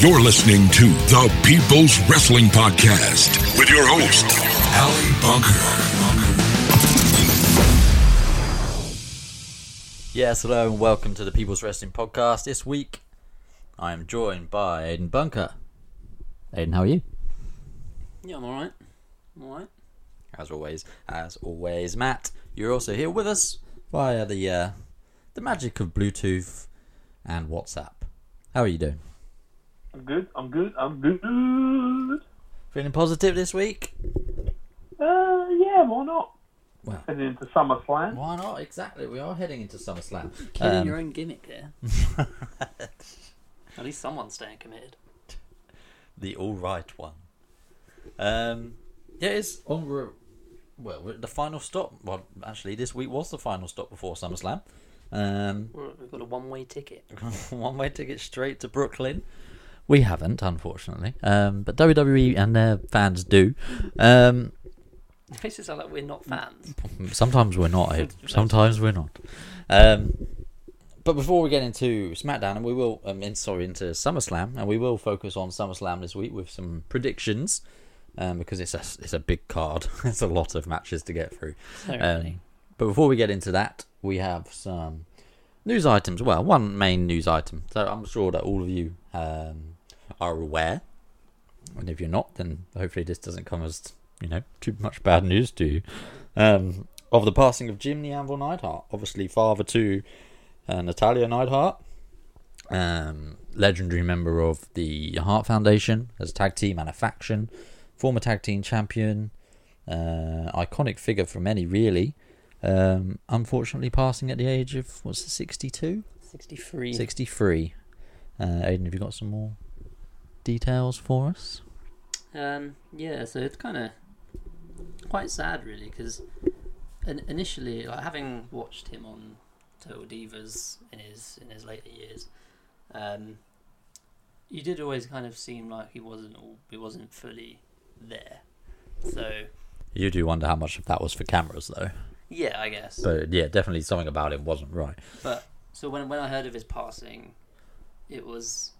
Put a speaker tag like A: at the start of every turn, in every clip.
A: You're listening to the People's Wrestling Podcast with your host, Ali Bunker.
B: Yes, hello, and welcome to the People's Wrestling Podcast. This week, I am joined by Aiden Bunker. Aiden, how are you?
C: Yeah, I'm alright. I'm alright.
B: As always, as always, Matt, you're also here with us via the uh, the magic of Bluetooth and WhatsApp. How are you doing?
D: I'm good. I'm good. I'm good.
B: Feeling positive this week?
D: Uh, yeah. Why not?
B: Well,
D: Heading into SummerSlam.
B: why not? Exactly. We are heading into SummerSlam.
C: Killing
B: Um,
C: your own gimmick there. At least someone's staying committed.
B: the all right one. Um, yeah, it's on. Re- well, we're at the final stop. Well, actually, this week was the final stop before SummerSlam. Um,
C: We're, we've got a one-way ticket.
B: one way ticket straight to Brooklyn. We haven't, unfortunately, um, but WWE and their fans do. Um,
C: This is like we're not fans.
B: sometimes we're not. Ed. Sometimes we're not. Um, but before we get into SmackDown, and we will, um, in, sorry, into SummerSlam, and we will focus on SummerSlam this week with some predictions, um, because it's a it's a big card. it's a lot of matches to get through.
C: So many.
B: Um, but before we get into that, we have some news items. Well, one main news item. So I'm sure that all of you um, are aware. And if you're not, then hopefully this doesn't come as you know too much bad news to you. Um, of the passing of Jim the Anvil Neidhart, obviously father to uh, Natalia Neidhart, um, legendary member of the Hart Foundation as tag team and a faction, former tag team champion, uh, iconic figure for many, really. Um, unfortunately, passing at the age of what's it, 62?
C: 63.
B: 63. Uh, Aiden, have you got some more details for us?
C: Um, yeah, so it's kind of quite sad, really, because initially, like having watched him on Total Divas in his in his later years, um, you did always kind of seem like he wasn't all, he wasn't fully there. So
B: You do wonder how much of that was for cameras, though.
C: yeah, I guess.
B: But yeah, definitely something about it wasn't right.
C: But so when when I heard of his passing, it was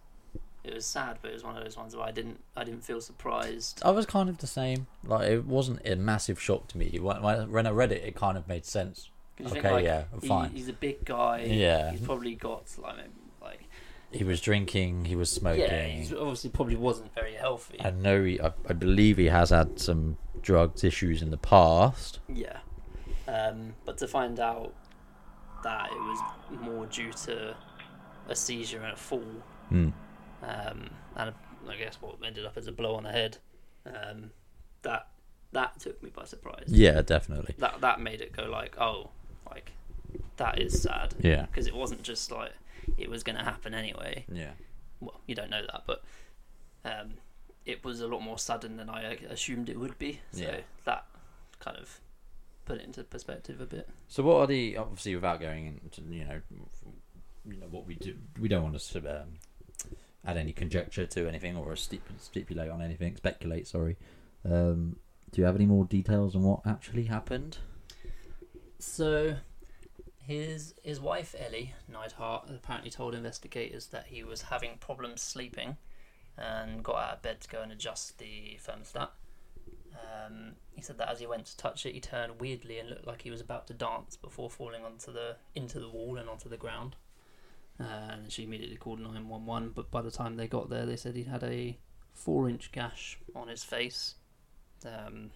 C: it was sad, but it was one of those ones where I didn't I didn't feel surprised.
B: I was kind of the same. Like it wasn't a massive shock to me. When, when when I read it, it kind of made sense.
C: 'Cause you
B: Okay,
C: think, like,
B: yeah,
C: he-
B: fine. He,
C: he's a big guy.
B: Yeah.
C: he's probably got like maybe, like
B: was drinking. He was smoking.
C: yeah, he's obviously probably wasn't very healthy.
B: I know. He, I, I believe he has had some drugs issues in the past.
C: yeah, um, but to find out that it was more due to a seizure and a fall,
B: Hmm.
C: um, and I guess what ended up as a blow on the head, um, that that took me by surprise.
B: Yeah, definitely.
C: that that made it go like oh like that is sad
B: Yeah.
C: because it wasn't just like it was going to happen anyway
B: Yeah.
C: well you don't know that but um it was a lot more sudden than i like, assumed it would be so
B: Yeah.
C: that kind of put it into perspective a bit
B: So what are the obviously without going into you know you know what we do we don't want to um, add any conjecture to anything or stip- stipulate on anything speculate sorry. Um, do you have any more details on what actually happened?
C: so his his wife ellie neidhart apparently told investigators that he was having problems sleeping and got out of bed to go and adjust the thermostat Um, he said that as he went to touch it, he turned weirdly and looked like he was about to dance before falling onto the into the wall and onto the ground. Uh, and she immediately called nine one one. But by the time they got there, they said he had a four inch gash on his face. Um,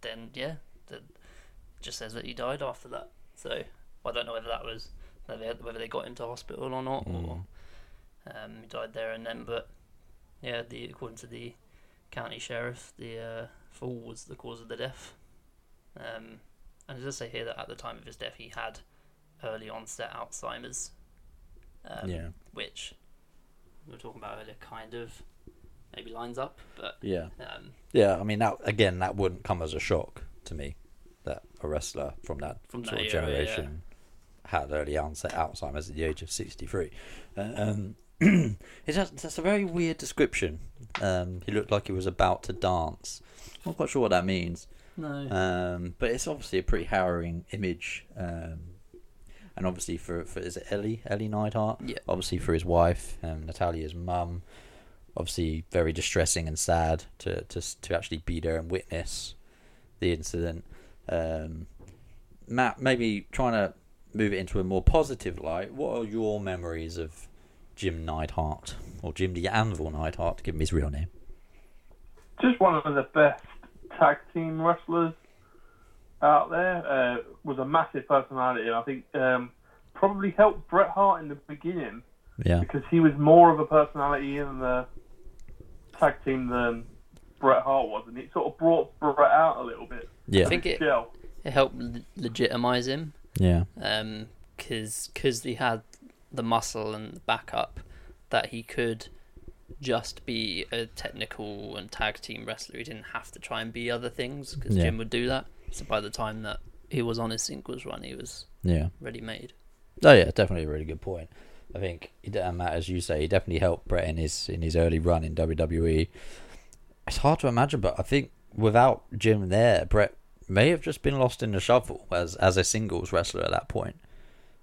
C: then yeah, that just says that he died after that. So I don't know whether that was whether they, whether they got him to hospital or not, or um, he died there and then. But yeah, the according to the county sheriff, the uh, fall was the cause of the death. Um, and it does say here that at the time of his death, he had early onset Alzheimer's. Um,
B: Yeah.
C: Which we were talking about earlier kind of maybe lines up, but
B: Yeah.
C: um,
B: Yeah, I mean that again that wouldn't come as a shock to me that a wrestler from that
C: From
B: sort
C: that
B: of
C: era, yeah.
B: generation had early onset Alzheimer's at the age of sixty three. Um, it's just, that's a very weird description. Um, he looked like he was about to dance. I'm not quite sure what that means,
C: no,
B: um, but it's obviously a pretty harrowing image. Um, and obviously for for is it Ellie Ellie Neidhart?
C: Yeah.
B: Obviously for his wife, um, Natalia's mum. Obviously, very distressing and sad to to s- to actually be there and witness the incident. Um, Matt, maybe trying to move it into a more positive light. What are your memories of Jim Neidhart or Jim the Anvil Neidhart? To give him his real name.
D: just one of the best tag team wrestlers out there. Uh, was a massive personality, and I think um, probably helped Bret Hart in the beginning
B: Yeah.
D: because he was more of a personality in the tag team than Bret Hart was, and it sort of brought Bret out a little bit.
B: Yeah.
C: I think it,
D: Yeah,
C: it helped le- legitimize him
B: yeah.
C: because cause he had the muscle and the backup that he could just be a technical and tag team wrestler. He didn't have to try and be other things because
B: Yeah.
C: Jim would do that. So by the time that he was on his singles run, he was
B: Yeah.
C: ready made.
B: Oh yeah, definitely a really good point. I think it doesn't matter as you say, he definitely helped Brett in his in his early run in WWE. It's hard to imagine, but I think without Jim there, Brett may have just been lost in the shuffle as as a singles wrestler at that point,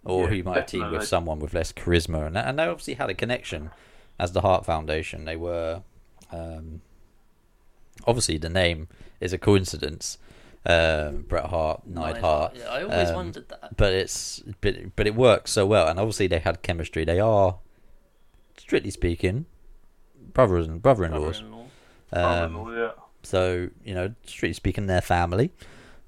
B: or
D: Yeah,
B: he might have teamed with
D: definitely.
B: someone with less charisma, and and they obviously had a connection as the Hart Foundation. They were um, obviously the name is a coincidence. Um, Bret Hart, Neidhart.
C: Yeah, I always
B: um,
C: wondered that.
B: but it's but, but it works so well and obviously they had chemistry they are strictly speaking brothers and brother-in-laws
C: Brother-in-law.
B: um,
D: yeah.
B: so you know strictly speaking they're family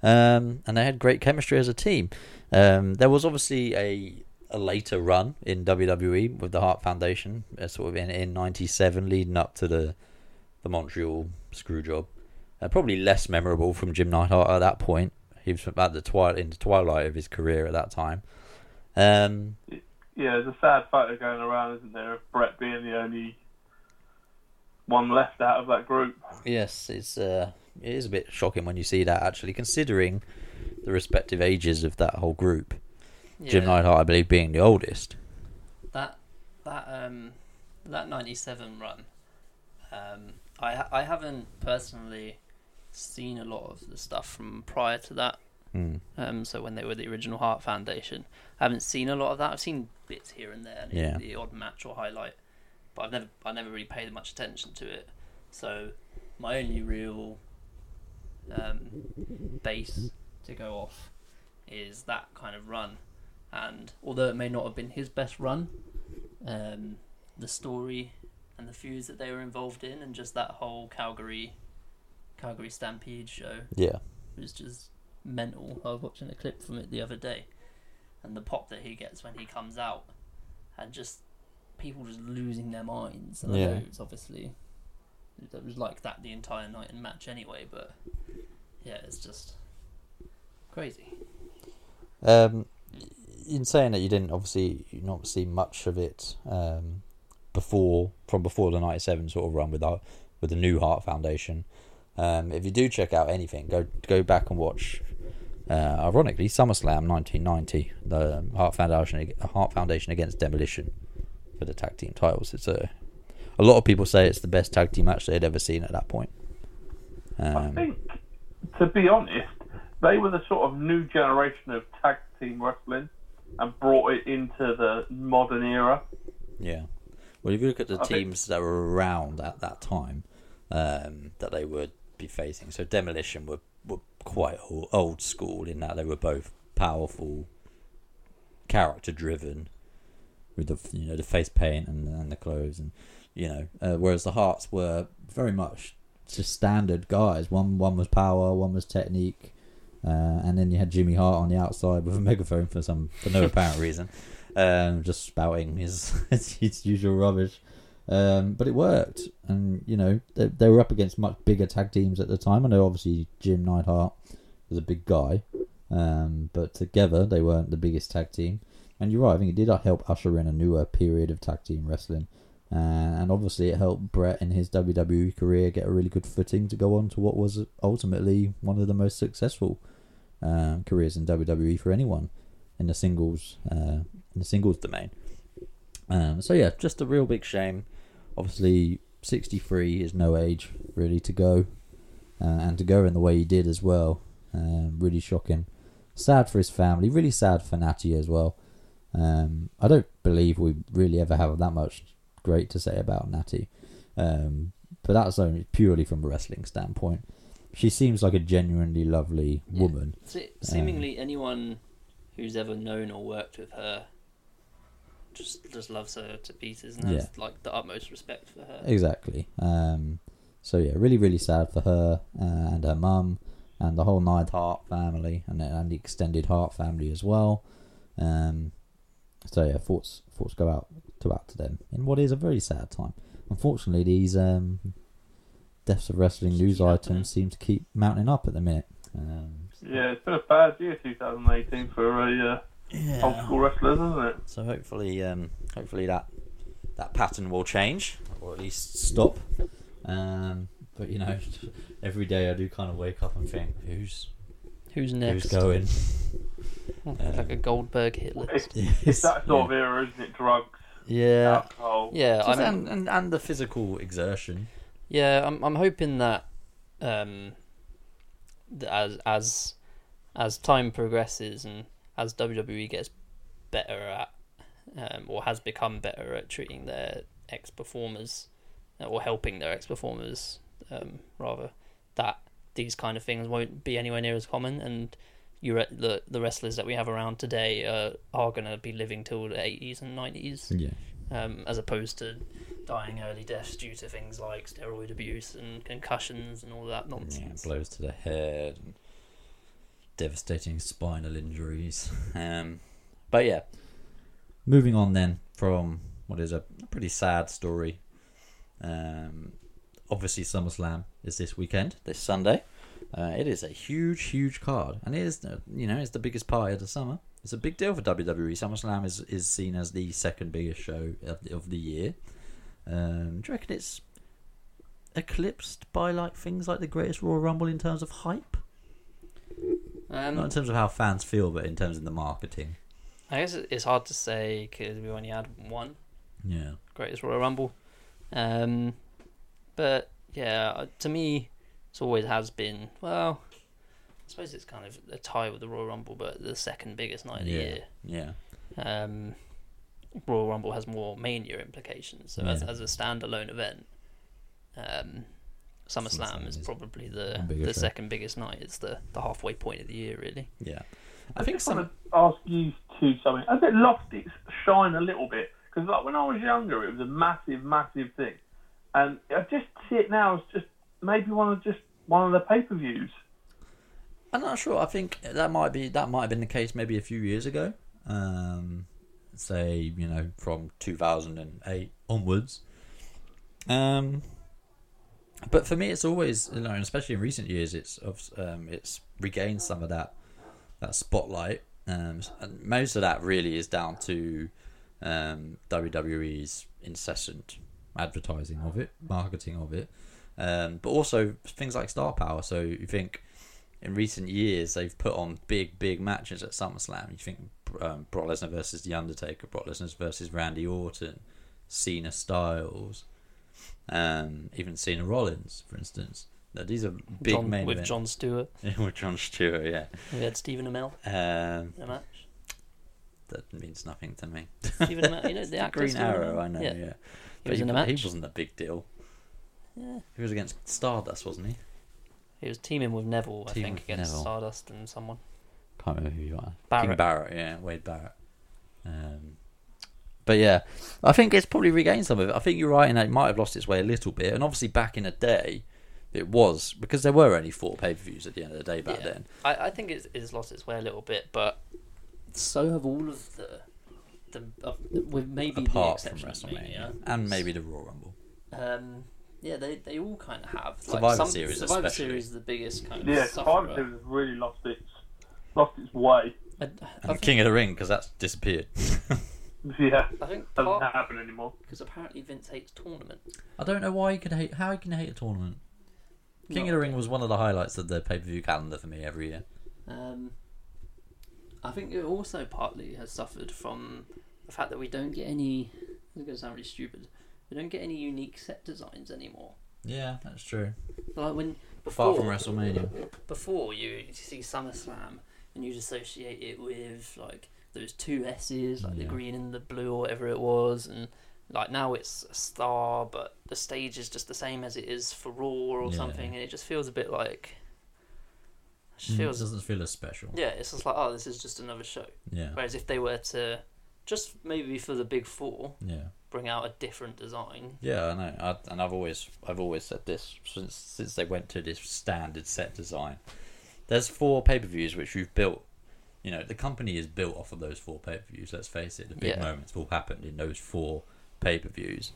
B: um, and they had great chemistry as a team um, there was obviously a a later run in WWE with the Hart Foundation uh, sort of in, in 97 leading up to the the Montreal screw job uh, probably less memorable from Jim Neidhart at that point he was about the twilight in the twilight of his career at that time um,
D: Yeah, there's a sad photo going around, isn't there, of Brett being the only one left out of that group.
B: Yes, it's uh, it is a bit shocking when you see that actually, considering the respective ages of that whole group. Jim
C: Yeah.
B: Neidhart, I believe, being the oldest.
C: that that um that 97 run um i ha- i haven't personally seen a lot of the stuff from prior to that
B: Mm.
C: um so when they were the original heart foundation i haven't seen a lot of that i've seen bits here and there and
B: Yeah.
C: the odd match or highlight but i've never i never really paid much attention to it so my only real um base to go off is that kind of run and although it may not have been his best run, um, the story and the feuds that they were involved in, and just that whole Calgary Calgary Stampede show
B: Yeah,
C: was just mental. I was watching a clip from it the other day, and the pop that he gets when he comes out, and just people just losing their minds. And I
B: Yeah.
C: know it's obviously it was like that the entire night and match anyway, but yeah, it's just crazy.
B: Um, in saying that, you didn't obviously you not see much of it um, before from before the '97 sort of run with our, with the New Heart Foundation. Um, if you do check out anything, go go back and watch. Uh, ironically, SummerSlam 1990, the um, Heart Foundation Heart Foundation against Demolition for the tag team titles. It's a a lot of people say it's the best tag team match they'd ever seen at that point.
D: I
B: Um,
D: think, to be honest, they were the sort of new generation of tag team wrestling and brought it into the modern era.
B: Yeah. Well, if you look at the
D: I think-
B: teams that were around at that time, um, that they would be facing, so Demolition were, were quite o- old school in that they were both powerful, character driven, with the you know the face paint and, and the clothes and you know, uh, whereas the Hearts were very much just standard guys. One one was power, one was technique, uh, and then you had Jimmy Hart on the outside with a megaphone for some for no apparent reason, um, just spouting his his usual rubbish. Um, but it worked, and you know they, they were up against much bigger tag teams at the time. I know obviously Jim Neidhart was a big guy, um, but together they weren't the biggest tag team. And you're right, I think it did help usher in a newer period of tag team wrestling. Uh, and obviously, it helped Brett in his WWE career get a really good footing to go on to what was ultimately one of the most successful um, careers in WWE for anyone in the singles uh, in the singles domain. Um, so yeah, just a real big shame. Obviously, 63 is no age really to go, uh, and to go in the way he did as well, um, really shocking. Sad for his family, really sad for Natty as well. Um, I don't believe we really ever have that much great to say about Natty, um, but that's only purely from a wrestling standpoint. She seems like a genuinely lovely
C: Yeah.
B: woman.
C: Se- seemingly anyone who's ever known or worked with her just just loves her to pieces and has like the utmost respect for her.
B: Exactly. Um, so yeah, really, really sad for her and her mum and the whole Nide Hart family and and the extended Hart family as well. Um, so yeah, thoughts thoughts go out to out to them in what is a very sad time. Unfortunately, these um, deaths of wrestling news
C: keep happening.
B: items seem to keep mounting up at the minute. Um,
D: Yeah, it's been a bad year 2018 for a uh, old school wrestlers, isn't it?
B: So hopefully, um, hopefully that that pattern will change, or at least stop. Um, but you know, every day I do kind of wake up and think, who's
C: Who's Oh,
B: who's going?
C: like a Goldberg hit list.
D: It's, it's that sort of era, isn't it? Drugs,
B: yeah.
D: alcohol.
C: Yeah,
B: Just- um,
C: I'm
B: and, and and the physical exertion.
C: Yeah, I'm I'm hoping that um that as as as time progresses and as WWE gets better at um, or has become better at treating their ex performers uh, or helping their ex performers um, rather that these kind of things won't be anywhere near as common and you re- the the wrestlers that we have around today uh, are going to be living till the 80s and 90s
B: Yeah.
C: um, as opposed to dying early deaths due to things like steroid abuse and concussions and all that
B: yeah,
C: nonsense.
B: blows to the head, and devastating spinal injuries. Um, but yeah, moving on then from what is a pretty sad story. Um, obviously, SummerSlam is this weekend, this Sunday. Uh, it is a huge, huge card, and it is the- you know it's the biggest party of the summer. It's a big deal for WWE. SummerSlam is is seen as the second biggest show of the, of the year. Um, do you reckon it's eclipsed by like things like the Greatest Royal Rumble in terms of hype? Not in
C: Um,
B: terms of how fans feel, but in terms of the marketing.
C: I guess it- it's hard to say because we only had one
B: Yeah.
C: greatest Royal Rumble, um, but yeah, uh, to me, it's always has been. Well, I suppose it's kind of a tie with the Royal Rumble, but the second biggest night of the
B: Yeah.
C: year.
B: Yeah.
C: um, Royal Rumble has more mania implications. So as,
B: Yeah.
C: as a standalone event, um, SummerSlam
B: SummerSlam
C: is
B: is
C: probably the
B: the bigger
C: the
B: show.
C: second biggest night. It's the, the halfway point of the year, really.
B: Yeah.
D: I
B: I think
D: just want
B: some.
D: to ask you two something. Has it lost its shine a little bit? Because like when I was younger, it was a massive, massive thing, and I just see it now as just maybe one of just one of the pay per views.
B: I'm not sure. I think that might be that might have been the case maybe a few years ago. Um, say you know from 2008 onwards. Um, but for me, it's always you know, and especially in recent years, it's of- um, it's regained some of that that spotlight. Um, and most of that really is down to um, WWE's incessant advertising of it, marketing of it, um, but also things like star power. So you think in recent years they've put on big, big matches at SummerSlam. You think um, Brock Lesnar versus The Undertaker, Brock Lesnar versus Randy Orton, Cena Styles, um, even Cena Rollins, for instance. Now, these are big
C: John,
B: main
C: with
B: event-
C: John Stewart,
B: with John Stewart, yeah.
C: we had Stephen Amell
B: Um,
C: in the match.
B: that means nothing to me.
C: Stephen Amell, you know the actor.
B: Green
C: Stephen
B: Arrow,
C: Amell?
B: I know, yeah. But
C: was
B: he,
C: in a
B: wa-
C: match.
B: he wasn't a big deal. Yeah. He was against Stardust, wasn't he?
C: He was teaming with Neville, I
B: Teaming
C: think,
B: with
C: against
B: Neville.
C: Stardust and someone.
B: Can't remember who you are. King
C: Barrett.
B: Barrett, yeah, Wade Barrett. Um, but yeah, I think it's probably regained some of it. I think you're right in that it might have lost its way a little bit. And obviously, back in the day, it was because there were only four pay per views at the end of the day back
C: Yeah.
B: then.
C: I, I think it's, it's lost its way a little bit, but so have all of the. The, of with maybe the
B: Apart from
C: exception of
B: WrestleMania
C: Mania.
B: and maybe the Royal Rumble.
C: Um, yeah, they, they all kind of have.
B: Survivor Series
C: Survivor
B: especially.
C: Series is the biggest kind of
D: Yeah, Survivor
C: sufferer.
D: Series has really lost its lost its way.
C: I,
B: And
C: I, think,
B: King of the Ring because that's disappeared.
D: Yeah,
C: I think
D: doesn't
C: part
D: happen anymore.
C: because apparently Vince hates tournaments.
B: I don't know why you could hate how you can hate a tournament. King of the Ring was one of the highlights of the pay per view calendar for me every year.
C: Um, I think it also partly has suffered from the fact that we don't get any. This is going to sound really stupid. We don't get any unique set designs anymore.
B: Yeah, that's true.
C: Like when before,
B: Apart from WrestleMania.
C: before you see SummerSlam and you'd associate it with like those two S's, like the
B: Yeah.
C: green and the blue or whatever it was, and like now it's a star, but the stage is just the same as it is for Raw or
B: Yeah.
C: something, and it just feels a bit like. It just
B: It
C: feels
B: Mm, doesn't feel as special.
C: yeah, it's just like oh, this is just another show.
B: Yeah.
C: Whereas if they were to just maybe for the big four
B: Yeah.
C: bring out a different design,
B: Yeah, I know, I, and I've always, I've always said this since since they went to this standard set design. There's four pay per views which you've built. You know, the company is built off of those four pay per views. Let's face it, the big
C: Yeah.
B: moments all happened in those four pay per views.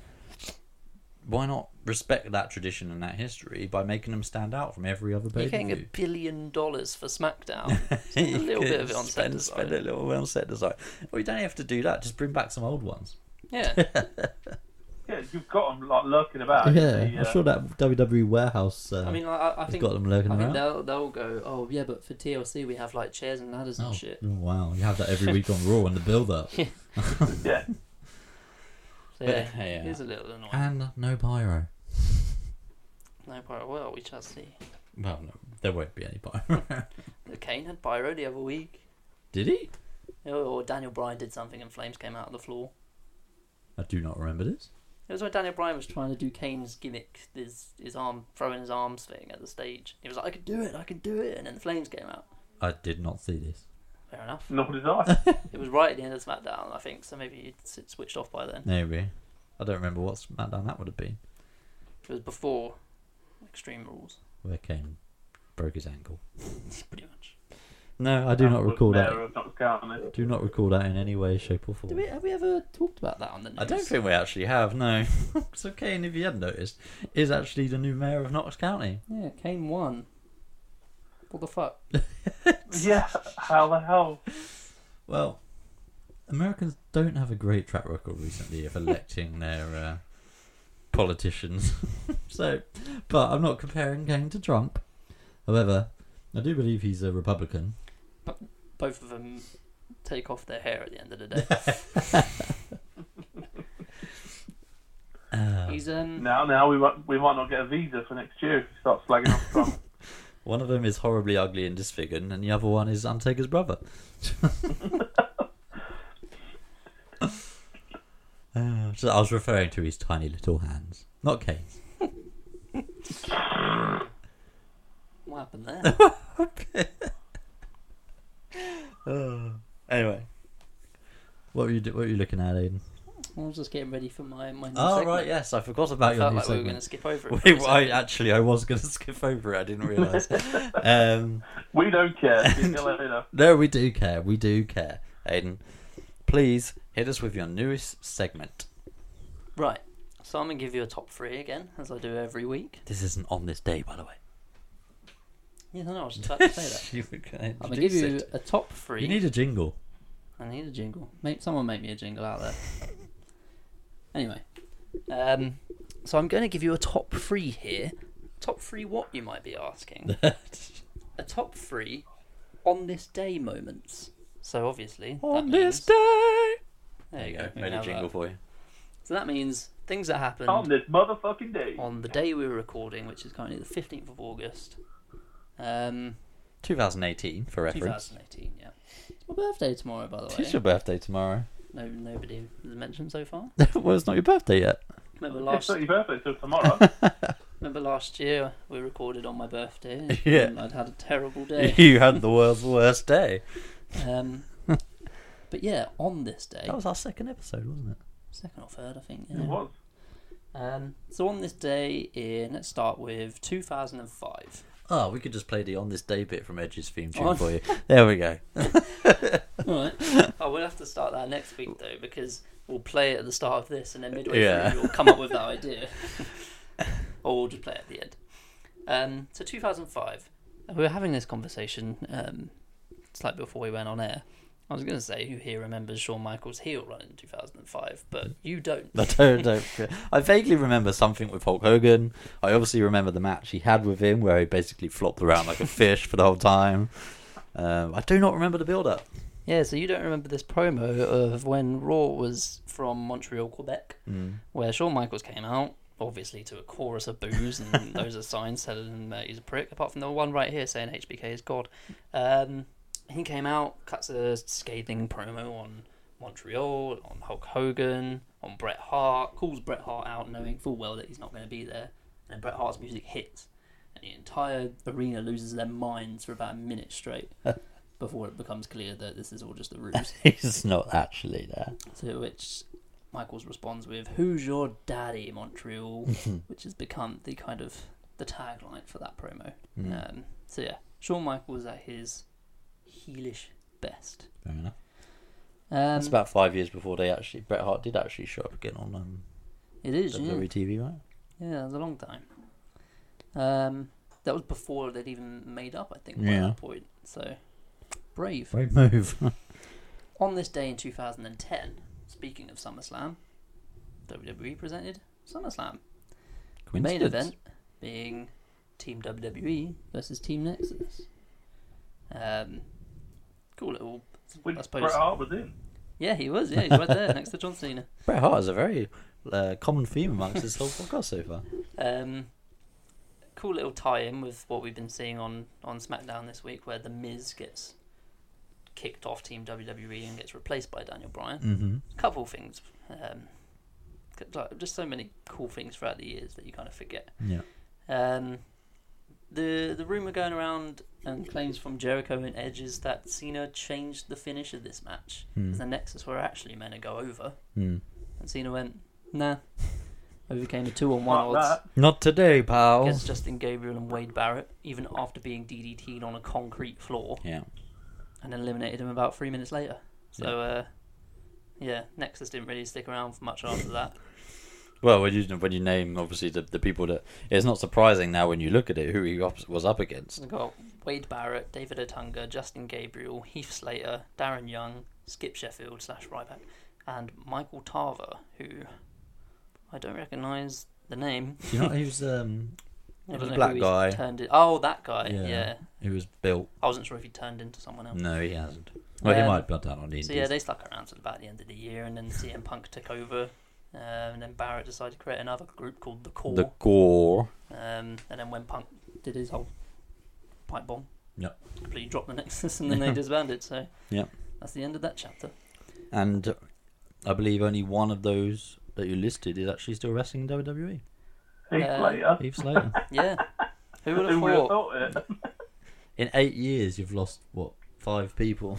B: Why not respect that tradition and that history by making them stand out from every other pay
C: you're
B: per
C: getting
B: view?
C: a billion dollars for SmackDown. Spend a little bit of it on set
B: spend,
C: design.
B: spend a little bit on set design. Well, you don't have to do that. Just bring back some old ones.
C: yeah,
D: Yeah, you've got them like lurking about. you see, uh,
B: that WWE warehouse. Uh,
C: I mean, like, I, I think
B: got them lurking
C: I think
B: around.
C: they'll they'll go. Oh yeah, but for TLC we have like chairs and ladders
B: Oh.
C: and shit.
B: Wow, you have that every week on Raw and the build up.
D: Yeah.
C: So, yeah,
B: yeah.
C: it is a little annoying.
B: And no pyro.
C: no pyro. Well, we shall see.
B: Well, no, there won't be any pyro.
C: The Kane had pyro the other week.
B: Did he?
C: Or or Daniel Bryan did something and flames came out of the floor.
B: I do not remember this.
C: It was when Daniel Bryan was trying to do Kane's gimmick, his his arm throwing his arms thing at the stage. He was like, "I can do it, I can do it," and then the flames came out.
B: I did not see this.
C: Fair enough.
D: Nor did I.
C: It was right at the end of SmackDown, I think, so maybe it switched off by then.
B: Maybe. I don't remember what SmackDown that would have been.
C: It was before Extreme Rules,
B: Where Kane broke his ankle.
C: pretty much.
B: No, I do not recall
D: Mayor
B: that.
D: of Knox County.
B: Do not recall that in any way, shape, or
C: Did
B: form.
C: we, have we ever talked about that on the news?
B: I don't think we actually have. No. so Kane, if you hadn't noticed, is actually the new mayor of Knox County.
C: Yeah, Kane won. What the fuck?
D: Yeah, how the hell?
B: Well, Americans don't have a great track record recently of electing their uh, politicians. so, but I'm not comparing Kane to Trump. However, I do believe he's a Republican.
C: Both of them take off their hair at the end of the day.
B: Uh,
C: He's um.
D: Now, now we might, we might not get a visa for next year if we start slagging off Trump.
B: one of them is horribly ugly and disfigured, and the other one is Undertaker's brother. Uh, so I was referring to his tiny little hands, not Kane's.
C: What happened there?
B: Anyway, what were you do- what were you looking at, Aiden?
C: I was just getting ready for my my new
B: Oh
C: segment.
B: right, yes, I forgot about
C: I
B: your
C: felt
B: new
C: like we were
B: segment.
C: going to skip over it. for a
B: Wait, I,
C: second.
B: actually, I was going to skip over it. I didn't realise. um,
D: We don't care. See you later.
B: no, we do care. We do care, Aiden. Please hit us with your newest segment.
C: Right. So I'm gonna give you a top three again, as I do every week.
B: This isn't on this day, by the way.
C: Yeah, no, I was just about to say that.
B: You were gonna
C: I'm gonna give
B: introduce
C: you
B: it.
C: a top three.
B: You need a jingle.
C: I need a jingle. Make someone make me a jingle out there. Anyway, um, so I'm going to give you a top three here. Top three, what you might be asking? a top three on this day moments. So obviously
B: on
C: that
B: this
C: means-
B: day.
C: There you go.
B: Made a
C: Now
B: jingle
C: that-
B: for you.
C: So that means things that happened
D: On this motherfucking day.
C: on the day we were recording, which is currently the 15th of August, um,
B: 2018 for reference.
C: 2018. Yeah, it's my birthday tomorrow, by the
B: It's
C: way.
B: your birthday tomorrow.
C: No, nobody has mentioned so far.
B: well, it's not your birthday yet.
C: Remember
D: It's
C: last
D: not your birthday till tomorrow.
C: Remember last year we recorded on my birthday.
B: Yeah.
C: and I'd had a terrible day.
B: you had the world's worst day.
C: um, but yeah, on this day,
B: That was our second episode, wasn't it?
C: second or third, I think.
D: It
C: Yeah.
D: was.
C: Um, so on this day in let's start with 2005.
B: Oh, we could just play the on this day bit from Edge's theme tune
C: On-
B: for you. There we go.
C: All right. I will have to start that next week though because we'll play it at the start of this and then midway
B: Yeah.
C: through you'll come up with that idea, or we'll just play it at the end. Um, so 2005, we were having this conversation um, slightly before we went on air. I was going to say who here remembers Shawn Michaels' heel run in 2005, but you don't.
B: I don't, don't forget. I vaguely remember something with Hulk Hogan. I obviously remember the match he had with him, where he basically flopped around like a fish for the whole time. Um, I do not remember the build-up.
C: Yeah, so you don't remember this promo of when Raw was from Montreal, Quebec, where Shawn Michaels came out, obviously to a chorus of boos, and those are signs telling him that he's a prick, apart from the one right here saying HBK is God. Um, he came out, cuts a scathing promo on Montreal, on Hulk Hogan, on Bret Hart, calls Bret Hart out, knowing full well that he's not going to be there. And then Bret Hart's music hits, and the entire arena loses their minds for about a minute straight before it becomes clear that this is all just a ruse.
B: He's not actually there.
C: To which Michaels responds with, "Who's your daddy, Montreal?" which has become the kind of the tagline for that promo.
B: Hmm.
C: Um, so yeah, Shawn Michaels at his heelish best.
B: Fair enough.
C: Um,
B: It's about five years before they actually Bret Hart did actually show up again on um,
C: it is, yeah.
B: WWE TV, right?
C: Yeah, it was a long time. Um, that was before they'd even made up, I think, by
B: Yeah.
C: that point. So brave.
B: Great move.
C: On this day in 2010, speaking of SummerSlam, WWE presented SummerSlam. The main event being Team WWE versus Team Nexus. Um, cool little.
D: Which
C: I
D: Bret
C: suppose.
D: Hart was in.
C: Yeah, he was. Yeah, he's right there next to John Cena.
B: Bret Hart is a very uh, common theme amongst this whole podcast so far.
C: Um, cool little tie-in with what we've been seeing on on SmackDown this week, where the Miz gets kicked off Team WWE and gets replaced by Daniel Bryan.
B: Mm-hmm.
C: couple things, um, c- like, just so many cool things throughout the years that you kind of forget.
B: Yeah.
C: Um, the the rumor going around and claims from Jericho and Edge is that Cena changed the finish of this match.
B: Hmm.
C: 'cause The Nexus were actually meant to go over,
B: Mm.
C: and Cena went, "Nah." Overcame a two on one
D: Not
C: odds
D: that.
B: Not today, pal.
C: against Justin Gabriel and Wade Barrett, even after being DDT'd on a concrete floor,
B: Yeah.
C: and then eliminated him about three minutes later. So, yeah. Uh, yeah, Nexus didn't really stick around for much after that.
B: Well, when you when you name obviously the, the people that it's not surprising now when you look at it who he op- was up against.
C: We've got Wade Barrett, David Otunga, Justin Gabriel, Heath Slater, Darren Young, Skip Sheffield slash Ryback, and Michael Tarver, who I don't recognise the name.
B: You know, he was um,
C: I
B: was
C: don't
B: a
C: know
B: black
C: who he's
B: guy.
C: Turned it. Oh, that guy. Yeah.
B: he was built.
C: I wasn't sure if he turned into someone else.
B: No, he hasn't. Well, Mm, he
C: Um,
B: might have blood down on the
C: So yeah, they stuck around till about the end of the year, and then CM Punk took over. Um, and then Barrett decided to create another group called The Core.
B: the gore.
C: Um, and then when Punk did his whole pipe bomb,
B: Yep.
C: completely dropped the Nexus, and then they disbanded. So
B: Yep.
C: that's the end of that chapter.
B: And I believe only one of those that you listed is actually still wrestling in WWE.
D: Heath
C: Uh,
D: Slater.
B: Heath Slater.
C: Yeah. Who would
D: Who
C: have
D: would have
C: thought?
D: thought it?
B: in eight years, you've lost what five people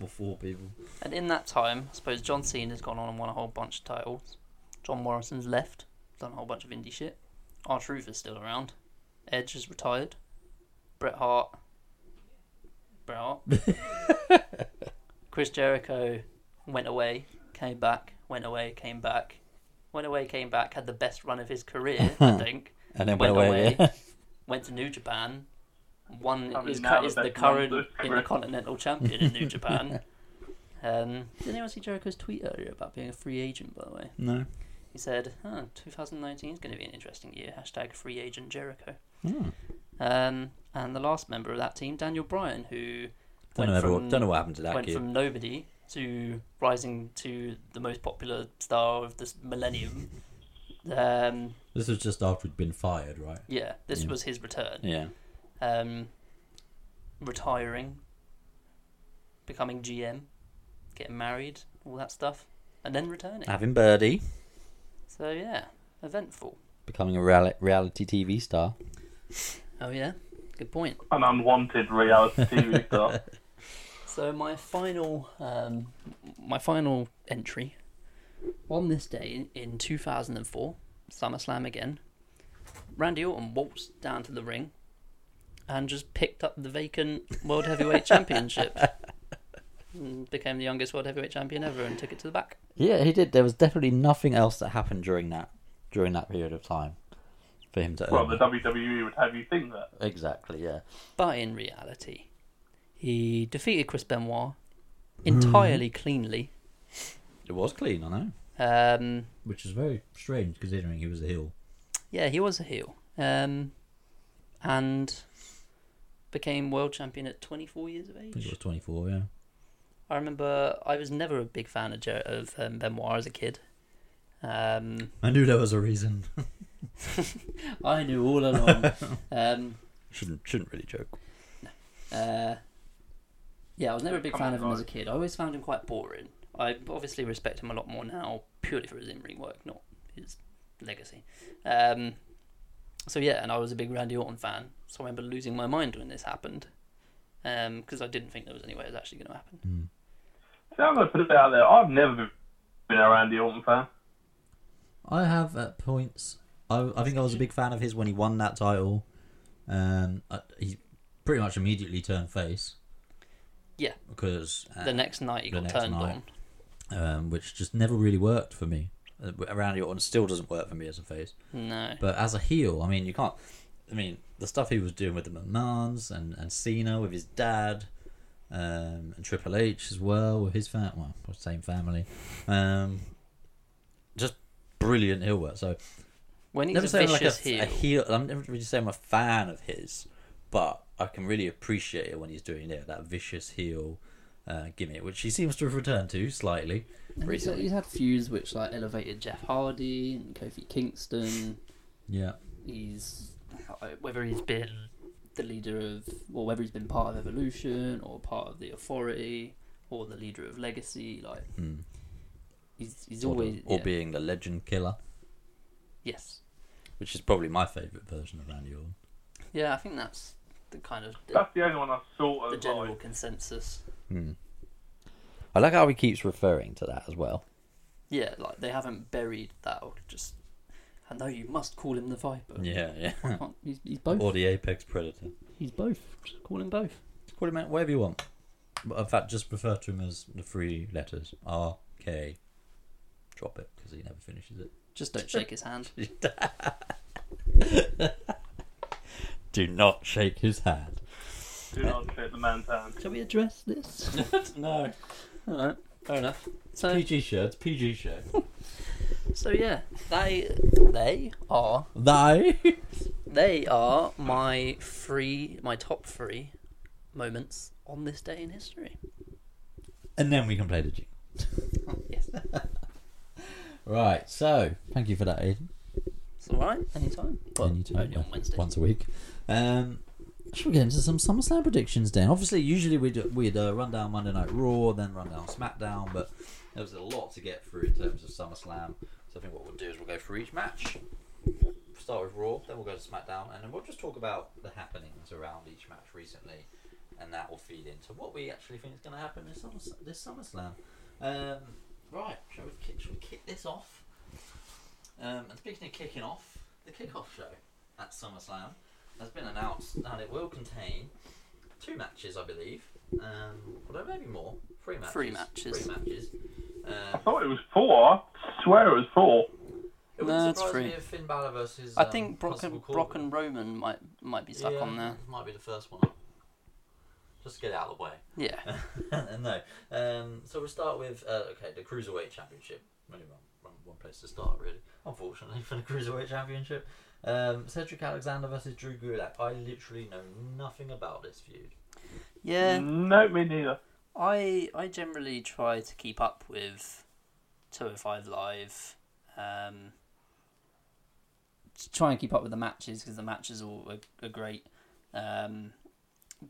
B: or four people.
C: And in that time, I suppose John Cena's gone on and won a whole bunch of titles. John Morrison's left, done a whole bunch of indie shit. R Truth is still around. Edge is retired. Bret Hart. Bret Hart. Chris Jericho went away, came back, went away, came back, went away, came back, had the best run of his career, I think.
B: And then
C: Went
B: went, away.
C: away. went to New Japan, won
D: Probably
C: is,
D: now
C: is
D: the
C: the
D: best man
C: current
D: to do it.
C: intercontinental champion in New Japan. Um, did anyone see Jericho's tweet earlier about being a free agent? By the way,
B: No.
C: he said, oh, 2019 is going to be an interesting year. Hashtag free agent Jericho.
B: Hmm.
C: Um, and the last member of that team, Daniel Bryan, who
B: Don't
C: went
B: know,
C: from-
B: what, don't know what happened to that
C: went
B: kid.
C: from nobody to rising to the most popular star of this millennium. um,
B: This was just after he'd been fired, right?
C: yeah, this
B: Yeah.
C: was his return.
B: Yeah.
C: um, retiring, becoming GM, getting married, all that stuff, and then returning.
B: Having Birdie,
C: So yeah, eventful.
B: becoming a reali- reality TV star.
C: Oh yeah, good point.
D: An unwanted reality TV star.
C: So my final, um, my final entry on this day in 2004, SummerSlam again. Randy Orton waltzed down to the ring and just picked up the vacant World Heavyweight Championship. And became the youngest World Heavyweight Champion ever and took it to the back.
B: Yeah, he did. There was definitely nothing else that happened during that during that period of time for him to.
D: well,
B: earn
D: the
B: it.
D: WWE would have you think that.
B: exactly. Yeah.
C: But in reality, he defeated Chris Benoit entirely cleanly.
B: It was clean, I know.
C: Um,
B: Which is very strange considering he was a heel.
C: yeah, he was a heel. Um, and became world champion at 24 years of
B: I think it
C: age.
B: was 24, yeah.
C: I remember I was never a big fan of, Jer- of um, Benoit as a kid. Um,
B: I knew there was a reason.
C: I knew all along. um,
B: shouldn't shouldn't really joke.
C: uh, Yeah, I was never a big
D: Come
C: fan
D: on,
C: of him as
D: guys.
C: a kid. I always found him quite boring. I obviously respect him a lot more now, purely for his in-ring work, not his legacy. Um, so yeah, and I was a big Randy Orton fan, so I remember losing my mind when this happened, because I didn't think there was any way it was actually going to happen.
D: See, I'm going to put it out there. I've never been- been a Randy Orton fan.
B: I have at points. I, I think I was a big fan of his when he won that title. Um, I, he pretty much immediately turned face
C: Yeah,
B: because uh,
C: the next night he
B: the
C: got
B: next
C: turned
B: night.
C: on.
B: um, which just never really worked for me. Uh, Randy Orton still doesn't work for me as a face,
C: No,
B: but as a heel, I mean, you can't. I mean, the stuff he was doing with the McMahons and and Cena with his dad, um, and Triple H as well with his fam, well, same family, um, just brilliant heel work. So
C: when he's
B: never
C: a
B: say I'm
C: vicious
B: like a,
C: heel,
B: a heel. I'm never really saying I'm a fan of his, but I can really appreciate it when he's doing it that vicious heel uh, gimmick, which he seems to have returned to slightly
C: he's,
B: recently.
C: he's had feuds which like elevated Jeff Hardy and Kofi Kingston.
B: Yeah,
C: he's whether he's been the leader of or whether he's been part of evolution or part of the authority or the leader of legacy like he's, he's
B: or,
C: always
B: or
C: yeah.
B: being the legend killer,
C: yes
B: which is probably my favourite version of Randy Orton.
C: yeah i think that's the kind of the,
D: That's the only one I sort
C: the
D: of
C: general
D: like.
C: consensus
B: I like how he keeps referring to that as well.
C: yeah like they haven't buried that or just i know you must call him the viper
B: Yeah, yeah.
C: Can't- he's, he's both
B: or the apex predator.
C: he's both just call him both
B: Call him out whatever you want. But in fact, just refer to him as the three letters R K. Drop it because he never finishes it.
C: just don't shake his hand
B: Do not shake his hand.
D: Do not shake the man's hand.
C: shall we address this
B: no.
C: all right fair enough so
B: PG shirts, PG shirt.
C: So yeah, they they are
B: Thy.
C: they are my three my top three moments on this day in history.
B: And then we can play the jingle.
C: Yes,
B: Right, so thank you for that, Aiden.
C: it's all right. Anytime. Well,
B: Anytime,
C: only on
B: uh,
C: Wednesday.
B: Once a week. Um, should we get into some SummerSlam predictions then? Obviously, usually we'd, we'd uh, run down Monday Night Raw, then run down SmackDown, but there was a lot to get through in terms of SummerSlam. So I think what we'll do is we'll go through each match. Start with Raw, then we'll go to SmackDown, and then we'll just talk about the happenings around each match recently, and that will feed into what we actually think is going to happen this, Summer, this SummerSlam. Um, right, shall we, kick, shall we kick this off? Um, and speaking of kicking off, the kickoff show at SummerSlam has been announced that it will contain two matches, I believe. Um, although maybe more. Three matches.
C: Three matches.
B: Three matches.
D: I
B: Um,
D: thought it was four. I swear it was four.
B: it
C: No,
B: would
C: it's
B: surprise me
C: three.
B: if Finn Balor versus.
C: I
B: um,
C: think Brock
B: Constable
C: and, Brock
B: Corbin.
C: and Roman might might be stuck
B: Yeah,
C: on there.
B: Might be the first one up. Just to get it out of the way.
C: Yeah.
B: no. Um, so we'll start with uh, okay the cruiserweight championship. Only one, one, one place to start really. Unfortunately for the cruiserweight championship, um, Cedric Alexander versus Drew Gulak. I literally know nothing about this feud.
C: Yeah.
D: No, me neither.
C: I I generally try to keep up with 205 Live. Um, to try and keep up with the matches because the matches all are, are great. Um,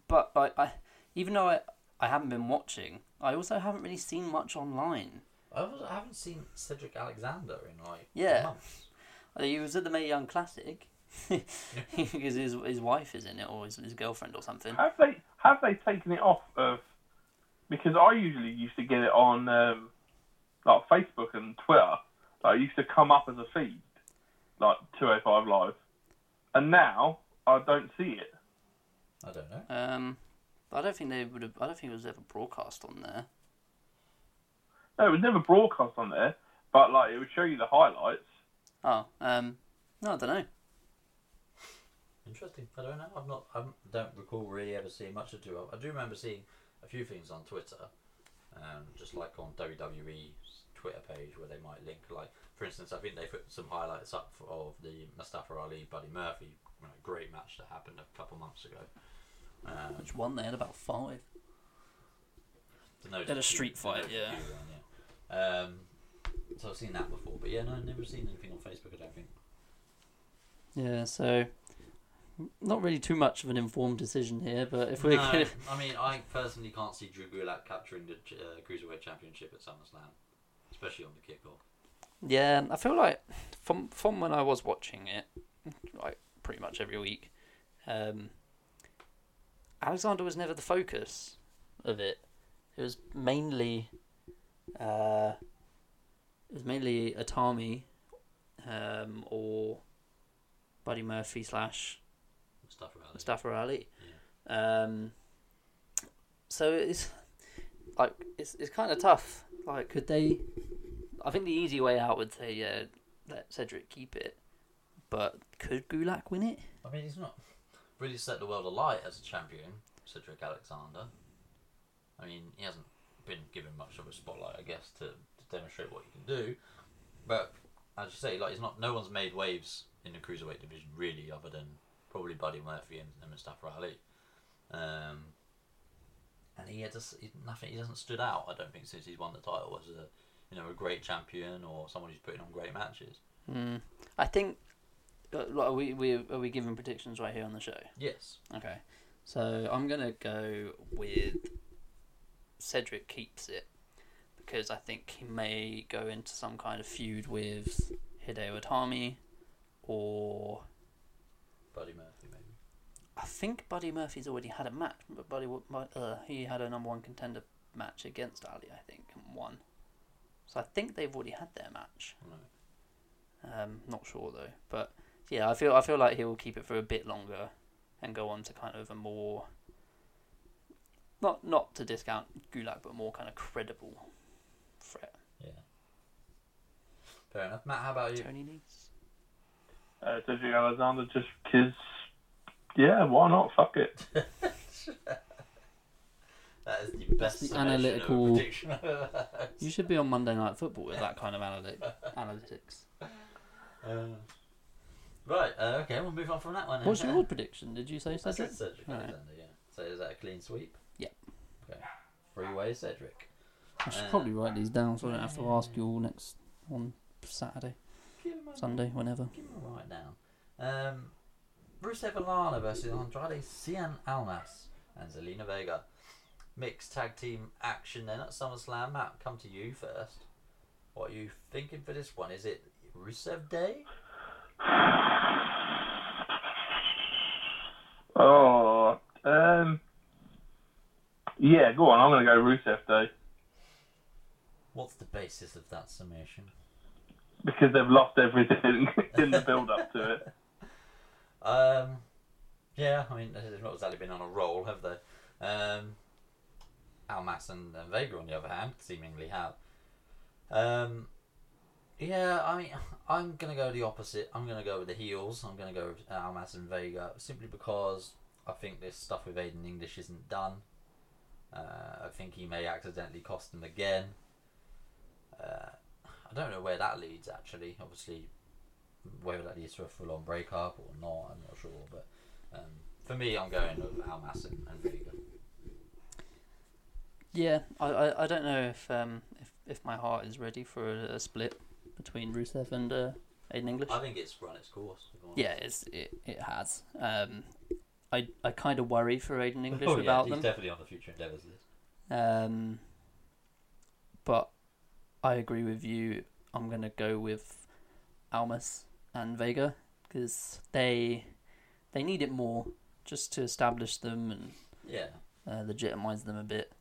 C: but I, I, even though I, I haven't been watching, I also haven't really seen much online.
B: I haven't- I haven't seen Cedric Alexander in like
C: Yeah.
B: months.
C: Uh, He was at the Mae Young Classic because his his wife is in it or his, his girlfriend or something.
D: Have they have they taken it off of? Because I usually used to get it on um, like Facebook and Twitter. Like, it used to come up as a feed, like 205 Live, and now I don't see it.
B: I don't know.
C: Um, but I don't think they would have. I don't think it was ever broadcast on there.
D: No, it was never broadcast on there, but like it would show you the highlights.
C: Oh, um, no, I don't know.
B: Interesting. I don't know. I'm not. I don't recall really ever seeing much of do. I do remember seeing a few things on Twitter, um, just like on WWE's Twitter page where they might link. Like for instance, I think they put some highlights up for- of the Mustafa Ali Buddy Murphy you know, great match that happened a couple months ago. Um,
C: Which one they had about five.
B: the nose-
C: Had a street fight,
B: the nose
C: yeah.
B: review one, yeah. Um, so I've seen that before, but yeah, no, I've never seen anything on Facebook. I don't think.
C: Yeah, so not really too much of an informed decision here, but if we're
B: No,
C: gonna,
B: I mean, I personally can't see Drew Gulak capturing the uh, Cruiserweight Championship at SummerSlam, especially on the kickoff.
C: yeah, I feel like from from when I was watching it, like pretty much every week, um, Alexander was never the focus of it. It was mainly, uh, it was mainly Atami, um, or Buddy Murphy slash
B: Stuff around it.
C: Mustafa Ali. Um, so it's like it's it's kind of tough. Like, could they? I think the easy way out would say, yeah, let Cedric keep it. But could Gulak win it?
B: I mean, he's not really set the world alight as a champion, Cedric Alexander. I mean, he hasn't been given much of a spotlight, I guess, to, to demonstrate what he can do. But as you say, like, he's not. No one's made waves in the cruiserweight division really, other than probably Buddy Murphy and, and Mustafa Ali. Um, and he had to, s- he, nothing. He hasn't stood out. I don't think since he's won the title as a you know a great champion or someone who's putting on great matches.
C: I think. uh, Like, are we we are we giving predictions right here on the show?
B: Yes.
C: Okay, so I'm gonna go with Cedric keeps it because I think he may go into some kind of feud with Hideo Itami or
B: Buddy Murphy maybe.
C: I think Buddy Murphy's already had a match, but Buddy wa- mu- uh, he had a number one contender match against Ali, I think, and won. So I think they've already had their match.
B: I don't know.
C: Um, not sure though, but yeah, I feel I feel like he'll keep it for a bit longer, and go on to kind of a more not not to discount Gulak, but more kind of credible threat.
B: Yeah. Fair enough. Matt, how about you?
C: Tony needs.
D: Uh, Cedric Alexander just because, yeah, why not? Fuck it.
B: That is the best
C: the
B: summation of a
C: analytical- Uh.
B: prediction I've ever heard.
C: You should be on Monday Night Football with that kind of analytic analytics.
B: Uh, right, uh, okay, we'll move on from that one. then.
C: What's your prediction? Did you say
B: I said
C: Cedric?
B: Cedric
C: Alright.
B: Alexander, yeah. So is that a clean sweep?
C: Yeah.
B: Okay. Three way Cedric.
C: I should
B: Uh,
C: probably write these down so I don't have to ask you all next on Saturday,
B: Give him a,
C: Sunday, whenever.
B: give him a right down. Um, Rusev Alana versus Andrade Cien Almas and Zelina Vega. Mixed tag team action then at SummerSlam. Matt, come to you first. What are you thinking for this one? Is it Rusev Day?
D: Oh, um, yeah, go on. I'm going to go Rusev Day
B: What's the basis of that summation?
D: because they've lost everything in the build up to it.
B: Um, yeah, I mean, they've not exactly been on a roll, have they? Um, Almas and, and Vega, on the other hand, seemingly have. Um, yeah, I mean, I'm going to go the opposite. I'm going to go with the heels. I'm going to go with Almas and Vega simply because I think this stuff with Aiden English isn't done. Uh, I think he may accidentally cost them again. Uh, I don't know where that leads, actually. Obviously, whether that leads to a full on breakup or not, I'm not sure. But um, for me, I'm going with Almas and, and Vega.
C: Yeah, I, I, I don't know if um if, if my heart is ready for a, a split between Rusev and uh, Aiden English.
B: I think it's run its course. if I'm honest.
C: yeah, it's, it it has. Um, I I kind of worry for Aiden English
B: Oh, yeah,
C: about
B: he's
C: them.
B: definitely on the future endeavours list.
C: Um, but I agree with you. I'm gonna go with Almas and Vega because they they need it more just to establish them and
B: Yeah,
C: uh, legitimize them a bit.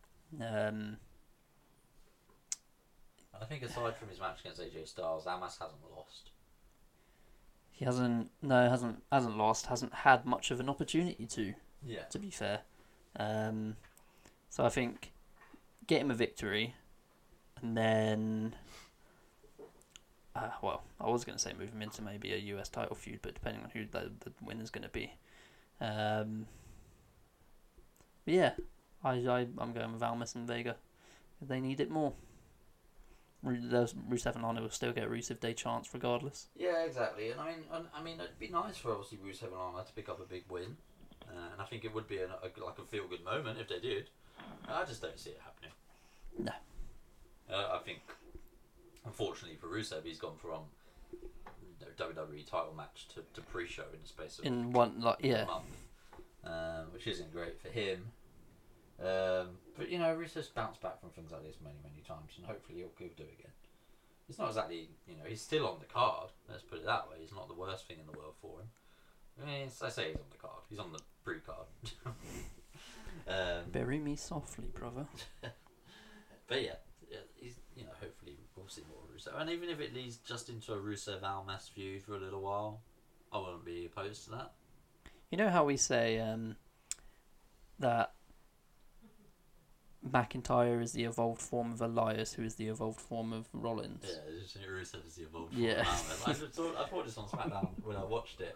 C: Um,
B: and I think aside from his match against AJ Styles, Almas hasn't lost.
C: he hasn't no hasn't hasn't lost hasn't had much of an opportunity to
B: Yeah,
C: to be fair. Um, so I think get him a victory, and then. Uh, well, I was going to say move him into maybe a US title feud, but depending on who the, the winner's going to be. Um, but yeah, I, I, I'm going with Almas and Vega. They need it more. Ru- those- Rusev and Honor will still get a Rusev Day chance regardless.
B: yeah, exactly. And I mean, and, I mean, it'd be nice for obviously Rusev and Lana to pick up a big win, uh, and I think it would be an, a, like a feel good moment if they did. I just don't see it happening.
C: No.
B: Uh, I think, unfortunately for Rusev, he's gone from WWE E title match to, to pre-show in the space of
C: in one like yeah.
B: a month, um, which isn't great for him. Um, but you know, Russo's bounced back from things like this many, many times, and hopefully he'll, he'll do it again. It's not exactly you know he's still on the card. Let's put it that way. He's not the worst thing in the world for him. I, mean, it's- I say he's on the card. He's on the pre-card. um,
C: Bury me softly, brother.
B: But yeah, yeah, he's, you know, hopefully we'll see more of Rusev. And even if it leads just into a Rusev Almas feud for a little while, I wouldn't be opposed to that.
C: You know how we say um, that McIntyre is the evolved form of Elias, who is the evolved form of Rollins.
B: Yeah, it's just- Rusev is the evolved
C: Yeah.
B: form of Almas. I thought, I thought this on SmackDown when I watched it.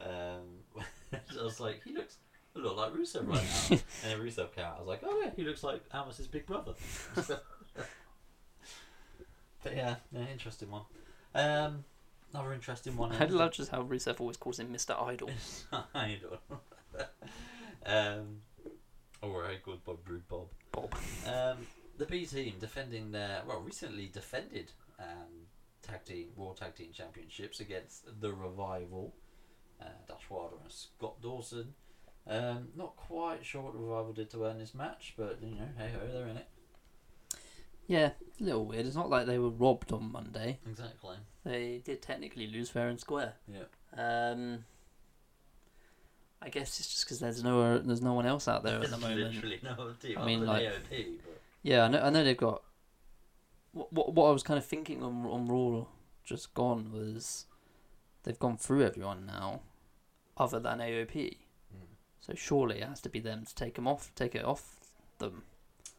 B: Um, I was like, he looks a lot like Rusev right now. and then Rusev came out. I was like, oh yeah, he looks like Almas's big brother. but yeah, yeah, interesting one. Um, another interesting one.
C: I love just how Rusev always calls him Mr. Idol.
B: I don't. um, or how he goes by Rude Bob.
C: Bob.
B: Um, the B team defending their well recently defended um, tag team Raw tag team championships against the Revival, uh, Dash Wilder and Scott Dawson. Um, not quite sure what the Revival did to earn this match, but you know, hey ho, they're in it.
C: Yeah, it's a little weird. It's not like they were robbed on Monday.
B: Exactly.
C: They did technically lose fair and square.
B: Yeah.
C: Um, I guess it's just because there's no there's no one else out there at the
B: There's
C: moment.
B: literally no other team.
C: I
B: I
C: mean,
B: mean,
C: like-
B: AOP, but
C: Yeah, I know. I know they've got. What what, what I was kind of thinking on on Raw just gone was, they've gone through everyone now, other than AOP.
B: hmm.
C: So surely it has to be them to take 'em off, take it off them.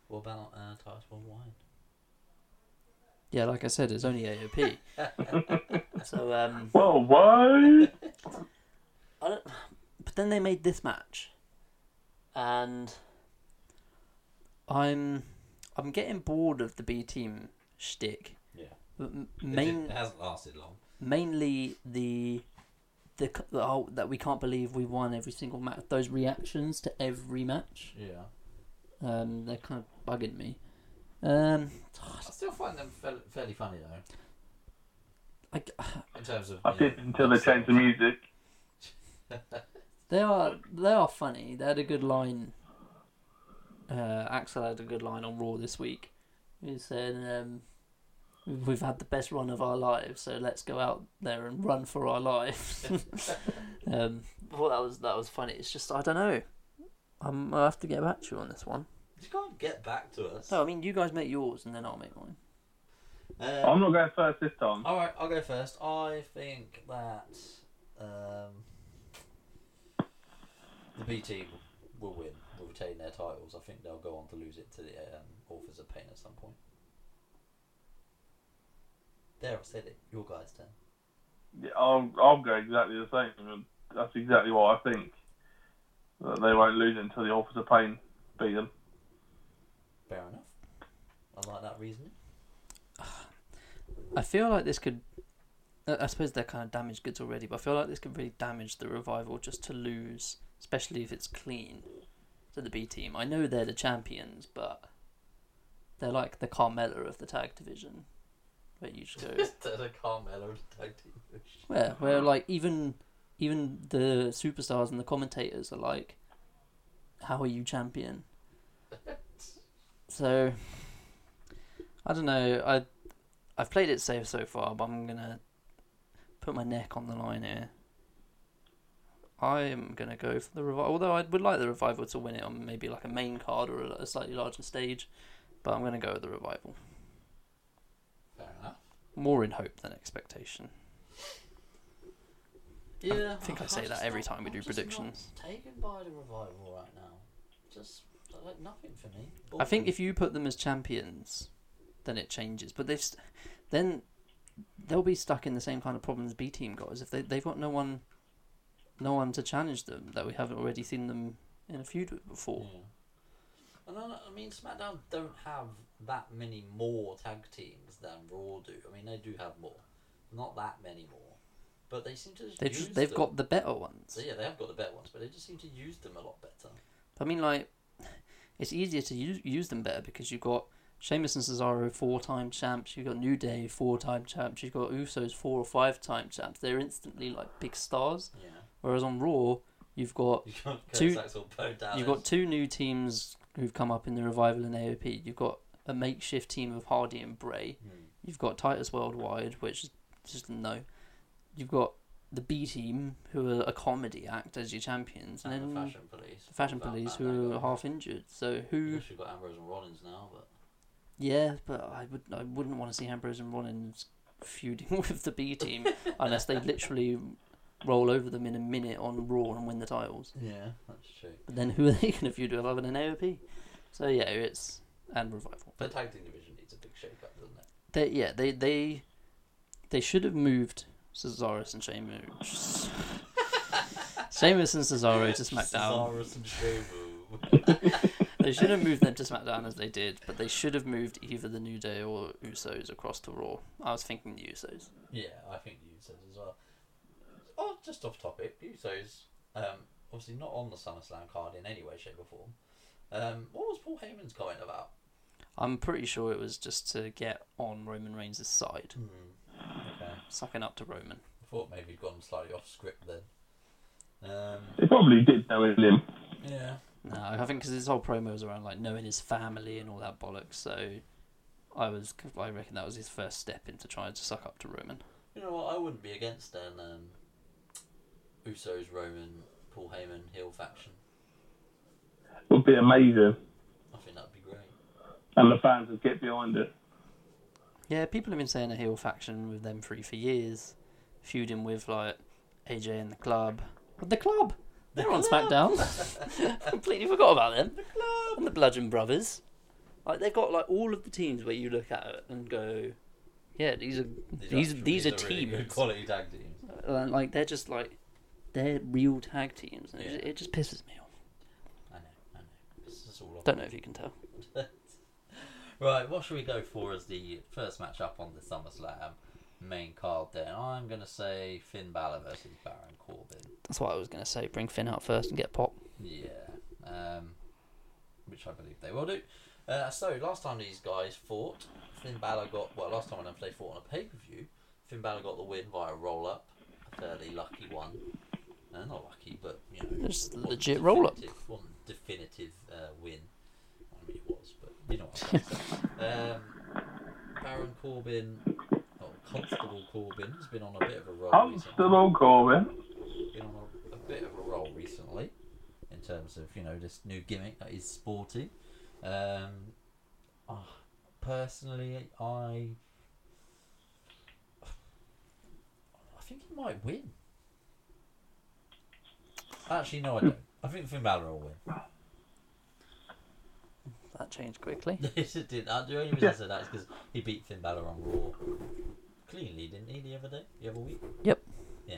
B: what about uh, Titus Wine?
C: Yeah, like I said, it's only AOP. so um,
D: Whoa, what?
C: I don't, but then they made this match, and I'm I'm getting bored of the B team shtick.
B: Yeah.
C: But m-
B: It
C: main
B: didn't- it hasn't lasted long.
C: mainly the the, c- the whole, that we can't believe we won every single match. Those reactions to every match,
B: Yeah.
C: um, they're kind of bugging me. Um,
B: I still find them fairly, fairly funny though,
C: I,
B: in terms of.
D: I
B: you
D: did
B: know,
D: until they changed the music.
C: they are they are funny. They had a good line. Uh, Axel had a good line on Raw this week. He said, um, "We've had the best run of our lives, so let's go out there and run for our lives." um, well, that was that was funny. It's just I don't know. I'm, I'll have to get back to you on this one.
B: You can't get back to us.
C: No, I mean you guys make yours and then I'll make mine.
D: I'm not going first this
B: Um,
D: time.
B: all right, I'll go first. I think that um, the B team will win, will retain their titles. I think they'll go on to lose it to the um, Authors of Pain at some point. There, I said it. Your guys' turn.
D: Yeah, I'll, I'll go exactly the same. That's exactly what I think. That they won't lose it until the Officer Payne beat them.
B: Fair enough. I like that reasoning.
C: I feel like this could. I I suppose they're kind of damaged goods already, but I feel like this could really damage the revival just to lose, especially if it's clean to the B team. I know they're the champions, but they're like the Carmella of the tag division, where you just go.
B: Just a Carmelo tag team.
C: where where like even even the superstars and the commentators are like, "How are you champion?" so I don't know. I I've played it safe so far, but I'm gonna put my neck on the line here. I'm gonna go for the revival. Although I would like the revival to win it on maybe like a main card or a, a slightly larger stage, but I'm gonna go with the revival.
B: Fair enough.
C: More in hope than expectation.
B: Yeah,
C: think I
B: I'm
C: say that
B: just
C: every
B: not-
C: time we
B: I'm
C: do
B: just not
C: predictions.
B: taken by the revival right now, just like nothing for me.
C: I think if you put them as champions, then it changes. But they've st- then they'll be stuck in the same kind of problems B team got. Is if they they've got no one, no one to challenge them that we haven't already seen them in a feud with
B: Yeah.
C: before.
B: And I, I mean, SmackDown don't have that many more tag teams than Raw do. I mean, they do have more, not that many more, but they seem to just
C: They
B: use
C: just they've
B: them.
C: got the better ones.
B: So yeah, they have got the better ones, but they just seem to use them a lot better.
C: I mean, like it's easier to use use them better because you've got Sheamus and Cesaro four time champs. You've got New Day four time champs. You've got Usos four or five time champs. They're instantly like big stars.
B: Yeah.
C: Whereas on Raw, you've got
B: You've got
C: Two-
B: Kurt Axel, Bo Dallas.
C: You've got two new teams who've come up in the revival in AOP. You've got a makeshift team of Hardy and Bray.
B: Hmm.
C: You've got Titus Worldwide, which is just no. You've got the B team, who are a comedy act as your champions, and,
B: and the
C: then
B: Fashion Police.
C: the Fashion
B: Without
C: Police,
B: that,
C: who
B: that
C: are
B: guy.
C: half injured. So who?
B: Yes, you've got Ambrose and Rollins now, but
C: Yeah, but I would I wouldn't want to see Ambrose and Rollins feuding with the B team unless they literally roll over them in a minute on Raw and win the titles.
B: yeah, that's true.
C: But then who are they going to feud with other than AOP? So yeah, it's and revival.
B: The tag team division needs a big shake up, doesn't it?
C: They yeah they they they should have moved Cesaro and Sheamus. Sheamus and Cesaro to SmackDown.
B: Cesaro and Sheamus.
C: They should have moved them to SmackDown as they did, but they should have moved either the New Day or Usos across to Raw. I was thinking the Usos.
B: Yeah, I think the Usos as well. Oh, just off topic, the Usos. Um, obviously not on the SummerSlam card in any way, shape, or form. Um, what was Paul Heyman's comment about?
C: I'm pretty sure it was just to get on Roman Reigns' side,
B: Hmm. Okay,
C: sucking up to Roman.
B: I thought maybe he'd gone slightly off script then. Um,
D: They probably did know him.
B: yeah,
C: No, I think because his whole promo was around like knowing his family and all that bollocks. So I was, I reckon that was his first step into trying to suck up to Roman.
B: you know what? I wouldn't be against an um, Usos, Roman, Paul Heyman heel faction.
D: Would be amazing,
B: I think that'd be great.
D: and the fans would get behind it.
C: Yeah, people have been saying a heel faction with them three for years, feuding with like AJ and the club. But the club, they're on SmackDown. Completely forgot about them. The club and the Bludgeon Brothers. Like they've got like all of the teams where you look at it and go, yeah, these are these
B: actually-
C: these, are,
B: really
C: teams.
B: good quality tag teams.
C: And, like they're just like they're real tag teams, and it,
B: Yeah.
C: just, it just pisses me off.
B: I know, I know. This is all.
C: Don't know if you can tell.
B: Right, what should we go for as the first match up on the SummerSlam main card then? I'm going to say Finn Balor versus Baron Corbin.
C: That's what I was gonna say. Bring Finn out first and get pop.
B: Yeah. Um, which I believe they will do. Uh, so, last time these guys fought, Finn Balor got. Well, last time when they fought on a pay per view, Finn Balor got the win via a roll up. A fairly lucky one. Uh, not lucky, but, you know.
C: Just
B: wasn't
C: legit roll-up.
B: definitive- Wasn't definitive uh, win. I mean, it was, but you know what I'm saying. um, Baron Corbin. or Constable Corbin has been on a bit of a roll. recently
D: Constable Corbin.
B: been on a, a bit of a roll recently in terms of you know this new gimmick that is sporty. Um, ah, personally, I I think he might win. Actually, no, I don't. I think Finn Balor will win.
C: That changed quickly.
B: It just did. Uh, the only reason I said that is because he beat Finn Balor on Raw cleanly, didn't he? The other day, the other week.
C: Yep.
B: Yeah.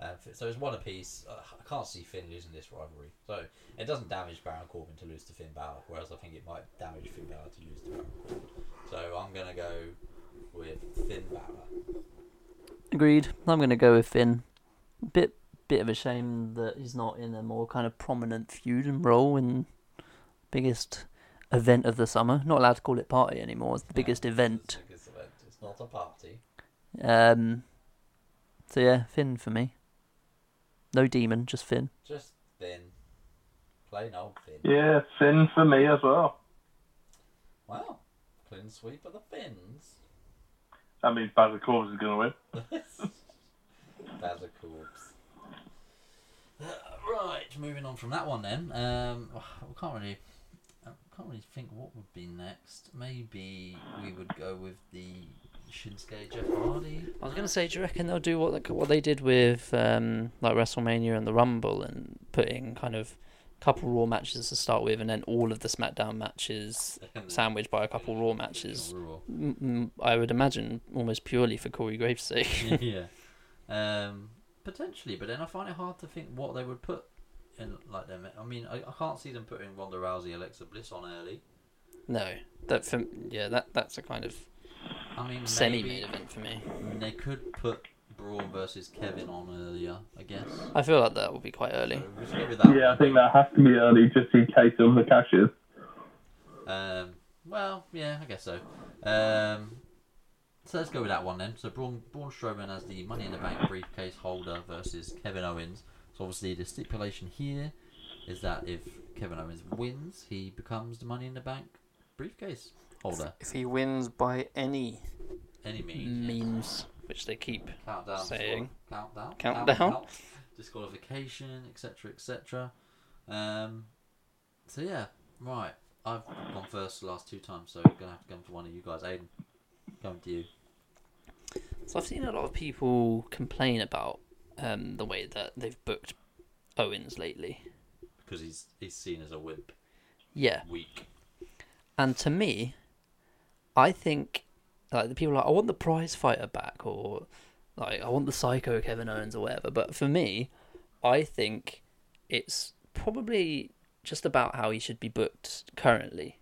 B: Uh, f- so it's one apiece. Uh, I can't see Finn losing this rivalry. So it doesn't damage Baron Corbin to lose to Finn Balor, whereas I think it might damage Finn Balor to lose to Baron Corbin. So I'm going to go with Finn Balor.
C: Agreed. I'm gonna go with Finn. Bit bit of a shame that he's not in a more kind of prominent feud and role in biggest event of the summer. Not allowed to call it party anymore. It's the biggest
B: Yeah, it's
C: event.
B: the biggest event. It's not a party.
C: Um. So yeah, Finn for me. No demon, just Finn.
B: Just Finn. Plain old Finn.
D: Yeah, Finn for me as well.
B: Wow. Clean sweep of the Finns.
D: That means Basil Corbin's going to win.
B: That's a corpse. Uh, Right, moving on from that one then. Um, we can't really, I can't really think what would be next. Maybe we would go with the Shinsuke Jeff Hardy.
C: I was gonna say, do you reckon they'll do what what they did with um, like WrestleMania and the Rumble and putting kind of couple Raw matches to start with, and then all of the SmackDown matches sandwiched by a couple Raw matches?
B: Raw.
C: M- m- I would imagine almost purely for Corey Graves' sake.
B: yeah. Um, potentially, but then I find it hard to think what they would put in like them. I mean, I, I can't see them putting Ronda Rousey, Alexa Bliss on early.
C: no, that for yeah, that that's a kind of
B: I mean,
C: semi
B: maybe
C: main event for me.
B: I mean, they could put Braun versus Kevin on earlier, I guess.
C: I feel like that will be quite early.
B: So we'll just go with that
D: Yeah, I
B: one.
D: think that has to be early just in case of the cashes.
B: Um, Well, yeah, I guess so. Um, so let's go with that one then. So Braun, Braun Strowman as the Money in the Bank briefcase holder versus Kevin Owens. So obviously the stipulation here is that if Kevin Owens wins, he becomes the Money in the Bank briefcase holder.
C: If he wins by any
B: Any means.
C: means, which they keep.
B: Countdown.
C: Saying.
B: disqual- Countdown.
C: Countdown.
B: disqualification, etc., etc. Um, so yeah, right. I've gone first the last two times, so gonna have to come to one of you guys. Aiden, come to you.
C: So I've seen a lot of people complain about um, the way that they've booked Owens lately.
B: because he's he's seen as a wimp,
C: Yeah,
B: weak.
C: and to me, I think like the people are like I want the prize fighter back or like I want the psycho Kevin Owens or whatever. But for me, I think it's probably just about how he should be booked currently,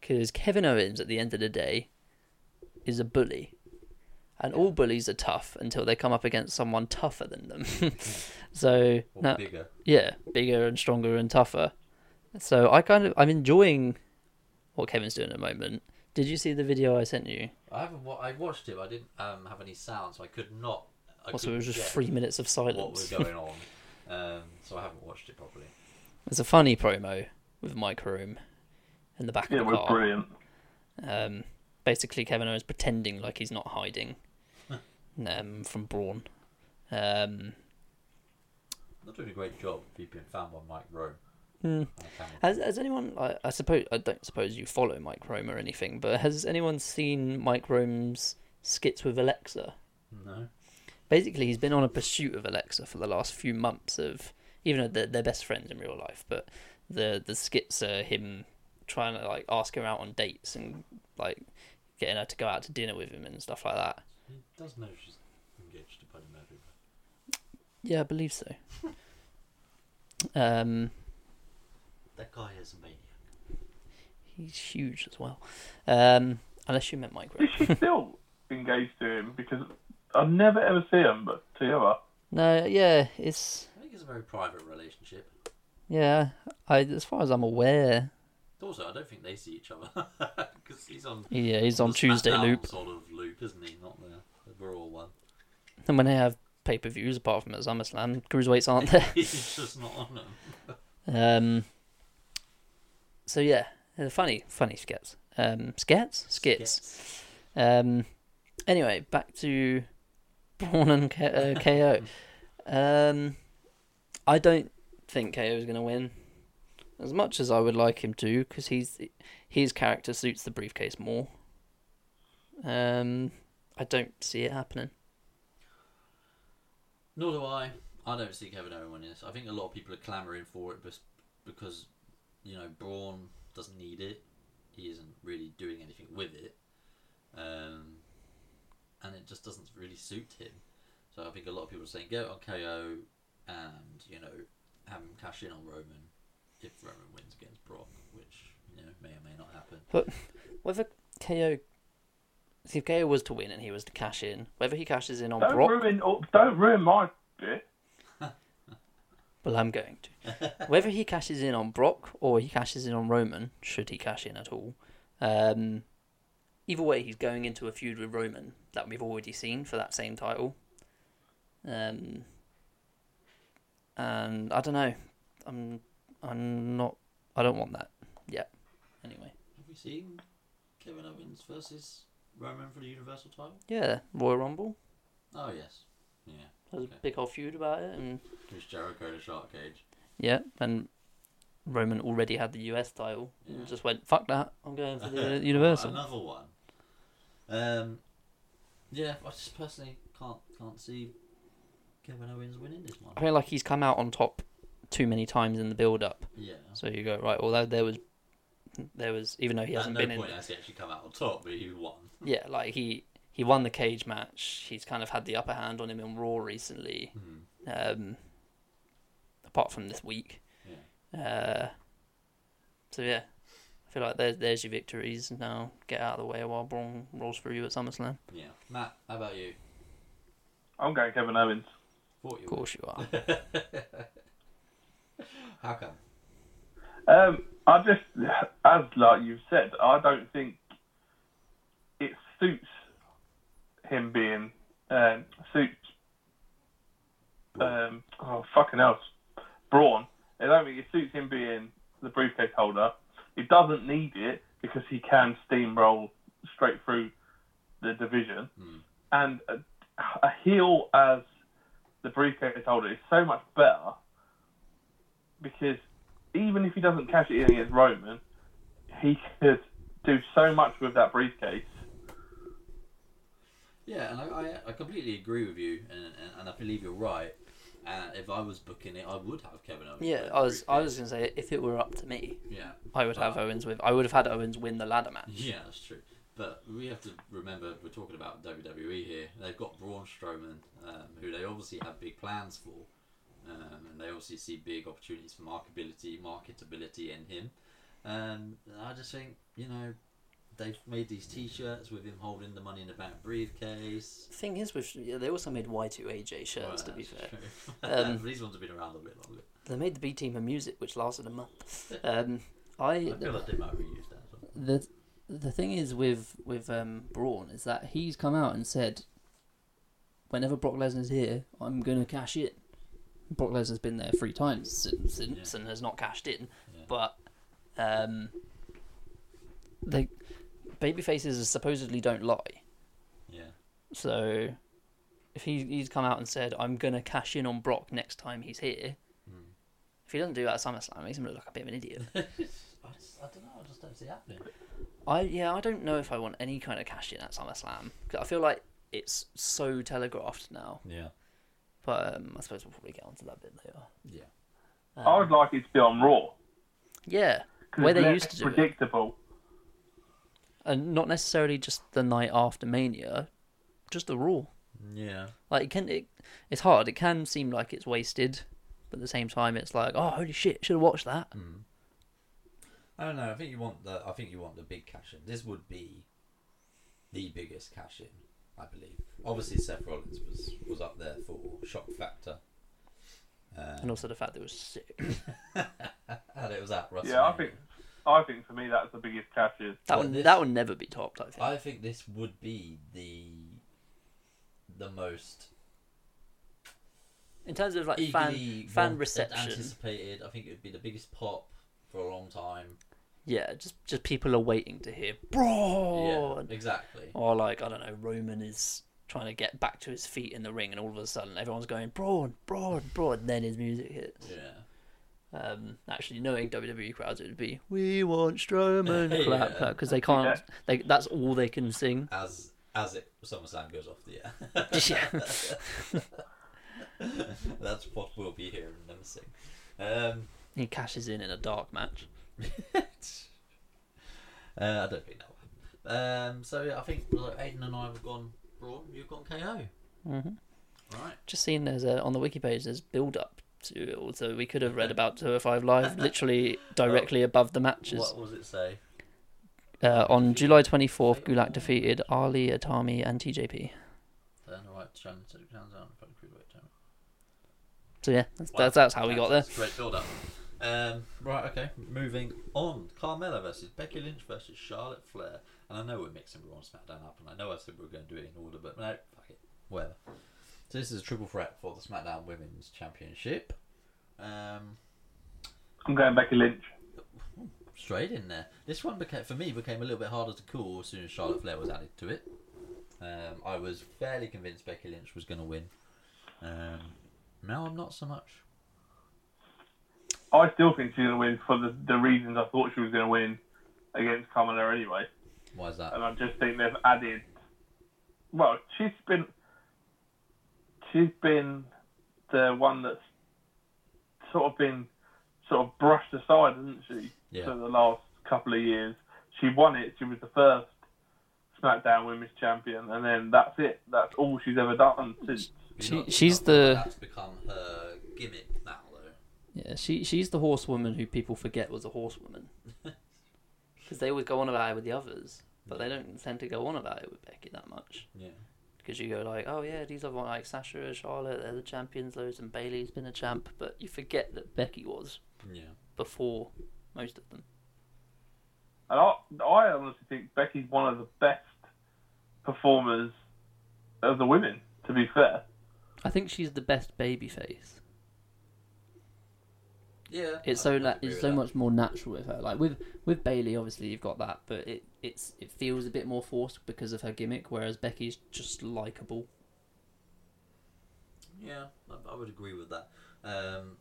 C: because Kevin Owens at the end of the day is a bully. And all bullies are tough until they come up against someone tougher than them. so
B: Or
C: no,
B: bigger.
C: yeah, bigger and stronger and tougher. So I kind of I'm enjoying what Kevin's doing at the moment. Did you see the video I sent you?
B: I haven't. Wa- I watched it. But I didn't um, have any sound, so I could not. I
C: Also, it
B: couldn't
C: was just
B: get
C: three minutes of
B: What was
C: silence.
B: going on? um, so I haven't watched it properly.
C: It's a funny promo with Mike Room in the back
D: Yeah,
C: of
D: we're
C: the car.
D: brilliant.
C: Um, basically, Kevin Owens pretending like he's not hiding um, from Braun. Um,
B: Not doing a great job. If you've been found by Mike Rome. on a camera.
C: hmm, Has, has anyone? I, I suppose I don't suppose you follow Mike Rome or anything, but has anyone seen Mike Rome's skits with Alexa?
B: No.
C: Basically, he's been on a pursuit of Alexa for the last few months. Of even though they're, they're best friends in real life, but the the skits are him trying to like ask her out on dates and like getting her to go out to dinner with him and stuff like that.
B: He does know she's engaged to Buddy Murphy.
C: Yeah, I believe so. um,
B: That guy is a maniac.
C: he's huge as well. Um, unless you meant Mike Rome.
D: Is she still engaged to him? Because I never ever see him but together.
C: No, yeah, it's
B: I think it's a very private relationship.
C: yeah. I as far as I'm aware,
B: Also, I don't think they see each other because he's on.
C: yeah, he's on
B: the
C: Tuesday
B: SmackDown
C: loop,
B: Sort of loop, isn't he? Not the the Raw one.
C: and when they have pay per views, apart from at SummerSlam, cruiserweights aren't there.
B: he's just not on them.
C: um, so yeah, they're funny, funny skits, um, skits, skits. Um, anyway, back to Braun and K- uh, KO. Um, I don't think KO is going to win as much as I would like him to because he's his character suits the briefcase more. Um, I don't see it happening.
B: Nor do I. I don't see Kevin Owens winning this. I think a lot of people are clamouring for it bes- because, you know, Braun doesn't need it. He isn't really doing anything with it. Um, and it just doesn't really suit him. So I think a lot of people are saying, go on KO and, you know, have him cash in on Roman if Roman wins against Braun, which, you know, may or may not happen.
C: But whether KO, see, if KO was to win and he was to cash in, whether he cashes in on
D: Don't
C: Brock
D: ruin. oh, Don't ruin my bit.
C: Well, I'm going to. Whether he cashes in on Brock or he cashes in on Roman, should he cash in at all, um, either way, he's going into a feud with Roman that we've already seen for that same title. Um, and I don't know. I'm, I'm not. I don't want that yet. Anyway,
B: Have we seen Kevin Owens versus Roman for the Universal title?
C: yeah, Royal Rumble.
B: Oh, yes. Yeah.
C: There's
B: Okay.
C: a big old feud about it, and
B: Chris Jericho in a shark cage.
C: yeah, and Roman already had the US title.
B: Yeah.
C: And just went fuck that. I'm going for the Universal.
B: Another one. Um, yeah, I just personally can't can't see Kevin Owens winning this one.
C: I feel like he's come out on top too many times in the build up.
B: Yeah.
C: So you go right. Although there was, there was even though he
B: At
C: hasn't
B: no
C: been
B: point
C: in,
B: has he actually come out on top, but he won.
C: yeah, like he he won the cage match. He's kind of had the upper hand on him in Raw recently. Um, apart from this week,
B: Yeah.
C: uh, so yeah, I feel like there's there's your victories now. Get out of the way while Braun rolls for you at SummerSlam.
B: Yeah. Matt, how about you?
D: I'm going Kevin Owens.
B: Thought you
C: Of course you are.
B: would. How come?
D: Um, I just, as like you've said, I don't think it suits him being um, suits. Um, oh fucking else, Braun. I don't think it suits him being the briefcase holder. He doesn't need it because he can steamroll straight through the division. And a, a heel as the briefcase holder is so much better because even if he doesn't cash it in against Roman, he could do so much with that briefcase.
B: Yeah, and I, I, I completely agree with you, and, and, and I believe you're right. Uh, if I was booking it, I would have Kevin Owens.
C: Yeah,
B: with
C: I was I
B: briefcase.
C: was gonna say if it were up to me,
B: Yeah,
C: I would have Owens with. I would have had Owens win the ladder match.
B: yeah, that's true. But we have to remember we're talking about WWE here. They've got Braun Strowman, um, who they obviously have big plans for, um, and they obviously see big opportunities for marketability, marketability in him. Um, and I just think you know they've made these T-shirts with him holding the Money in the Bank briefcase.
C: Thing is, with yeah, they also made Y two AJ shirts.
B: Well,
C: to be
B: that's
C: fair,
B: true.
C: Um,
B: these ones have been around a bit longer.
C: they made the B team a music which lasted a month. Um, I
B: I feel like they might reuse that. as well.
C: the the thing is with with um, Braun is that he's come out and said, whenever Brock Lesnar's here, I'm gonna cash in. Brock Lesnar's been there three times since, since and has not cashed in,
B: Yeah.
C: but um, they baby faces supposedly don't lie.
B: Yeah.
C: So if he, he's come out and said, I'm going to cash in on Brock next time he's here, if he doesn't do that at SummerSlam, it makes him look like a bit of an idiot.
B: I, just, I don't know. I just don't see it happening.
C: I Yeah, I don't know if I want any kind of cash in at SummerSlam. 'cause I feel like it's so telegraphed now.
B: Yeah.
C: But um, I suppose we'll probably get onto that bit later.
B: Yeah.
D: I would like it to be on Raw.
C: Yeah, Uh,
D: 'cause
C: where
D: it's
C: they
D: less
C: used to do it.
D: predictable.
C: And not necessarily just the night after Mania, just the Raw.
B: Yeah.
C: Like it can, it, it's hard. It can seem like it's wasted, but at the same time, it's like, oh, holy shit, should have watched that.
B: I don't know. I think you want the. I think you want the big cash in. This would be the biggest cash in, I believe. Obviously, Seth Rollins was was up there for shock factor,
C: And also the fact that it was sick.
B: and it was at WrestleMania.
D: Yeah, I think, I think for me that's the biggest cash in.
C: That
B: Well,
C: would
B: this-
C: that would never be topped. I think.
B: I think this would be the the most
C: in terms of like
B: eagerly
C: fan fan
B: wanted,
C: reception,
B: anticipated. I think it would be the biggest pop for a long time.
C: yeah, just just people are waiting to hear Braun,
B: Yeah, exactly.
C: or like I don't know, Roman is trying to get back to his feet in the ring, and all of a sudden everyone's going Braun, Braun, Braun. And then his music hits.
B: Yeah.
C: Um, actually, knowing WWE crowds, it would be "We want Strowman," clap,
B: Yeah.
C: clap, because they can't. They that's all they can sing.
B: As as it SummerSlam goes off the air.
C: yeah.
B: That's what we'll be hearing them sing. Um,
C: He cashes in in a dark match.
B: uh, I don't think that will happen. Um, so yeah, I think like, Aiden and I have gone Braun, you've gone KO. Mm-hmm. Right.
C: Just seeing there's a on the wiki page there's build up to it all, so we could have read about 205 Live literally directly above the matches.
B: Oh. What was it say?
C: Uh, on July 24th, Gulak defeated Ali, Atami, and TJP.
B: Turn right, turn to the ground down in front of Cruiserweight Champion.
C: So yeah, that's,
B: Wow.
C: that's, that's how we
B: That's-
C: got there.
B: that's a Great build up. Um, right, okay. Moving on. Carmella versus Becky Lynch versus Charlotte Flair. And I know we're mixing Raw and SmackDown up, and I know I said we were going to do it in order, but no, fuck it. Whatever. So this is a triple threat for the SmackDown Women's Championship. Um,
D: I'm going Becky Lynch.
B: straight in there. This one became for me became a little bit harder to call as soon as Charlotte Flair was added to it. Um, I was fairly convinced Becky Lynch was going to win. Um, now I'm not so much.
D: I still think she's going to win for the, the reasons I thought she was going to win against Kamala anyway.
B: Why is
C: Um,
B: that?
D: and I just think they've added. Well, she's been she's been the one that's sort of been sort of brushed aside, hasn't she?
B: Yeah.
D: For the last couple of years, she won it. She was the first SmackDown Women's Champion, and then that's it. That's all she's ever done since.
C: She- she's the-
B: That's become her gimmick now, though.
C: Yeah, she she's the horsewoman who people forget was a horsewoman. Because they always go on about it with the others, but they don't tend to go on about it with Becky that much.
B: Yeah.
C: Because you go like, oh yeah, these are like Sasha, Charlotte, they're the champions, loads, and Bailey's been a champ, but you forget that Becky was
B: Yeah.
C: before most of them.
D: And I, I honestly think Becky's one of the best performers of the women, to be fair.
C: I think she's the best babyface.
B: Yeah.
C: It's so na- it's so much more natural with her. Like with with Bailey, obviously you've got that, but it it's it feels a bit more forced because of her gimmick. Whereas Becky's just likable.
B: Yeah, I- I would agree with that. Um,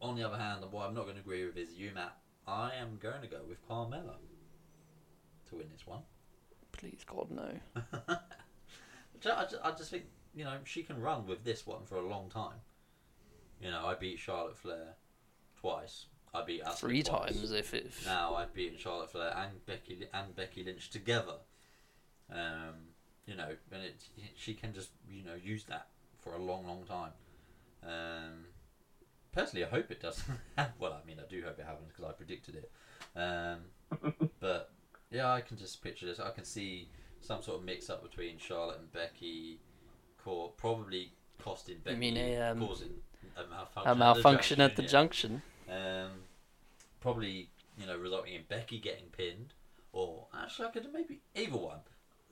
B: on the other hand, what I'm not going to agree with is you, Matt. I am going to go with Carmella to win this one.
C: Please God no.
B: Ju- I just, I just think you know she can run with this one for a long time. You know, I beat Charlotte Flair twice. I beat Asuka
C: Three
B: twice.
C: times if it.
B: Now I've beaten Charlotte Flair and Becky and Becky Lynch together. Um, you know, and it she can just you know use that for a long, long time. Um, personally, I hope it doesn't. happen. well, I mean, I do hope it happens because I predicted it. Um, but yeah, I can just picture this. I can see some sort of mix up between Charlotte and Becky, cor- probably costing Becky
C: mean a, um,
B: causing a malfunction,
C: A malfunction at the
B: yeah.
C: junction.
B: Um, probably, you know, resulting in Becky getting pinned, or actually, I could maybe either one.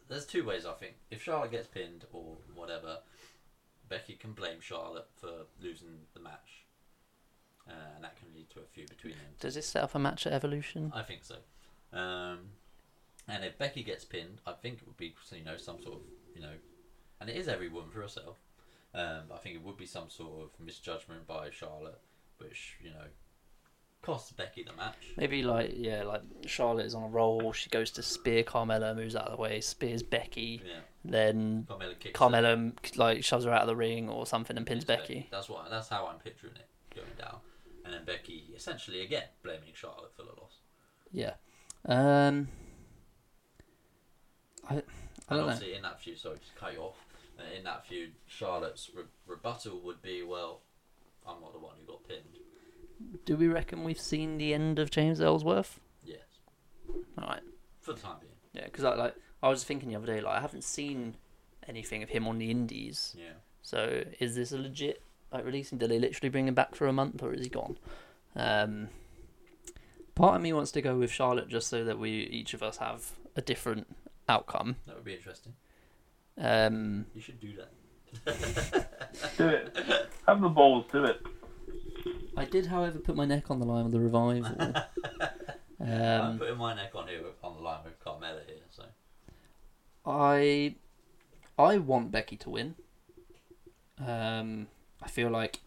B: There's two ways I think. If Charlotte gets pinned or whatever, Becky can blame Charlotte for losing the match, uh, and that can lead to a feud between them.
C: Does this set up a match at Evolution?
B: I think so. Um, and if Becky gets pinned, I think it would be you know some sort of you know, and it is every woman for herself. Um, I think it would be some sort of misjudgment by Charlotte, which you know costs Becky the match.
C: Maybe like yeah, like Charlotte is on a roll. She goes to spear Carmella, moves out of the way, spears Becky,
B: Yeah,
C: then
B: Carmella kicks. her.
C: Carmella like shoves her out of the ring or something and
B: It's
C: pins
B: Beck-
C: Becky.
B: That's what. That's how I'm picturing it going down. And then Becky essentially again blaming Charlotte for the loss.
C: Yeah. Um. I I
B: And
C: don't know.
B: obviously in that feud, sorry, just cut you off. uh, In that feud, Charlotte's re- rebuttal would be, "Well, I'm not the one who got pinned."
C: Do we reckon we've seen the end of James Ellsworth?
B: Yes,
C: All right.
B: for the time being.
C: Yeah, because I like I was thinking the other day like I haven't seen anything of him on the Indies.
B: Yeah.
C: So is this a legit like releasing? Did they literally bring him back for a month, or is he gone? Um, part of me wants to go with Charlotte just so that we each of us have a different outcome.
B: That would be interesting.
C: Um,
B: You should do that.
D: Do it. Have the balls, do it.
C: I did, however, put my neck on the line with the revival.
B: I'm
C: um,
B: putting my neck on here with- on the line with Carmella here, so
C: I I want Becky to win. Um, I feel like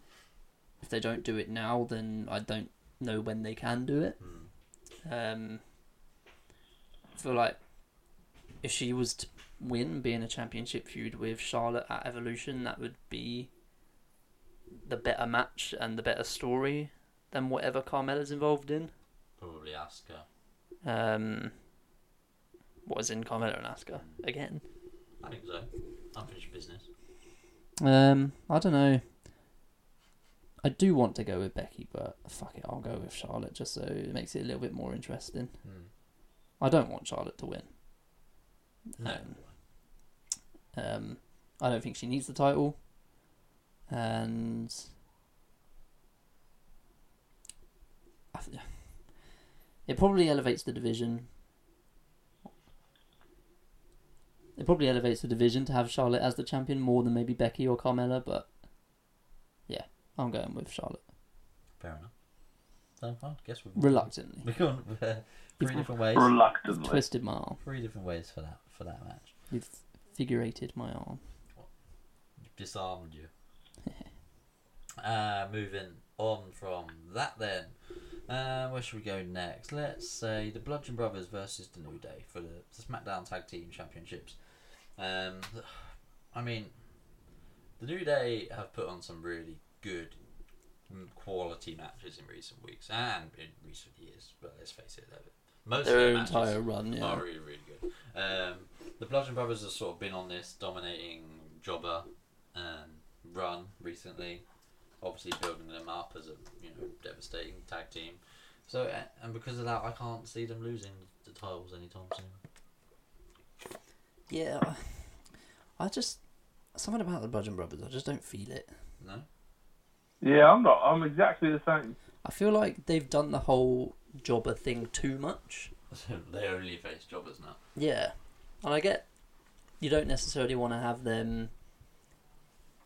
C: if they don't do it now, then I don't know when they can do it.
B: hmm,
C: Um, I feel like if she was to win, being a championship feud with Charlotte at Evolution, that would be the better match and the better story than whatever Carmella's involved in.
B: probably ask her.
C: Um, what is in Carmella and Asuka again?
B: I think so. Unfinished business.
C: Um, I don't know. I do want to go with Becky, but fuck it, I'll go with Charlotte just so it makes it a little bit more interesting. I don't want Charlotte to win.
B: No.
C: Um, Um, I don't think she needs the title, and I th- it probably elevates the division. It probably elevates the division to have Charlotte as the champion more than maybe Becky or Carmella, but yeah, I'm going with Charlotte
B: Fair enough. So I guess we've
C: reluctantly.
B: we've gone uh, three different ways.
D: Reluctantly.
C: Twisted my arm.
B: Three different ways for that for that match.
C: You've figurated my arm.
B: disarmed you. uh, moving on from that, then uh, where should we go next? Let's say the Bludgeon Brothers versus the New Day for the SmackDown Tag Team Championships. Um, I mean, the New Day have put on some really good mm, quality matches in recent weeks and in recent years. But let's face it, they're- most of
C: Their
B: their matches
C: entire run, yeah.
B: are really really good. Um, the Bludgeon Brothers have sort of been on this dominating jobber um, run recently. Obviously, building them up as a you know devastating tag team. So a- and because of that, I can't see them losing the titles anytime soon.
C: Yeah, I, I just something about the Bludgeon Brothers. I just don't feel it.
B: No,
D: Yeah, I'm not. I'm exactly the same.
C: I feel like they've done the whole jobber thing too much.
B: they only face jobbers now.
C: Yeah, and I get you don't necessarily want to have them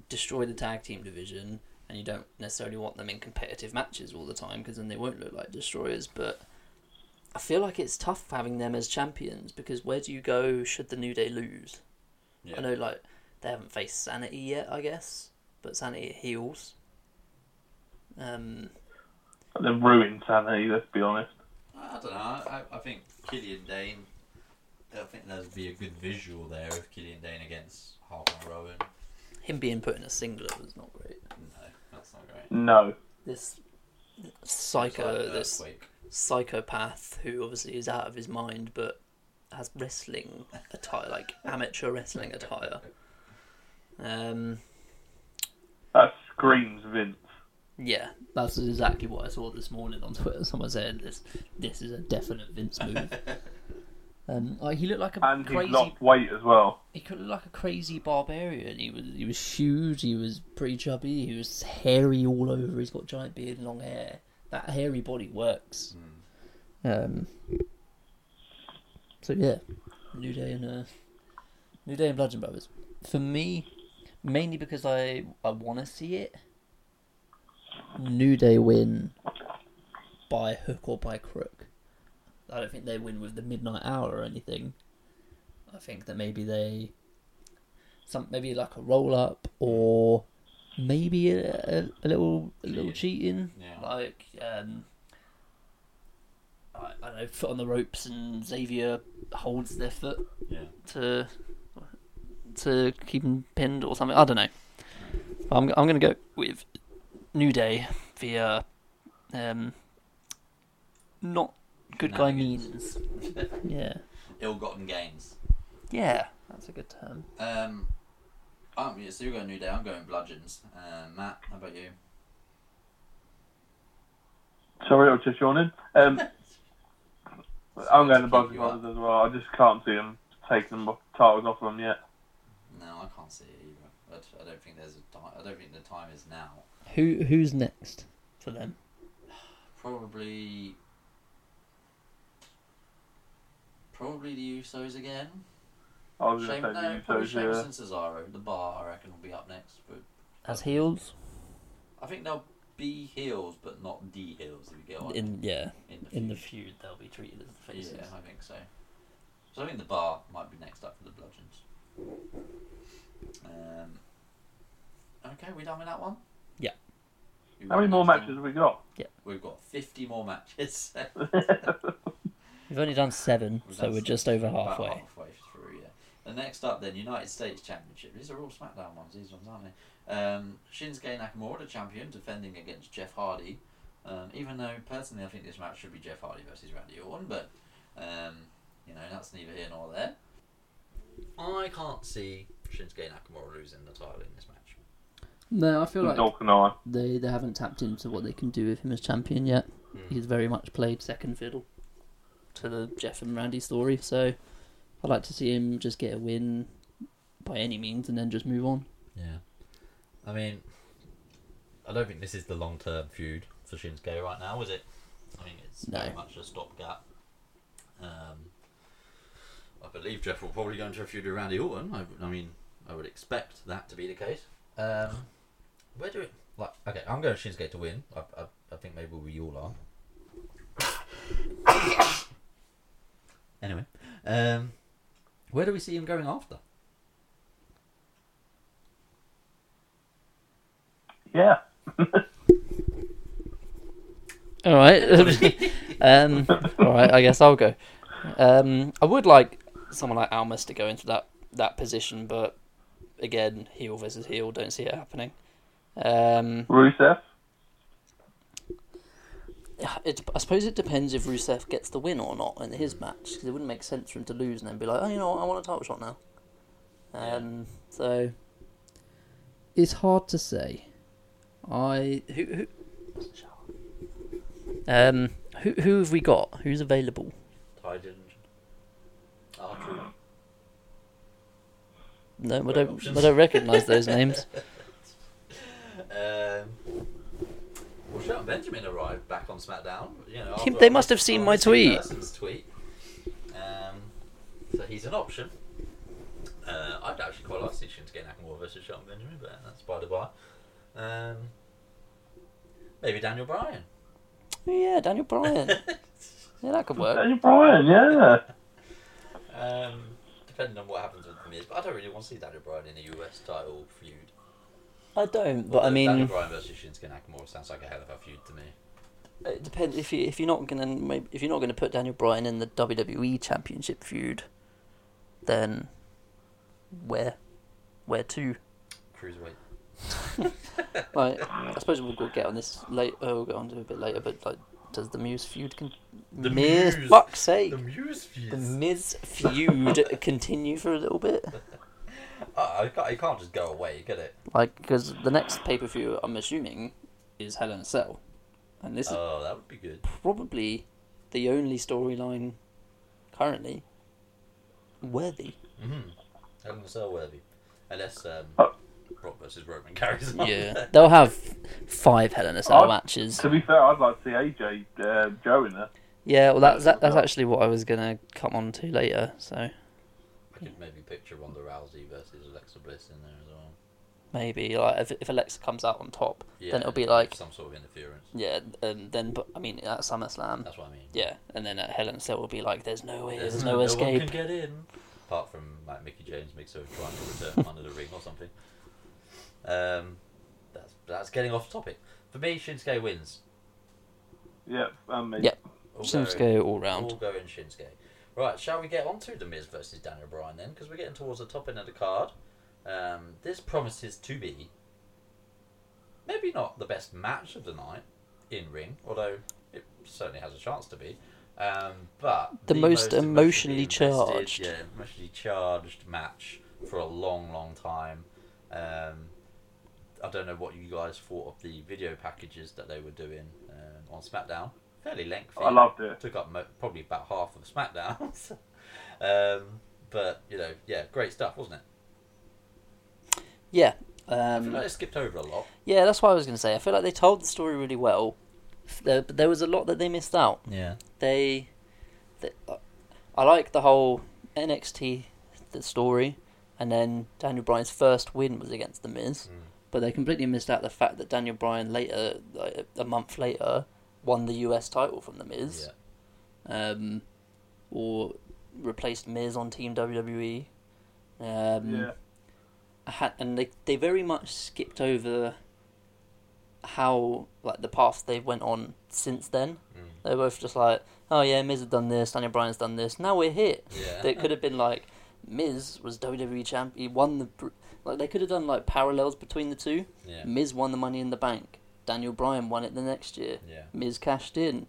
C: destroy the tag team division, and you don't necessarily want them in competitive matches all the time because then they won't look like destroyers. But I feel like it's tough having them as champions because where do you go should the New Day lose?
B: Yeah.
C: I know, like they haven't faced Sanity yet, I guess, but Sanity heals. Um,
D: They've ruined Sanity, let's be honest.
B: I don't know. I, I think Killian Dane. I think that'd be a good visual there if Killian Dane against Harper and Rowan.
C: him being put in a singlet was not great.
B: No, that's not great.
D: No.
C: This
B: It's like
C: psycho,
B: an
C: Uh, this
B: earthquake.
C: psychopath who obviously is out of his mind, but has wrestling attire, like amateur wrestling attire. Um,
D: That screams Vince.
C: yeah, that's exactly what I saw this morning on Twitter. Someone said this, this is a definite Vince move. Um, like he looked like a
D: And he's
C: crazy
D: lost weight as well.
C: he could look like a crazy barbarian. He was he was huge. He was pretty chubby. He was hairy all over. He's got giant beard and long hair. That hairy body works. Um. So yeah, New Day and uh, New Day and Bludgeon Brothers. For me, mainly because I I want to see it. New Day win by hook or by crook. I don't think they win with the midnight hour or anything. I think that maybe they some maybe like a roll up or maybe a, a, a little a little cheating
B: Yeah.
C: like um I, I don't know foot on the ropes and Xavier holds their foot
B: Yeah.
C: to to keep him pinned or something I don't know but I'm I'm going to go with New Day via um not good guy means yeah
B: Ill-gotten gains.
C: yeah that's a good term
B: Um, I'm, yeah, so you're going New Day. I'm going Bludgeons. Uh, Matt, how about you?
D: Sorry, I was just yawning. Um, I'm going to
B: Keep
D: Buggy
B: you up.
D: Brothers as well. I just can't see them taking the titles off them yet.
B: No, I can't see it either. But I don't think there's a time. I don't think the time is now.
C: Who who's next for them?
B: Probably. Probably the Usos again.
D: I was
B: Shame,
D: going
B: no,
D: to say the
B: probably
D: Usos, yeah.
B: Sheamus and Cesaro. The bar, I reckon, will be up next. But
C: As heels?
B: I think they'll be heels, but not D heels. If you get what I mean.
C: In yeah. In the
B: feud.
C: feud they'll be treated as the faces.
B: Yeah, I think so. So I think the bar might be next up for the bludgeons. Um, okay, we done with that one?
C: Yeah.
B: You
D: How many
B: want
D: more
B: anything?
D: matches have we got?
B: We've got 50 more matches.
C: We've only done seven,
B: Well,
C: so we're
B: that's
C: just over
B: About
C: halfway.
B: halfway through, yeah. The next up, then, United States Championship. These are all SmackDown ones, these ones, aren't they? Um, Shinsuke Nakamura, the champion, defending against Jeff Hardy. Um, even though, personally, I think this match should be Jeff Hardy versus Randy Orton, but, um, you know, that's neither here nor there. I can't see Shinsuke Nakamura losing the title in this match.
C: No, I feel like
D: Dog and I.
C: they they haven't tapped into what they can do with him as champion yet.
B: Mm.
C: He's very much played second fiddle to the Jeff and Randy story, so I'd like to see him just get a win by any means and then just move on.
B: Yeah. I mean, I don't think this is the long term feud for Shinsuke right now, is it? I mean, it's
C: No.
B: very much a stopgap. Um, I believe Jeff will probably go into a feud with Randy Orton. I, I mean, I would expect that to be the case. Um, where do it. Like, okay, I'm going Shinsuke to win. I, I, I think maybe we all are. anyway, um, where do we see him going after?
D: Yeah.
C: All right. um, all right. I guess I'll go. Um, I would like someone like Almas to go into that that position, but again, heel versus heel, don't see it happening. Um,
D: Rusev.
C: it, I suppose it depends if Rusev gets the win or not in his match, because it wouldn't make sense for him to lose and then be like, oh, you know what, I want a title shot now. Um, so it's hard to say. I who who um who who have we got? Who's available?
B: Titan. Archer.
C: No, I
B: Great
C: don't.
B: options.
C: I don't recognise those names.
B: Um, well, Michelle and Benjamin arrived back on SmackDown. You know, after
C: He- they
B: I
C: must have
B: saw
C: seen my
B: Steve
C: tweet.
B: Larson's tweet. Um, so he's an option. Uh, I'd actually quite like to see Shinsuke Nakamura versus Shelton Benjamin, but that's by the by. Um, maybe Daniel Bryan.
C: Yeah, Daniel Bryan. yeah, that could work.
D: Daniel Bryan, yeah.
B: Um, depending on what happens with the Miz, but I don't really want to see Daniel Bryan in a US title feud.
C: I don't, but I
B: Although Daniel
C: mean,
B: Bryan versus Shinsuke Nakamura sounds like a hell of a feud to me.
C: it depends if you if you're not gonna maybe- if you're not gonna put Daniel Bryan in the WWE Championship feud, then where, where to?
B: Cruiserweight.
C: Like, I suppose we'll go get on this later. Uh, we'll get on to it a bit later, but like, does the Muse feud con-
B: The
C: Miz,
B: Muse.
C: fuck's sake,
B: The Muse feud.
C: the Miz feud continue for a little bit?
B: Oh, it can't, it can't just go away, can it?
C: Like, because the next pay per view, I'm assuming, is Hell in a Cell, and this is
B: Oh, that would be good.
C: probably the only storyline currently worthy.
B: Hell in a Cell worthy. Unless um,
D: Oh.
B: Brock versus Roman carries on.
C: they'll have five Hell in a Cell
D: Oh.
C: matches.
D: To be fair, I'd like to see AJ uh, Joe in there.
C: Yeah, well, that's that, that's actually what I was gonna come on to later. So
B: I could maybe picture Ronda Rousey versus Alexa Bliss in there as well.
C: maybe like if if Alexa comes out on top,
B: Yeah,
C: then it'll be like
B: some sort of interference.
C: yeah, um, then but I mean at SummerSlam,
B: That's what I mean.
C: yeah, and then at Hell in a Cell will be like there's no way, there's no escape.
B: One can get in. Apart from like Mickey James makes her trying to return under the ring or something. Um, that's that's getting off topic. For me, Shinsuke wins.
D: Yeah, um, me.
C: Yep,
B: All
C: Seems to
B: going-
C: go all
B: All
C: round.
B: go in Shinsuke. Right, shall we get on to The Miz versus Daniel Bryan then? Because we're getting towards the top end of the card. Um, this promises to be maybe not the best match of the night in ring, although it certainly has a chance to be. Um, but
C: The most emotionally
B: invested-
C: charged.
B: yeah, emotionally charged match for a long, long time. Um, I don't know what you guys thought of the video packages that they were doing um, on SmackDown. Fairly lengthy.
D: I loved it.
B: Took up mo- probably about half of SmackDown. um, but you know, yeah, great stuff, wasn't it?
C: Yeah,
B: I feel
C: um,
B: like it skipped over a lot.
C: yeah, that's what I was gonna say. I feel like they told the story really well, f- there- but there was a lot that they missed out.
B: Yeah.
C: they, they I like the whole NXT the story, and then Daniel Bryan's first win was against the Miz, but they completely missed out the fact that Daniel Bryan later, like, a month later, won the US title from the Miz,
B: Yeah.
C: um, or replaced Miz on Team WWE. Um,
D: Yeah.
C: ha- and they they very much skipped over how like the path they went on since then.
B: Mm.
C: They were both just like, oh yeah, Miz has done this, Daniel Bryan's done this. Now we're here.
B: Yeah.
C: They could have been like, Miz was WWE champ. He won the br- like they could have done like parallels between the two.
B: Yeah.
C: Miz won the Money in the Bank. Daniel Bryan won it the next year.
B: Yeah.
C: Miz cashed in.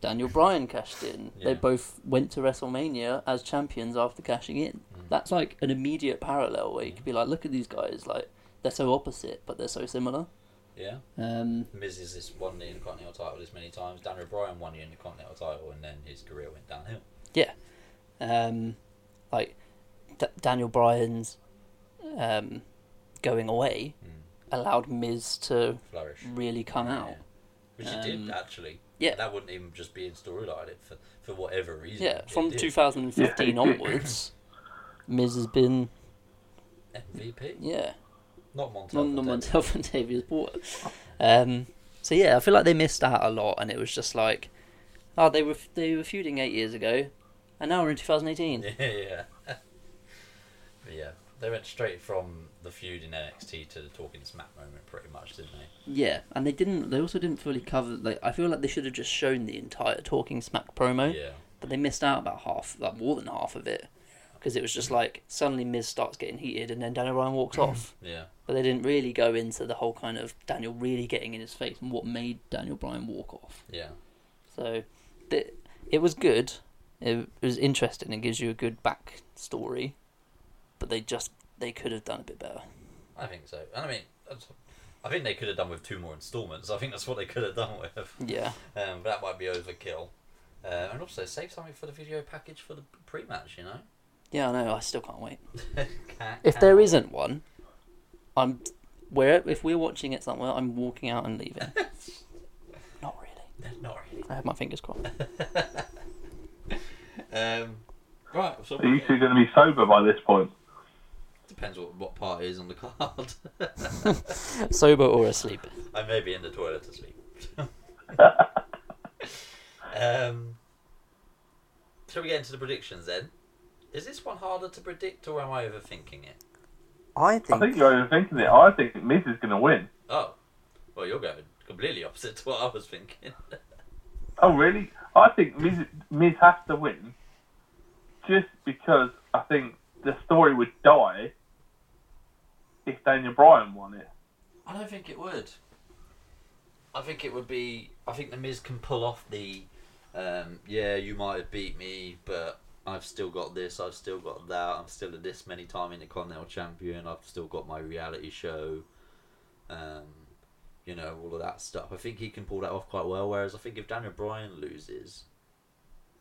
C: Daniel Bryan cashed in.
B: Yeah.
C: They both went to WrestleMania as champions after cashing in.
B: Mm.
C: That's like an immediate parallel where you could be like, look at these guys, like they're so opposite but they're so similar.
B: Yeah.
C: Um,
B: Miz has this won the Intercontinental title this many times. Daniel Bryan won the Intercontinental title, and then his career went downhill.
C: yeah, um, like D- Daniel Bryan's um, going away allowed Miz to
B: Flourish.
C: really come
B: Mm. Yeah.
C: out.
B: Which it did actually.
C: Um, yeah.
B: That wouldn't even just be in storyline. It for for whatever reason.
C: Yeah,
B: it
C: from
B: did.
C: 2015
D: Yeah.
C: onwards, Miz has been
B: MVP,
C: yeah
B: not Oh. Montel.
C: non
B: Montel.
C: Montel and Davies Porter. Um, so yeah, I feel like they missed out a lot, and it was just like, oh, they were they were feuding eight years ago, and now we're in 2018.
B: Yeah, yeah. But yeah, they went straight from the feud in NXT to the talking smack moment, pretty much, didn't they?
C: Yeah, and they didn't. They also didn't fully cover. Like, I feel like they should have just shown the entire Talking Smack promo,
B: Yeah,
C: but they missed out about half, like more than half of it, because it was just like suddenly Miz starts getting heated, and then Daniel Bryan walks off.
B: yeah,
C: But they didn't really go into the whole kind of Daniel really getting in his face and what made Daniel Bryan walk off.
B: yeah.
C: So th- it was good. It was interesting. It gives you a good backstory, but they just they could have done a bit better.
B: I think so. And I mean, that's- I think they could have done with two more installments. I think that's what they could have done with.
C: Yeah,
B: Um, but that might be overkill. Uh, and also save something for the video package for the pre-match, you know.
C: yeah, I know. I still can't wait.
B: Can't-
C: If there isn't one, I'm where if we're watching it somewhere, I'm walking out and leaving. I have my fingers crossed.
B: Um, right, so
D: Are you two going to be sober by this point?
B: depends what, what part is on the card.
C: Sober or asleep.
B: I may be in the toilet asleep. um, shall we get into the predictions then? Is this one harder to predict or am I overthinking it?
E: I
D: I
E: think,
D: think you're overthinking it. I think Miz is going to win.
B: Oh, well, you're going completely opposite to what I was thinking.
D: Oh, really? I think Miz, Miz has to win just because I think the story would die if Daniel Bryan won it.
B: I don't think it would. I think it would be. I think the Miz can pull off the. Um, yeah, you might have beat me, but I've still got this. I've still got that. I'm still a this many time Intercontinental Champion. I've still got my reality show. Um, you know all of that stuff. I think he can pull that off quite well. Whereas I think if Daniel Bryan loses,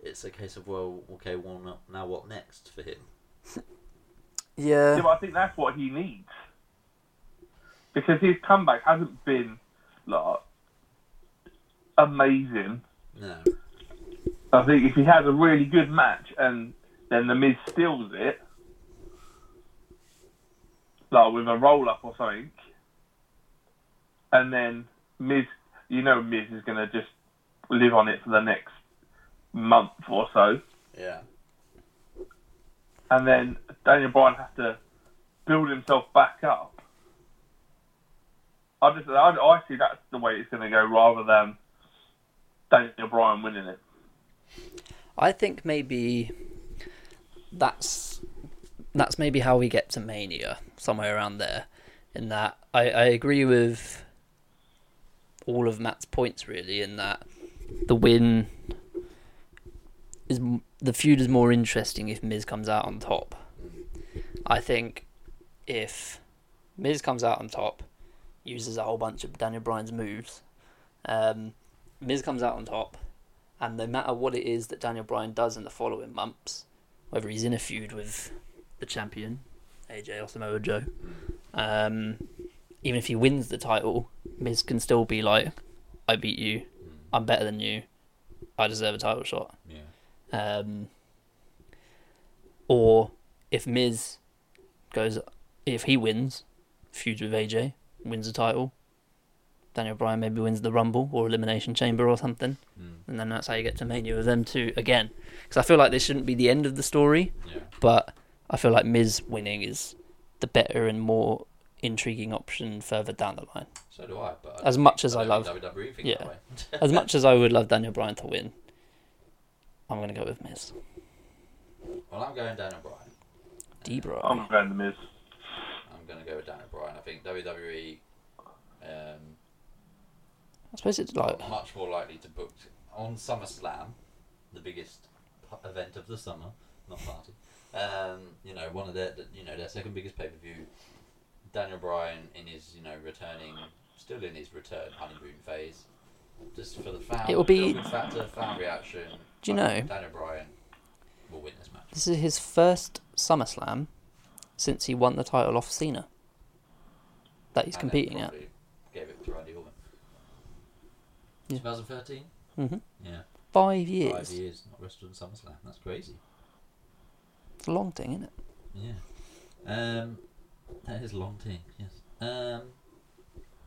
B: it's a case of well, okay, well no- now what next for him?
E: yeah,
D: Yeah, but I think that's what he needs because his comeback hasn't been like amazing.
B: No.
D: I think if he has a really good match and then the Miz steals it, like with a roll up or something, and then Miz, you know, Miz is going to just live on it for the next month or so,
B: Yeah.
D: and then Daniel Bryan has to build himself back up. I just, I, I see that's the way it's going to go rather than Daniel Bryan winning it.
C: I think maybe that's that's maybe how we get to Mania, somewhere around there. In that, I, I agree with all of Matt's points really. In that, the win is m- the feud is more interesting if Miz comes out on top. I think if Miz comes out on top, uses a whole bunch of Daniel Bryan's moves. Um, Miz comes out on top, and no matter what it is that Daniel Bryan does in the following months, whether he's in a feud with the champion, AJ or Samoa Joe, um, even if he wins the title, Miz can still be like, "I beat you, I'm better than you, I deserve a title shot."
B: Yeah.
C: Um, or if Miz goes, if he wins, feuds with AJ, wins the title, Daniel Bryan maybe wins the Rumble or Elimination Chamber or something, and then that's how you get to Mania with them two again. Because I feel like this shouldn't be the end of the story,
B: Yeah.
C: but I feel like Miz winning is the better and more intriguing option further down the line.
B: So do I. But
C: As much as I
B: don't
C: love-
B: think WWE think
C: yeah.
B: that way.
C: As much as I would love Daniel Bryan to win, I'm gonna go with Miz.
B: well, I'm going Daniel Bryan.
C: D Bryan.
D: I'm going the Miz.
B: I'm going to go with Daniel Bryan. I think WWE um,
C: I suppose it's like
B: are much more likely to book on SummerSlam, the biggest p- event of the summer, not party. Um, you know, one of their the- you know their second biggest pay per view. Daniel Bryan in his you know returning, still in his return honeymoon phase, just for the fan.
C: It'll be-
B: feel-good factor, fan reaction.
C: Do you
B: I
C: know-
B: think Daniel Bryan will win this match?
C: This is his first SummerSlam since he won the title off Cena that he's
B: And then
C: competing at.
B: probably Gave it to Randy Orton.
C: Yeah.
B: 2013.
C: Mhm.
B: Yeah.
C: Five years.
B: Five years, not wrestled in SummerSlam. That's crazy.
C: It's a long thing, isn't it?
B: Yeah. Um, that is a long thing, yes. Um,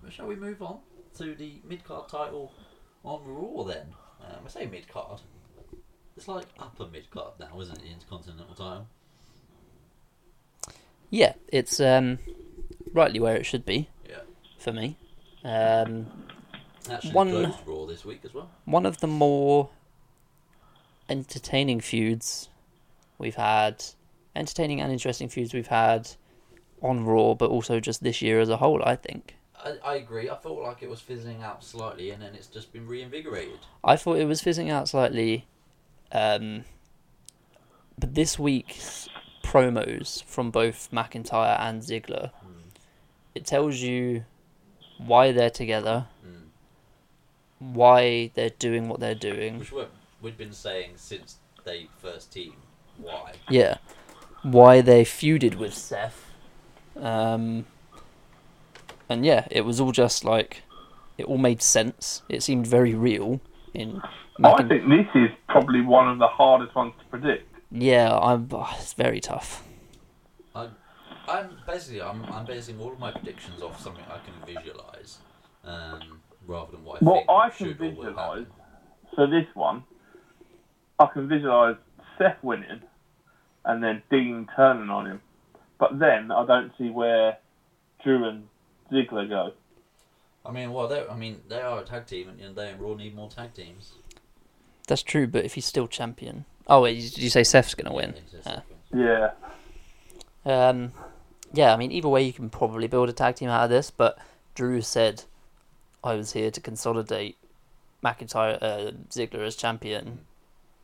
B: but shall we move on to the mid card title on Raw then? Um, I say mid card. It's like upper mid card now, isn't it? The Intercontinental title.
C: Yeah, it's um, rightly where it should be
B: Yeah.
C: for me. Um,
B: Actually,
C: One-
B: closed Raw this week as well.
C: one of the more entertaining feuds we've had, entertaining and interesting feuds we've had on Raw, but also just this year as a whole, I think.
B: I, I agree. I felt like it was fizzling out slightly, and then it's just been reinvigorated.
C: I thought it was fizzing out slightly, um, but this week's promos from both McIntyre and Ziggler, it tells you why they're together, why they're doing what they're doing.
B: Which we're- we've been saying since they first team. Why?
C: Yeah, why they feuded with Seth. Um, and yeah, it was all just like it all made sense. It seemed very real. in
D: Oh, I
C: Mac-
D: think this is probably one of the hardest ones to predict.
C: yeah, I'm, oh, it's very tough.
B: I'm, I'm basically I'm, I'm basing all of my predictions off something I can visualize, um, rather than what I
D: Well,
B: think
D: I can
B: should or will
D: visualise
B: happen.
D: for this one. I can visualise Seth winning, and then Dean turning on him. But then I don't see where Drew and Ziggler go.
B: I mean, well, they I mean they are a tag team, and you know, they and Raw need more tag teams.
C: That's true, but if he's still champion, oh wait, did you say Seth's gonna win? Ah.
B: It's just-
C: Yeah.
D: Yeah,
C: Um, yeah, I mean, either way, you can probably build a tag team out of this. But Drew said, "I was here to consolidate McIntyre uh, Ziggler as champion."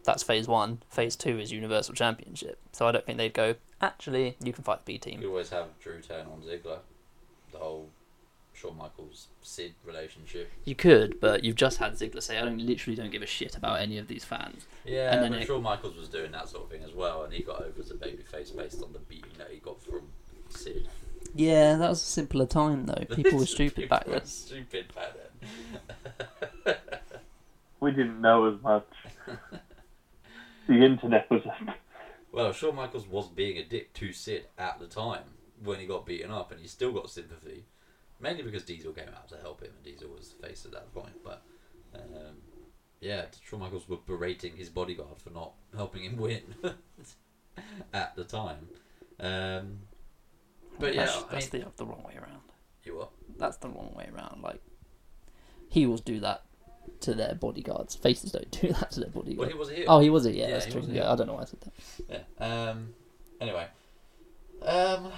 C: That's phase one. Phase two is Universal Championship. So I don't think they'd go. Actually, you can fight the B
B: You
C: team.
B: always have Drew turn on Ziggler, the whole Shawn Michaels Sid relationship.
C: You could, but you've just had Ziggler say, "I don't literally don't give a shit about any of these fans."
B: Yeah,
C: And then
B: but
C: it-
B: Shawn Michaels was doing that sort of thing as well, and he got over as a babyface based on the beating that he got from Sid.
C: Yeah, that was a simpler time though. People were stupid back
B: People were
C: then.
B: Stupid back then.
D: we didn't know as much. the internet was.
B: Well, Shawn Michaels was being a dick to Sid at the time when he got beaten up, and he still got sympathy, mainly because Diesel came out to help him, and Diesel was the face at that point. But um, yeah, Shawn Michaels were berating his bodyguard for not helping him win at the time. Um, but yeah,
C: that's,
B: I mean,
C: that's the, the wrong way around.
B: you what?
C: that's the wrong way around. Like heels do that to their bodyguards. Faces don't do that to their bodyguards.
B: Well, he was here.
C: oh, he was it. Yeah,
B: Yeah,
C: that's
B: he
C: true.
B: was a heel.
C: Yeah, I don't know why I said that.
B: Yeah. Um. Anyway. Um.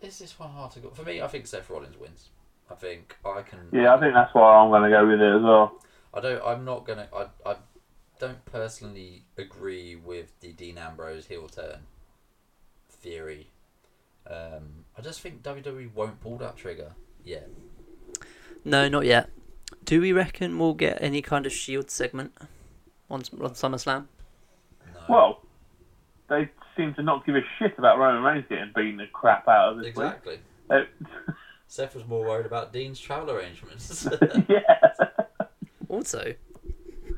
B: Is this one hard to go? For me, I think Seth Rollins wins. I think I can.
D: Yeah, I think that's why I'm going to go with it as well.
B: I don't. I'm not gonna. I. I don't personally agree with the Dean Ambrose heel turn theory. Um. I just think WWE won't pull that trigger yet.
C: No, not yet. Do we reckon we'll get any kind of Shield E segment on, on SummerSlam?
B: No.
D: Well, they seem to not give a shit about Roman Reigns getting beaten the crap out of this
B: Exactly.
D: week.
B: Seth was more worried about Dean's travel arrangements.
D: They- yeah.
C: Also,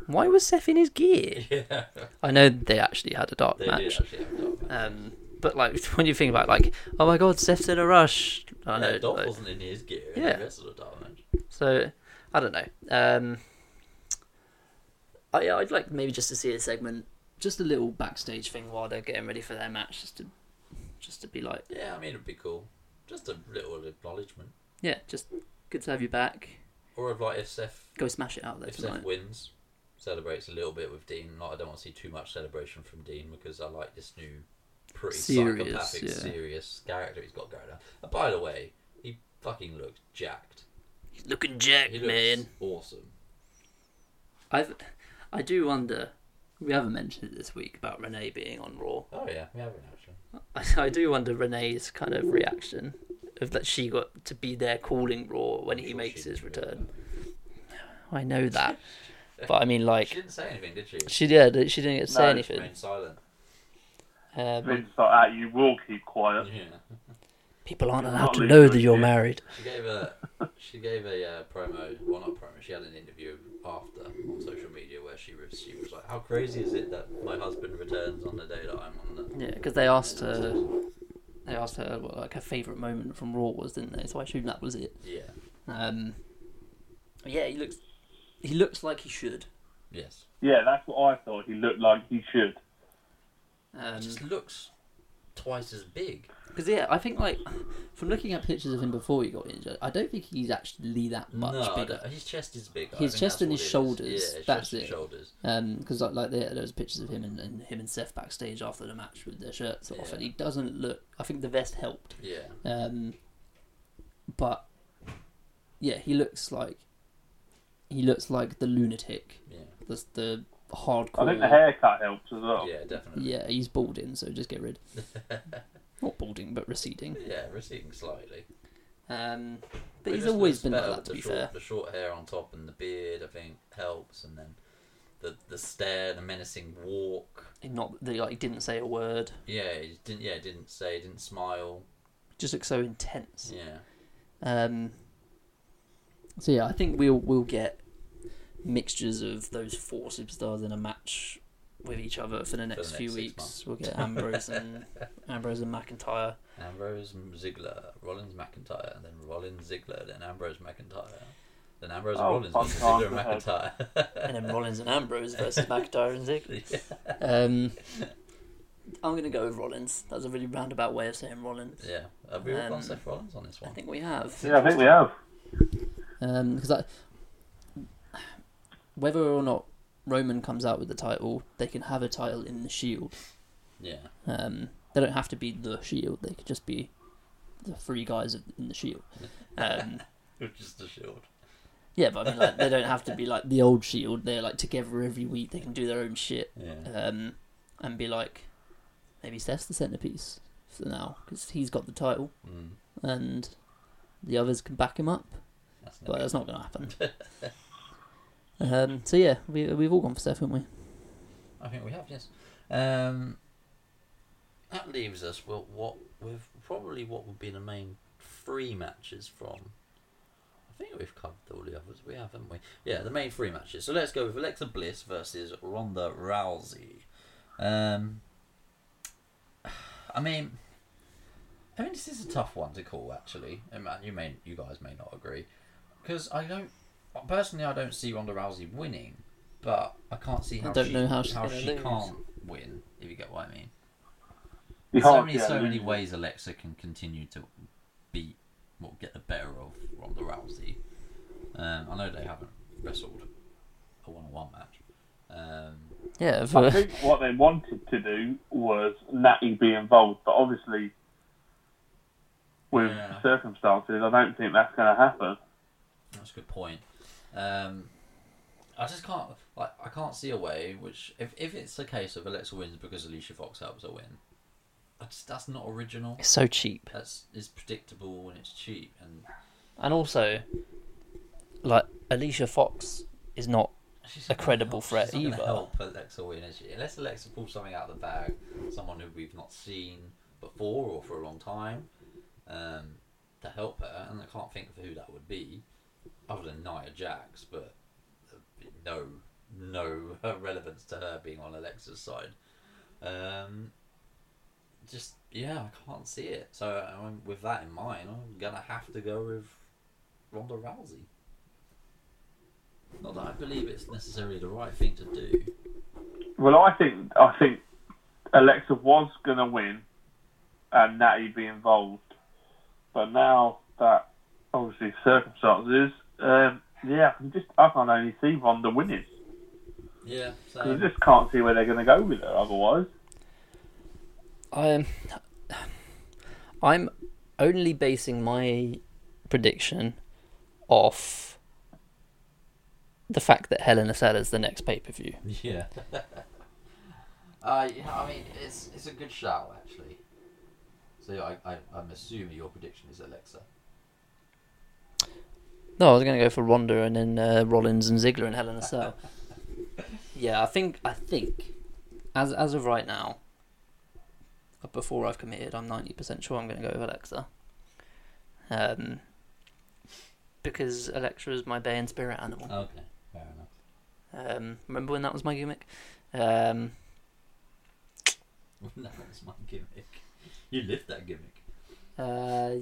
C: why was Seth in his gear?
B: yeah.
C: I know they actually had a dark
B: They did
C: match.
B: actually have a dark match.
C: Um, but like when you think about it, like, oh my god, Seth's in a rush. I
B: yeah,
C: know.
B: Dolph
C: like-
B: wasn't in his gear. Yeah.
C: Yeah.
B: The rest of the dark match.
C: So I don't know. Um, I I'd like maybe just to see a segment, just a little backstage thing while they're getting ready for their match, just to just to be like,
B: Yeah, I mean it'd be cool. Just a little acknowledgement,
C: yeah, just good to have you back.
B: or if like if Seth
C: Go smash it out there
B: if
C: tonight.
B: Seth wins, celebrates a little bit with Dean. Like I don't want to see too much celebration from Dean because I like this new, pretty
C: Serious,
B: psychopathic,
C: yeah.
B: serious character he's got going on. And by the way, he fucking looks jacked.
C: Looking jacked,
B: He looks
C: man.
B: awesome.
C: I've I do wonder. We haven't mentioned it this week about Renee being on Raw.
B: Oh yeah, we haven't actually.
C: I, I do wonder Renee's kind of reaction of that she got to be there calling Raw when
B: I'm
C: he
B: sure
C: makes
B: she
C: his
B: didn't really
C: return. I know that, but I mean, like,
B: She didn't say anything, did she?
C: She did. She didn't get to say
D: No,
B: She
C: anything.
B: remained silent.
C: Um,
D: Vince like that, you will keep quiet.
B: Yeah.
C: people aren't allowed to
D: leaving
C: know
D: us
C: that you're
D: here.
C: married.
B: She gave a she gave a uh, promo. Well, not promo. She had an interview after on social media where she was she was like, "How crazy is it that my husband returns on the day that I'm on the?"
C: Yeah, because they asked her. They asked her what like her favorite moment from Raw was, didn't they? So I assume that was it.
B: Yeah.
C: Um, yeah, he looks. He looks like he should.
B: Yes.
D: Yeah, that's what I thought. He looked like he should.
C: Um
B: It
C: 'cause
B: just looks twice as big.
C: because yeah, I think like from looking at pictures of him before he got injured, I don't think he's actually that much
B: no, I
C: bigger.
B: don't- his chest is bigger. I
C: His
B: think
C: chest
B: that's
C: and
B: what
C: his
B: it is.
C: shoulders,
B: Yeah, his
C: that's
B: chest and
C: it.
B: shoulders.
C: because Um, like like there, there was pictures of him and, and him and Seth backstage after the match with their shirts off,
B: Yeah.
C: and he doesn't look. I think the vest helped,
B: Yeah.
C: um, but yeah, he looks like he looks like the lunatic,
B: Yeah.
C: the the
D: I
C: hardcore.
D: think the haircut helps as well.
B: Yeah. Definitely.
C: yeah, he's balding, so just get rid. Not balding, but receding.
B: Yeah, receding slightly.
C: Um,
B: It
C: but he's
B: just
C: always
B: looks
C: been like
B: better
C: that.
B: with
C: To
B: the
C: be
B: short,
C: fair,
B: the short hair on top and the beard, I think, helps, and then the the stare, the menacing walk.
C: not that he, like he didn't say a word.
B: Yeah, he didn't. Yeah, didn't say, didn't smile.
C: Just looks so intense.
B: Yeah,
C: Um, so yeah, I think we'll we'll get mixtures of those four superstars in a match with each other for the next
B: next
C: few
B: six
C: weeks.
B: months.
C: We'll get Ambrose and Ambrose and McIntyre.
B: Ambrose Ziggler, Rollins McIntyre, and then Rollins Ziggler, then Ambrose McIntyre, then Ambrose
D: Oh,
B: Rollins,
D: fuck
B: then Ziggler
D: off, go
B: McIntyre.
C: and then Rollins and Ambrose versus McIntyre and Ziggler. Um, I'm gonna go with Rollins. That's a really roundabout way of saying Rollins.
B: yeah, have we all
C: Um,
B: gone Seth Rollins on this
C: I
B: one?
C: think we have.
D: Yeah, I think we have.
C: Um, because I, whether or not Roman comes out with the title, they can have a title in the Shield.
B: Yeah,
C: Um, they don't have to be the Shield. They could just be the three guys in the Shield. Um,
B: just a shield.
C: yeah, but I mean, like, they don't have to be like the old Shield. They're like together every week. They can do their own shit.
B: Yeah,
C: um, and be like, maybe Steph's the centerpiece for now because he's got the title
B: mm,
C: and the others can back him up.
B: that's
C: But
B: never-
C: that's not going to happen. um, so yeah, we we've all gone for Steph, haven't we?
B: I think we have yes. Um, that leaves us with what with probably what would be the main three matches from. I think we've covered all the others. We have, haven't we? Yeah, the main three matches. So let's go with Alexa Bliss versus Ronda Rousey. Um, I mean, I mean this is a tough one to call actually. And Matt, you may you guys may not agree because I don't personally I don't see Ronda Rousey winning, but I can't see how
C: don't
B: she,
C: know how she's gonna
B: she
C: lose.
B: can't win if you get what I mean.
D: You
B: There's so
D: can't-
B: many,
D: Oh, yeah,
B: so many
D: we-
B: ways Alexa can continue to beat or get the better of Ronda Rousey. Um, I know they haven't wrestled a one-on-one match. Um,
C: Yeah,
D: I
C: for,
D: think what they wanted to do was Natty be involved, but obviously, with
B: Yeah.
D: circumstances, I don't think that's going to happen.
B: that's a good point. Um, I just can't like I can't see a way which if, if it's a case of Alexa wins because Alicia Fox helps her win, I just, that's not original.
C: it's so cheap,
B: That's it's predictable and it's cheap and
C: and also like Alicia Fox is not.
B: She's
C: a
B: not gonna
C: credible
B: help-
C: threat
B: she's not gonna
C: either.
B: Help Alexa win, is she? Unless Alexa pulls something out of the bag, someone who we've not seen before or for a long time, um, to help her, and I can't think of who that would be, other than Nia Jax, but there'd be no, no relevance to her being on Alexa's side. Um, just yeah, I can't see it. So I mean, with that in mind, I'm gonna have to go with Ronda Rousey. Not that I believe it's necessarily the right thing to do.
D: Well, I think I think Alexa was going to win, and Natty be involved, but now that obviously circumstances, um, yeah, I can just I can only see Ronda winning.
B: Yeah.
D: 'Cause I just can't see where they're going to go with it otherwise.
C: I'm I'm only basing my prediction off the fact that Hell in a Cell is the next pay per view.
B: yeah. uh, yeah, I mean, it's it's a good shout actually. So I, I I'm assuming your prediction is Alexa.
C: No, I was going to go for Ronda and then uh, Rollins and Ziggler and Hell in a Cell. yeah, I think I think as as of right now, before I've committed, I'm ninety percent sure I'm going to go with Alexa. Um, because Alexa is my Bay and Spirit animal.
B: Okay. Fair enough.
C: Um, remember when that was my gimmick? Um,
B: that was my gimmick. You lived that gimmick.
C: uh,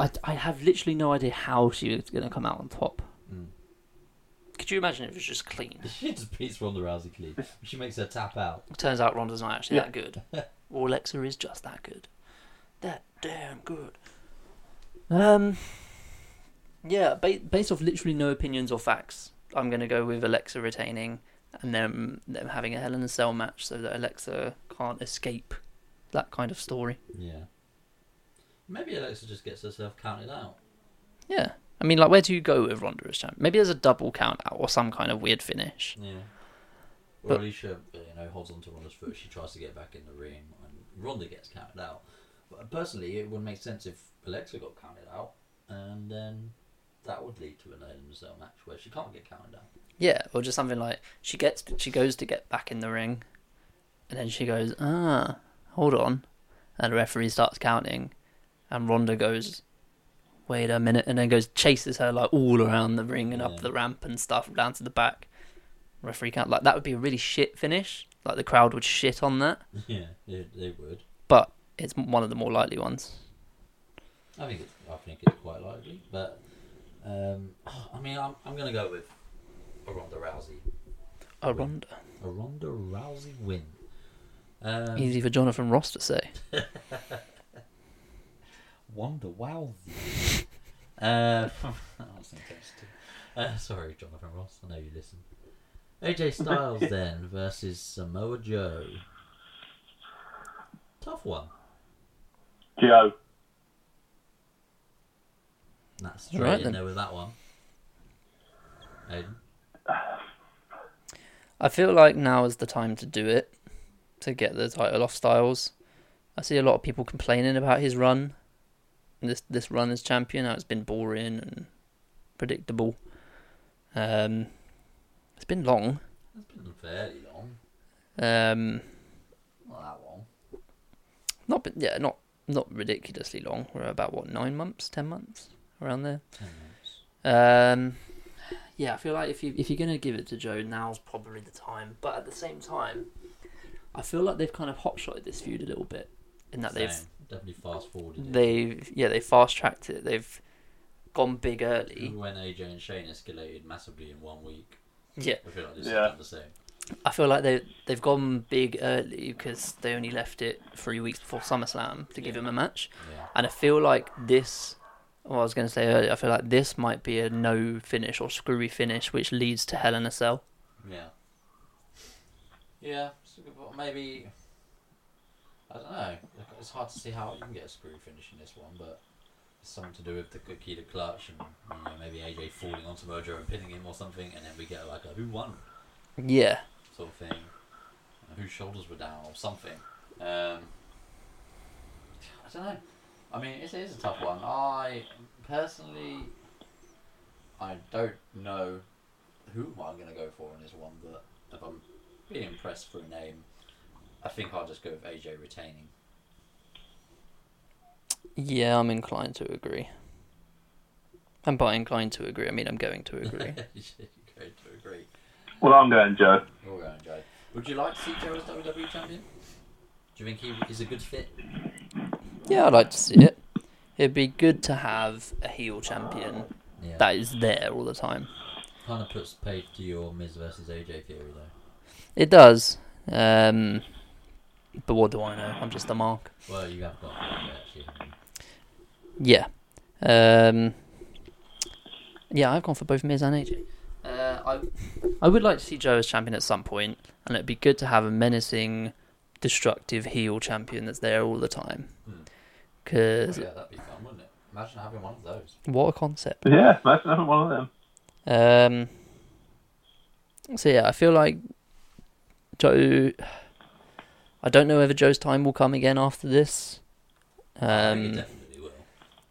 C: I I have literally no idea how she was going to come out on top.
B: Mm.
C: Could you imagine if it was just clean?
B: She just beats Ronda Rousey clean. She makes her tap out.
C: Turns out Ronda's not actually
D: Yeah.
C: that good. Or Alexa is just that good. That damn good. Um. Yeah, ba- based off literally no opinions or facts, I'm going to go with Alexa retaining and then them having a Hell in a Cell match so that Alexa can't escape that kind of story.
B: Yeah. Maybe Alexa just gets herself counted out.
C: Yeah. I mean, like, where do you go with Ronda as champ? Maybe there's a double count out or some kind of weird finish.
B: Yeah. Or
C: But-
B: Alicia, you know, holds onto Ronda's foot. She tries to get back in the ring, and Ronda gets counted out. But personally, it would make sense if Alexa got counted out, and then that would lead to an Hell in a Cell match where she can't get counted out.
C: Yeah, or just something like she gets she goes to get back in the ring, and then she goes, ah, hold on, and the referee starts counting, and Ronda goes, wait a minute, and then goes chases her like all around the ring and up
B: Yeah.
C: the ramp and stuff and down to the back. Referee count like that would be a really shit finish. Like the crowd would shit on that,
B: Yeah, they, they would.
C: but it's one of the more likely ones.
B: I think it's, I think it's quite likely, but um, I mean, I'm, I'm going to go with a Ronda Rousey.
C: A Oh, Ronda,
B: A Ronda Rousey win. Um,
C: easy for Jonathan Ross to say.
B: Wonder Wow. uh, that was interesting. Uh, sorry, Jonathan Ross. I know you listen. AJ Styles then versus Samoa Joe. Tough one.
D: Joe.
B: That's
C: All
B: straight
C: right
B: in
C: then.
B: there with that one. Aiden.
C: I feel like now is the time to do it to get the title off Styles. I see a lot of people complaining about his run. This this run as champion, how it's been boring and predictable. Um, it's been long.
B: It's been fairly long.
C: Um,
B: Not that long.
C: not been, yeah, not not ridiculously long. We're about what nine months, ten months around there.
B: Ten months.
C: Um, yeah, I feel like if you if you're gonna give it to Joe, now's probably the time. But at the same time, I feel like they've kind of hotshotted this feud a little bit in that they've
B: Same. Definitely fast forwarded it.
C: they've yeah they fast tracked it. They've gone big early.
B: When AJ and Shane escalated massively in one week,
C: Yeah,
B: I feel like this is
D: Yeah.
B: about the same.
C: I feel like they they've gone big early because they only left it three weeks before SummerSlam to give him a match.
B: Yeah.
C: And I feel like this, what I was going to say earlier, I feel like this might be a no finish or screwy finish, which leads to Hell in a Cell.
B: Yeah. Yeah, it's a good point. maybe. I don't know. Like, It's hard to see how you can get a screw finish in this one, but it's something to do with the Kikita clutch and you know, maybe AJ falling onto Mojo and pinning him or something, and then we get like a who won
C: Yeah,
B: sort of thing, and whose shoulders were down or something. Um, I don't know. I mean, it is a tough one. I personally, I don't know who I'm going to go for in this one, but if I'm being pressed for a name, I think I'll just go with AJ retaining.
C: yeah, I'm inclined to agree. And by inclined to agree, I mean I'm going to agree.
B: you go to agree.
D: Well, I'm going Joe.
B: You're going, Joe. Would you like to see Joe as WWE champion? Do you think he is a good fit?
C: yeah, I'd like to see it. It'd be good to have a heel champion
B: Yeah.
C: that is there all the time.
B: Kind of puts paid to your Miz versus AJ theory, though.
C: It does. Um, but what do I know? I'm just a mark.
B: Well, you have got that actually. haven't you?
C: Yeah. Um, yeah, I've gone for both Miz and AJ. Uh, I, I would like to see Joe as champion at some point, and it'd be good to have a menacing, destructive heel champion that's there all the time.
B: Hmm.
C: Because
B: yeah, that'd be fun, wouldn't it? Imagine having one of those.
C: what a concept.
D: Yeah, that's another one of them.
C: Um, so yeah, I feel like Joe. I don't know whether Joe's time will come again after this.
B: I think he
C: Um,
B: definitely will.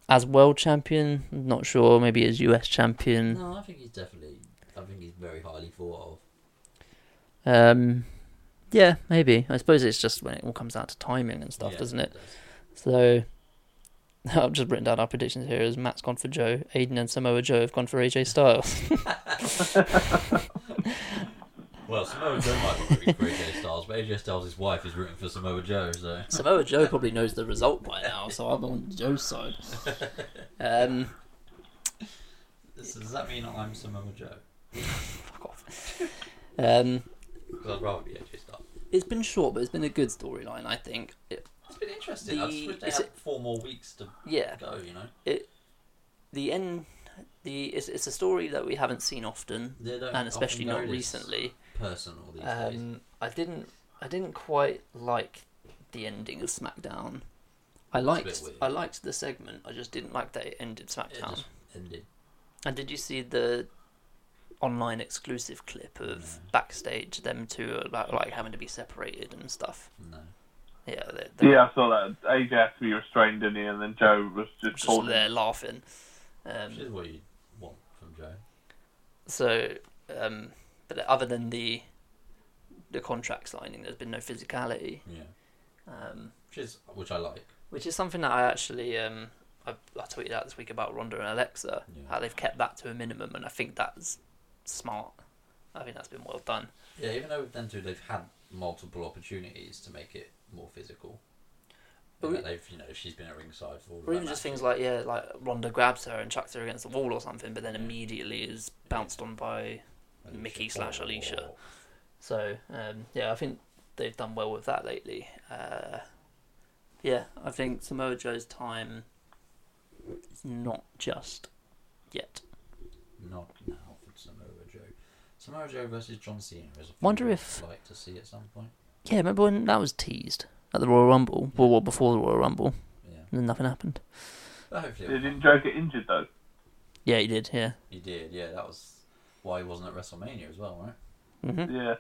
C: as world champion, not sure. Maybe as US champion.
B: No, I think he's definitely. I think he's very highly thought of.
C: Um, yeah, maybe. I suppose it's just when it all comes down to timing and stuff,
B: Yeah,
C: doesn't it?
B: does.
C: So I've just written down our predictions here. As Matt's gone for Joe, Aiden and Samoa Joe have gone for AJ Styles.
B: Well, Samoa Joe might be rooting for AJ Styles, but AJ Styles' wife is rooting for Samoa Joe, so.
C: Samoa Joe probably knows the result by now, so I'm on Joe's side. Um,
B: Does does that mean I'm Samoa Joe?
C: fuck off. Um,
B: Because I'd rather be AJ Styles.
C: it's been short, but it's been a good storyline. I think. It,
B: It's been interesting. I just
C: The-
B: wish they
C: is
B: had
C: it-
B: four more weeks to
C: yeah,
B: go, you know?
C: it the end. The it's, it's a story that we haven't seen often,
B: They don't
C: and especially
B: often
C: not
B: go this
C: recently.
B: Personal these days.
C: Um, I didn't. I didn't quite like the ending of SmackDown. I liked.
B: weird.
C: I liked the segment. I just didn't like that it ended
B: It
C: SmackDown.
B: just ended.
C: And did you see the online exclusive clip of backstage them two are like, like having to be separated and stuff?
B: No.
C: Yeah, they're, they're
D: Yeah, I saw that. AJ had to be restrained, didn't he? And then Joe was just,
C: just
D: holding-
C: there laughing. Um,
B: Which is what you want from Joe.
C: So, um, but other than the the contract signing, there's been no physicality,
B: Yeah.
C: um,
B: Which is which I like.
C: which is something that I actually um, I, I tweeted out this week about Ronda and Alexa, how they've kept that to a minimum, and I think that's smart. I think that's been well done.
B: Yeah, even though with them two, they've had multiple opportunities to make it more physical.
C: But
B: In
C: we-
B: that they've, you know, she's been at ringside for all of
C: Or
B: that
C: even just
B: match.
C: things like yeah, like Ronda grabs her and chucks her against the wall or something, but then immediately is bounced on by
B: And
C: Mickey
B: she's
C: slash
B: like,
C: Alicia.
B: "Oh."
C: So um, yeah, I think they've done well with that lately. Uh, yeah, I think Samoa Joe's time is not just yet.
B: Not now for Samoa Joe. Samoa Joe versus John Cena is a
C: Wonder
B: thing
C: if-
B: I'd like to see at some point.
C: Yeah, remember when that was teased at the Royal Rumble? Well, what before the Royal Rumble,
B: Yeah,
C: and then nothing happened.
B: but hopefully it'll
D: Didn't Joe get injured though?
C: Yeah, he did. Yeah,
B: He did, yeah. That was why he wasn't at WrestleMania as well, right?
C: hmm
D: Yeah.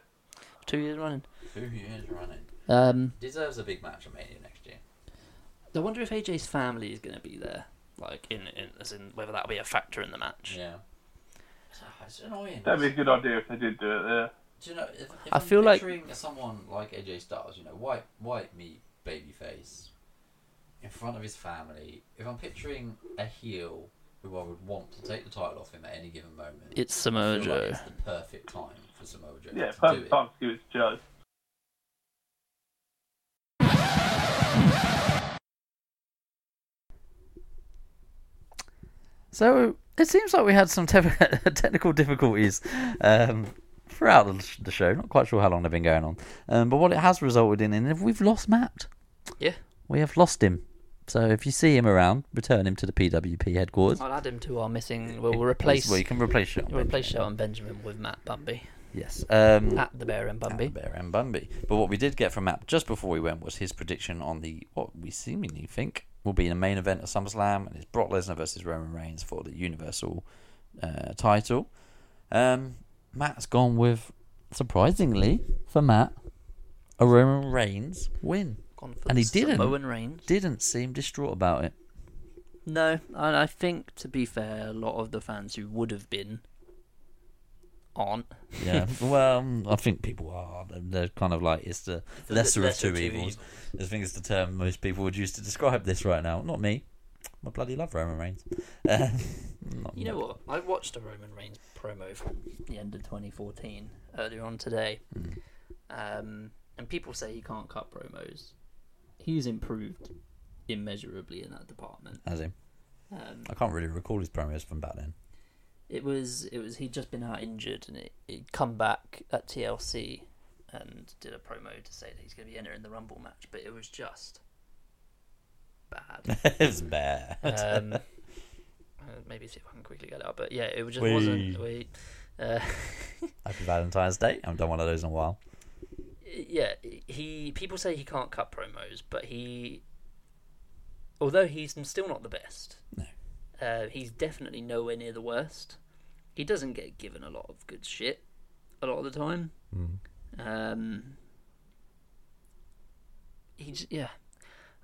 C: two years running.
B: Two years running.
C: Um,
B: Deserves a big match at Mania next year.
C: I wonder if AJ's family is going to be there, like in, in as in whether that'll be a factor in the match.
B: Yeah. It's- It's annoying.
D: That'd be a good idea if they did do it there.
B: Do you know, if, if
C: I
B: I'm
C: feel like-
B: picturing someone like AJ Styles, you know, white, white meat, baby face, in front of his family, if I'm picturing a heel who I would want to take the title off him at any given moment,
C: It's
B: I
C: Samoa
B: feel like
C: Joe.
B: it's the perfect time for Samoa Joe
D: Yeah,
B: to do
D: perfect
B: it.
D: time to give it to Joe.
B: So it seems like we had some te- technical difficulties um, throughout the sh- the show. Not quite sure how long they've been going on, um, but what it has resulted in is we've lost Matt.
C: Yeah.
B: we have lost him. So if you see him around, return him to the PWP headquarters.
C: I'll add him to our missing. We'll, we'll replace.
B: Well, you can replace Sean.
C: We'll replace Shelton Benjamin with Matt Bumby
B: Yes. Um,
C: at the Bear and Bumby.
B: Bear and Bumby. But what we did get from Matt just before we went was his prediction on the what we seemingly think will be the main event of SummerSlam, and it's Brock Lesnar versus Roman Reigns for the Universal uh, title. Um, Matt's gone with surprisingly for Matt a Roman Reigns win.
C: Gone for
B: And he
C: the
B: didn't.
C: Samoan Reigns.
B: Didn't seem distraught about it.
C: No, and I think to be fair, a lot of the fans who would have been aren't.
B: Yeah. well, um, I think people are. They're- They're kind of like it's the
C: the
B: lesser,
C: lesser
B: of
C: of
B: two
C: two
B: evils. I think it's the term most people would use to describe this right now. Not me. I bloody love Roman Reigns. Uh, not-
C: You know what? I watched a Roman Reigns promo from the end of 2014 earlier on today,
B: Hmm.
C: um, and people say he can't cut promos. He's improved immeasurably in that department.
B: As in,
C: Um,
B: I can't really recall his promos from back then.
C: It was it was he'd just been out injured and it, he'd come back at TLC and did a promo to say that he's going to be entering the Rumble match, but it was just bad.
B: it was bad.
C: Um, uh, maybe see if I can quickly get it up, but yeah, it just
B: Wee.
C: wasn't. We, uh,
B: Happy Valentine's Day. I haven't done one of those in a while.
C: yeah, he people say he can't cut promos, but he, although he's still not the best,
B: No.
C: uh, he's definitely nowhere near the worst. He doesn't get given a lot of good shit a lot of the time. Um, he's yeah,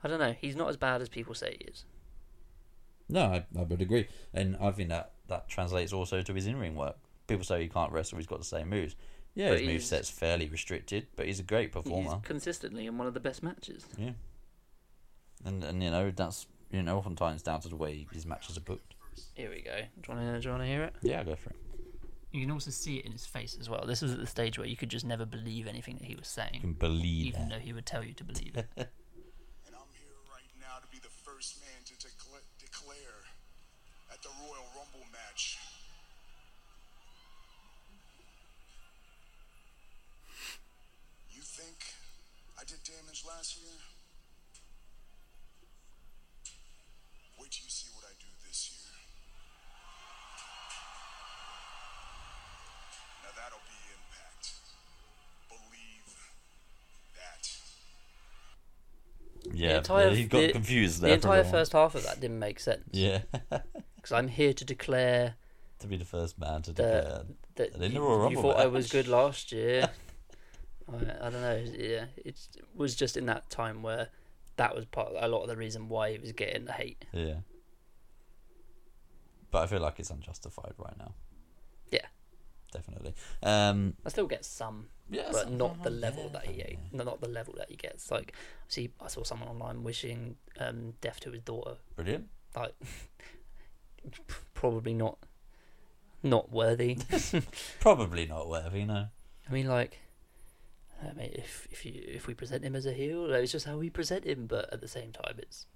C: I don't know. He's not as bad as people say he is.
B: No, I, I would agree. And I think that, that translates also to his in ring work. People say he can't wrestle, he's got the same moves. Yeah,
C: But
B: his move
C: he's-
B: set's fairly restricted, but he's a great performer.
C: He's consistently in one of the best matches.
B: Yeah. And and you know that's you know oftentimes down to the way his matches are booked.
C: Here we go. Do you want to hear it?
B: Yeah, go for it.
C: You can also see it in his face as well. This was at the stage where you could just never believe anything that he was
B: You
C: saying.
B: can believe that.
C: even though he would tell you to believe it.
F: And I'm here right now to be the first man to decla- declare at the Royal Rumble match. You think I did damage last year? Wait till you see what I do this year. Now that'll be impact. Believe that.
B: Yeah, yeah, he got confused there.
C: The
B: for a
C: entire
B: little while.
C: first half of that didn't make sense.
B: Yeah,
C: Because I'm here to declare
B: to be the first man to declare.
C: that that
B: And in the
C: you,
B: Royal
C: you
B: Rumble
C: thought I was
B: match.
C: good last year. I, I don't know. Yeah, it was just in that time where that was part a lot of the reason why he was getting the hate.
B: yeah. But I feel like it's unjustified right now.
C: Yeah,
B: Definitely. Um,
C: I still get some.
B: Yeah,
C: but
B: some-
C: not the
B: oh,
C: level
B: yeah,
C: that he ate. No, not the level that he gets. Like, see, I saw someone online wishing um, death to his daughter.
B: brilliant.
C: like probably not not worthy.
B: Probably not worthy, no.
C: I mean, like, I mean, if if you if we present him as a heel, like, it's just how we present him. But at the same time, it's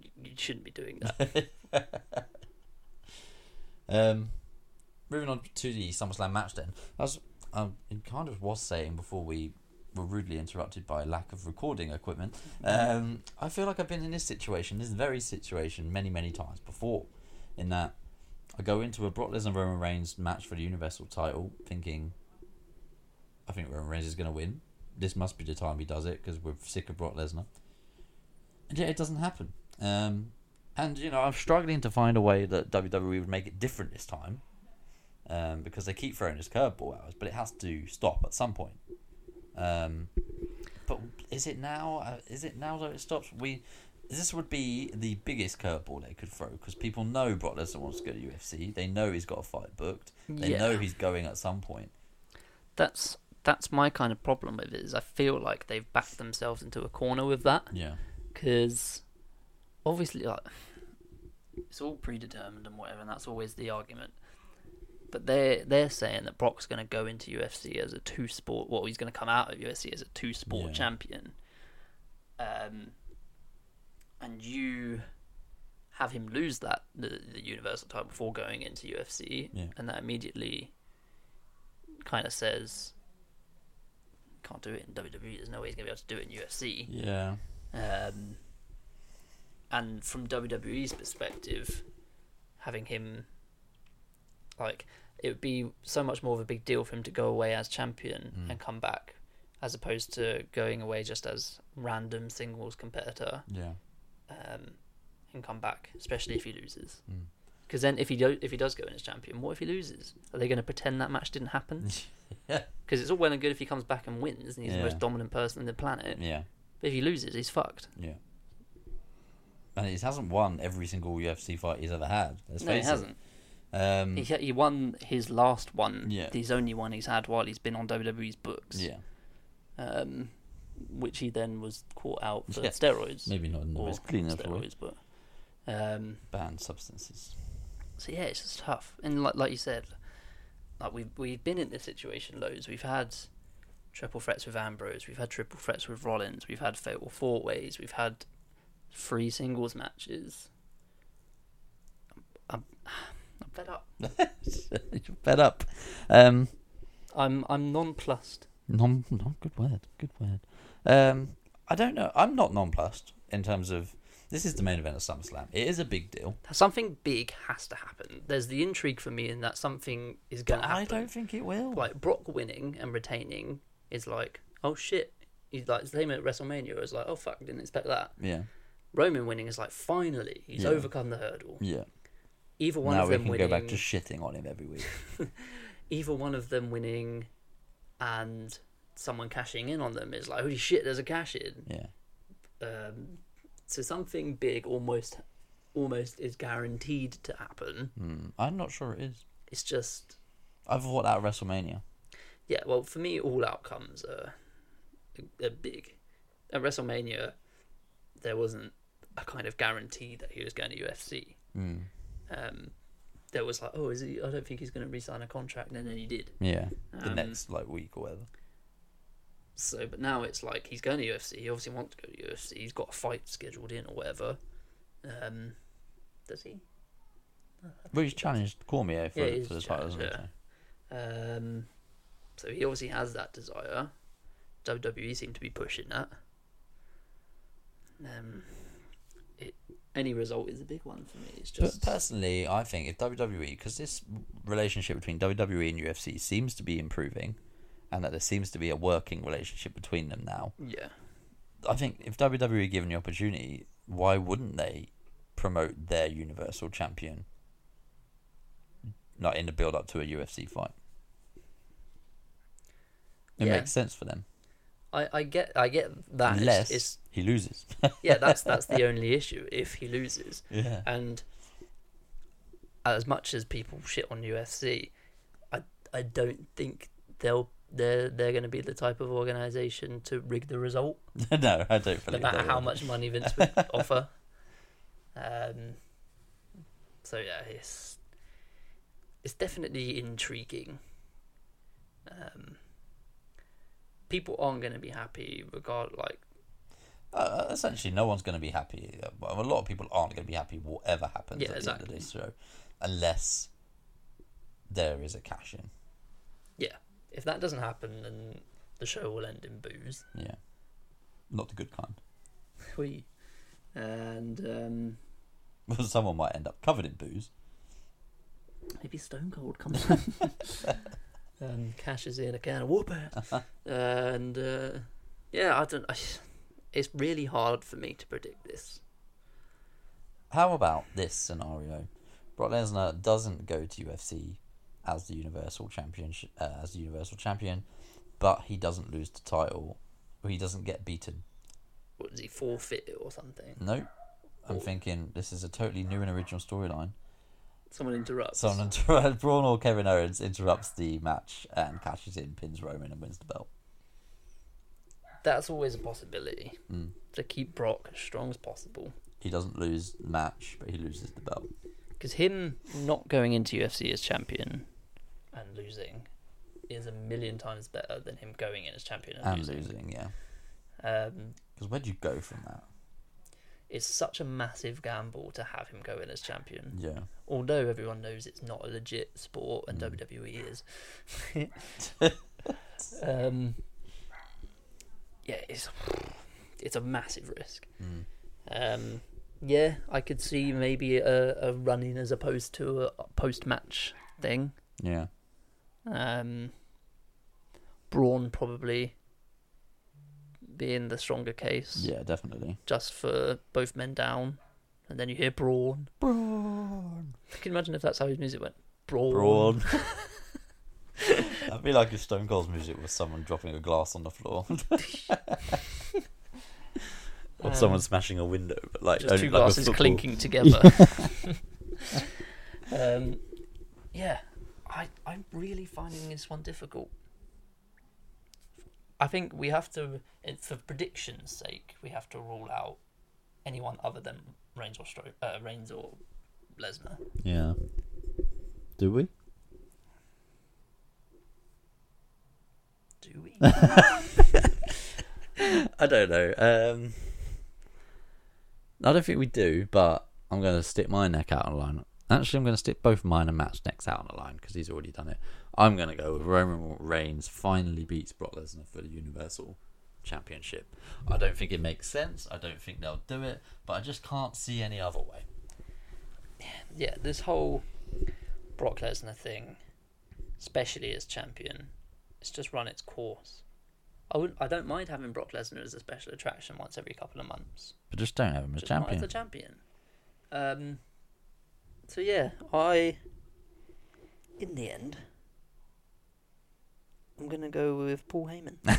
C: you- you shouldn't be doing that.
B: Um, moving on to the SummerSlam match then. As I kind of was saying before we were rudely interrupted by lack of recording equipment, um, I feel like I've been in this situation, this very situation, many, many times before. In that I go into a Brock Lesnar Roman Reigns match for the Universal title thinking, I think Roman Reigns is going to win. This must be the time he does it because we're sick of Brock Lesnar. And yet it doesn't happen. Um, and you know, I'm struggling to find a way that WWE would make it different this time, um, because they keep throwing this curveball at us. But it has to stop at some point. Um, but is it now? Uh, Is it now that it stops? We this would be the biggest curveball they could throw because people know Brock Lesnar wants to go to UFC. They know he's got a fight booked. They
C: Yeah.
B: know he's going at some point.
C: that's that's my kind of problem with it. Is I feel like they've backed themselves into a corner with that.
B: Yeah.
C: because obviously like it's all predetermined and whatever and that's always the argument but they're they're saying that Brock's going to go into UFC as a two sport well he's going to come out of UFC as a two sport
B: Yeah.
C: champion um and you have him lose that the, the universal title before going into UFC
B: Yeah.
C: and that immediately kind of says can't do it in WWE there's no way he's going to be able to do it in UFC
B: Yeah.
C: um, and from WWE's perspective, having him, like, it would be so much more of a big deal for him to go away as champion
B: Hmm.
C: and come back, as opposed to going away just as random singles competitor
B: Yeah.
C: um, and come back, especially if he loses.
B: Hmm.
C: Because then, if he do, if he does go in as champion, what if he loses? Are they going to pretend that match didn't happen?
B: Yeah.
C: Because it's all well and good if he comes back and wins, and he's
B: Yeah.
C: the most dominant person on the planet.
B: Yeah.
C: But if he loses, he's fucked.
B: Yeah. And he hasn't won every single UFC fight he's ever had. Let's
C: No, he
B: face it.
C: hasn't.
B: Um,
C: He he won his last one.
B: Yeah.
C: He's only one he's had while he's been on WWE's books.
B: yeah.
C: Um, which he then was caught out for
B: Yeah.
C: steroids.
B: Maybe not in the
C: or
B: most cleanest way.
C: steroids, but um,
B: Banned substances.
C: so yeah, it's just tough. And like like you said, like we've we've been in this situation loads. We've had triple threats with Ambrose. We've had triple threats with Rollins. We've had fatal four ways. We've had three singles matches. I'm, I'm, I'm fed up.
B: You're fed up. Um,
C: I'm I'm nonplussed.
B: non, non, good word. Good word. Um, I don't know. I'm not nonplussed in terms of this is the main event of SummerSlam. It is a big deal.
C: something big has to happen. There's the intrigue for me in that something is going to happen.
B: I don't think it will.
C: like Brock winning and retaining is like, oh shit. He's like same at WrestleMania. Is like, oh fuck, didn't expect that.
B: Yeah.
C: Roman winning is like, finally, he's
B: Yeah.
C: overcome the hurdle.
B: Yeah.
C: Either one
B: now
C: of
B: we
C: them
B: can
C: winning,
B: go back to shitting on him every week.
C: either one of them winning, and someone cashing in on them is like, holy shit, there's a cash in.
B: Yeah.
C: um, so something big almost, almost is guaranteed to happen.
B: Hmm. I'm not sure it is.
C: It's just
B: I've thought that at WrestleMania.
C: yeah, well, for me, all outcomes are, are big. At WrestleMania, there wasn't a kind of guarantee that he was going to UFC. Um, there was like, oh, is he? I don't think he's going to re-sign a contract, and then he did.
B: Yeah. The
C: Um,
B: next like week or whatever.
C: So, but now it's like he's going to UFC. He obviously wants to go to UFC. He's got a fight scheduled in or whatever. Um, does he?
B: Well, he's challenged Cormier eh, for,
C: Yeah, he's
B: for the title,
C: challenged,
B: isn't he?
C: yeah. Um, so he obviously has that desire. WWE seem to be pushing that. Um, it, any result is a big one for me. It's
B: But
C: just
B: personally, I think if WWE, because this relationship between WWE and UFC seems to be improving, and that there seems to be a working relationship between them now,
C: yeah,
B: I think if WWE given the opportunity, why wouldn't they promote their Universal Champion? Like in the build up to a UFC fight. It
C: Yeah.
B: makes sense for them.
C: I, I get I get that. It's-
B: Unless
C: it's
B: he loses.
C: yeah, that's that's the only issue if he loses.
B: Yeah.
C: And as much as people shit on UFC, I I don't think they'll they're they're going to be the type of organization to rig the result.
B: no, I don't believe
C: no matter
B: they
C: how
B: will.
C: much money Vince would offer. Um, So yeah, it's it's definitely intriguing. Um, people aren't going to be happy regard like
B: Uh, essentially, no one's going to be happy. Uh, A lot of people aren't going to be happy whatever happens
C: Yeah,
B: at the
C: exactly.
B: end of this show, unless there is a cash in.
C: yeah. If that doesn't happen, then the show will end in booze.
B: Yeah, not the good kind.
C: We and um,
B: Well, someone might end up covered in booze.
C: Maybe Stone Cold comes in. um, cashes in a can of whooper. and uh, yeah, I don't. I, it's really hard for me to predict this.
B: How about this scenario? Brock Lesnar doesn't go to UFC as the Universal Champion, uh, as the Universal Champion, but he doesn't lose the title. Or he doesn't get beaten.
C: What does he forfeit it or something?
B: No,
C: Oh.
B: I'm thinking this is a totally new and original storyline.
C: Someone interrupts.
B: Someone interrupts Braun or Kevin Owens interrupts the match and cashes in, pins Roman, and wins the belt.
C: That's always a possibility. To keep Brock as strong as possible.
B: He doesn't lose the match, but he loses the belt.
C: Because him not going into UFC as champion and losing is a million times better than him going in as champion and,
B: And
C: losing.
B: losing, yeah.
C: Um,
B: Because where'd you go from that?
C: it's such a massive gamble to have him go in as champion.
B: Yeah.
C: although everyone knows it's not a legit sport and WWE is. um, yeah, it's it's a massive risk. Um, yeah, I could see maybe a, a run in as opposed to a post match thing.
B: Yeah.
C: Um, Braun probably being the stronger case,
B: Yeah, definitely.
C: just for both men down, and then you hear Braun.
B: Braun.
C: Can you imagine if that's how his music went? Braun.
B: Braun. That'd be like if Stone Cold's music was someone dropping a glass on the floor. or someone smashing a window, but like
C: Um, just
B: only
C: two
B: like a
C: glasses
B: football.
C: clinking together. um, yeah, I I'm really finding this one difficult. I think we have to, and for prediction's sake, we have to rule out anyone other than Reigns or Stro- uh, Reigns or Lesnar.
B: Yeah. Do we?
C: Do we?
B: I don't know. Um, I don't think we do, but I'm going to stick my neck out on the line. Actually, I'm going to stick both mine and Matt's necks out on the line because he's already done it. I'm going to go with Roman Reigns finally beats Brock Lesnar for the Universal Championship. I don't think it makes sense. I don't think they'll do it, but I just can't see any other way.
C: yeah, this whole Brock Lesnar thing, especially as champion, it's just run its course. I wouldn't, I don't mind having Brock Lesnar as a special attraction once every couple of months.
B: But just don't have him as
C: Just not
B: champion.
C: as a champion. Um, so yeah, I in the end I'm gonna go with Paul Heyman. Can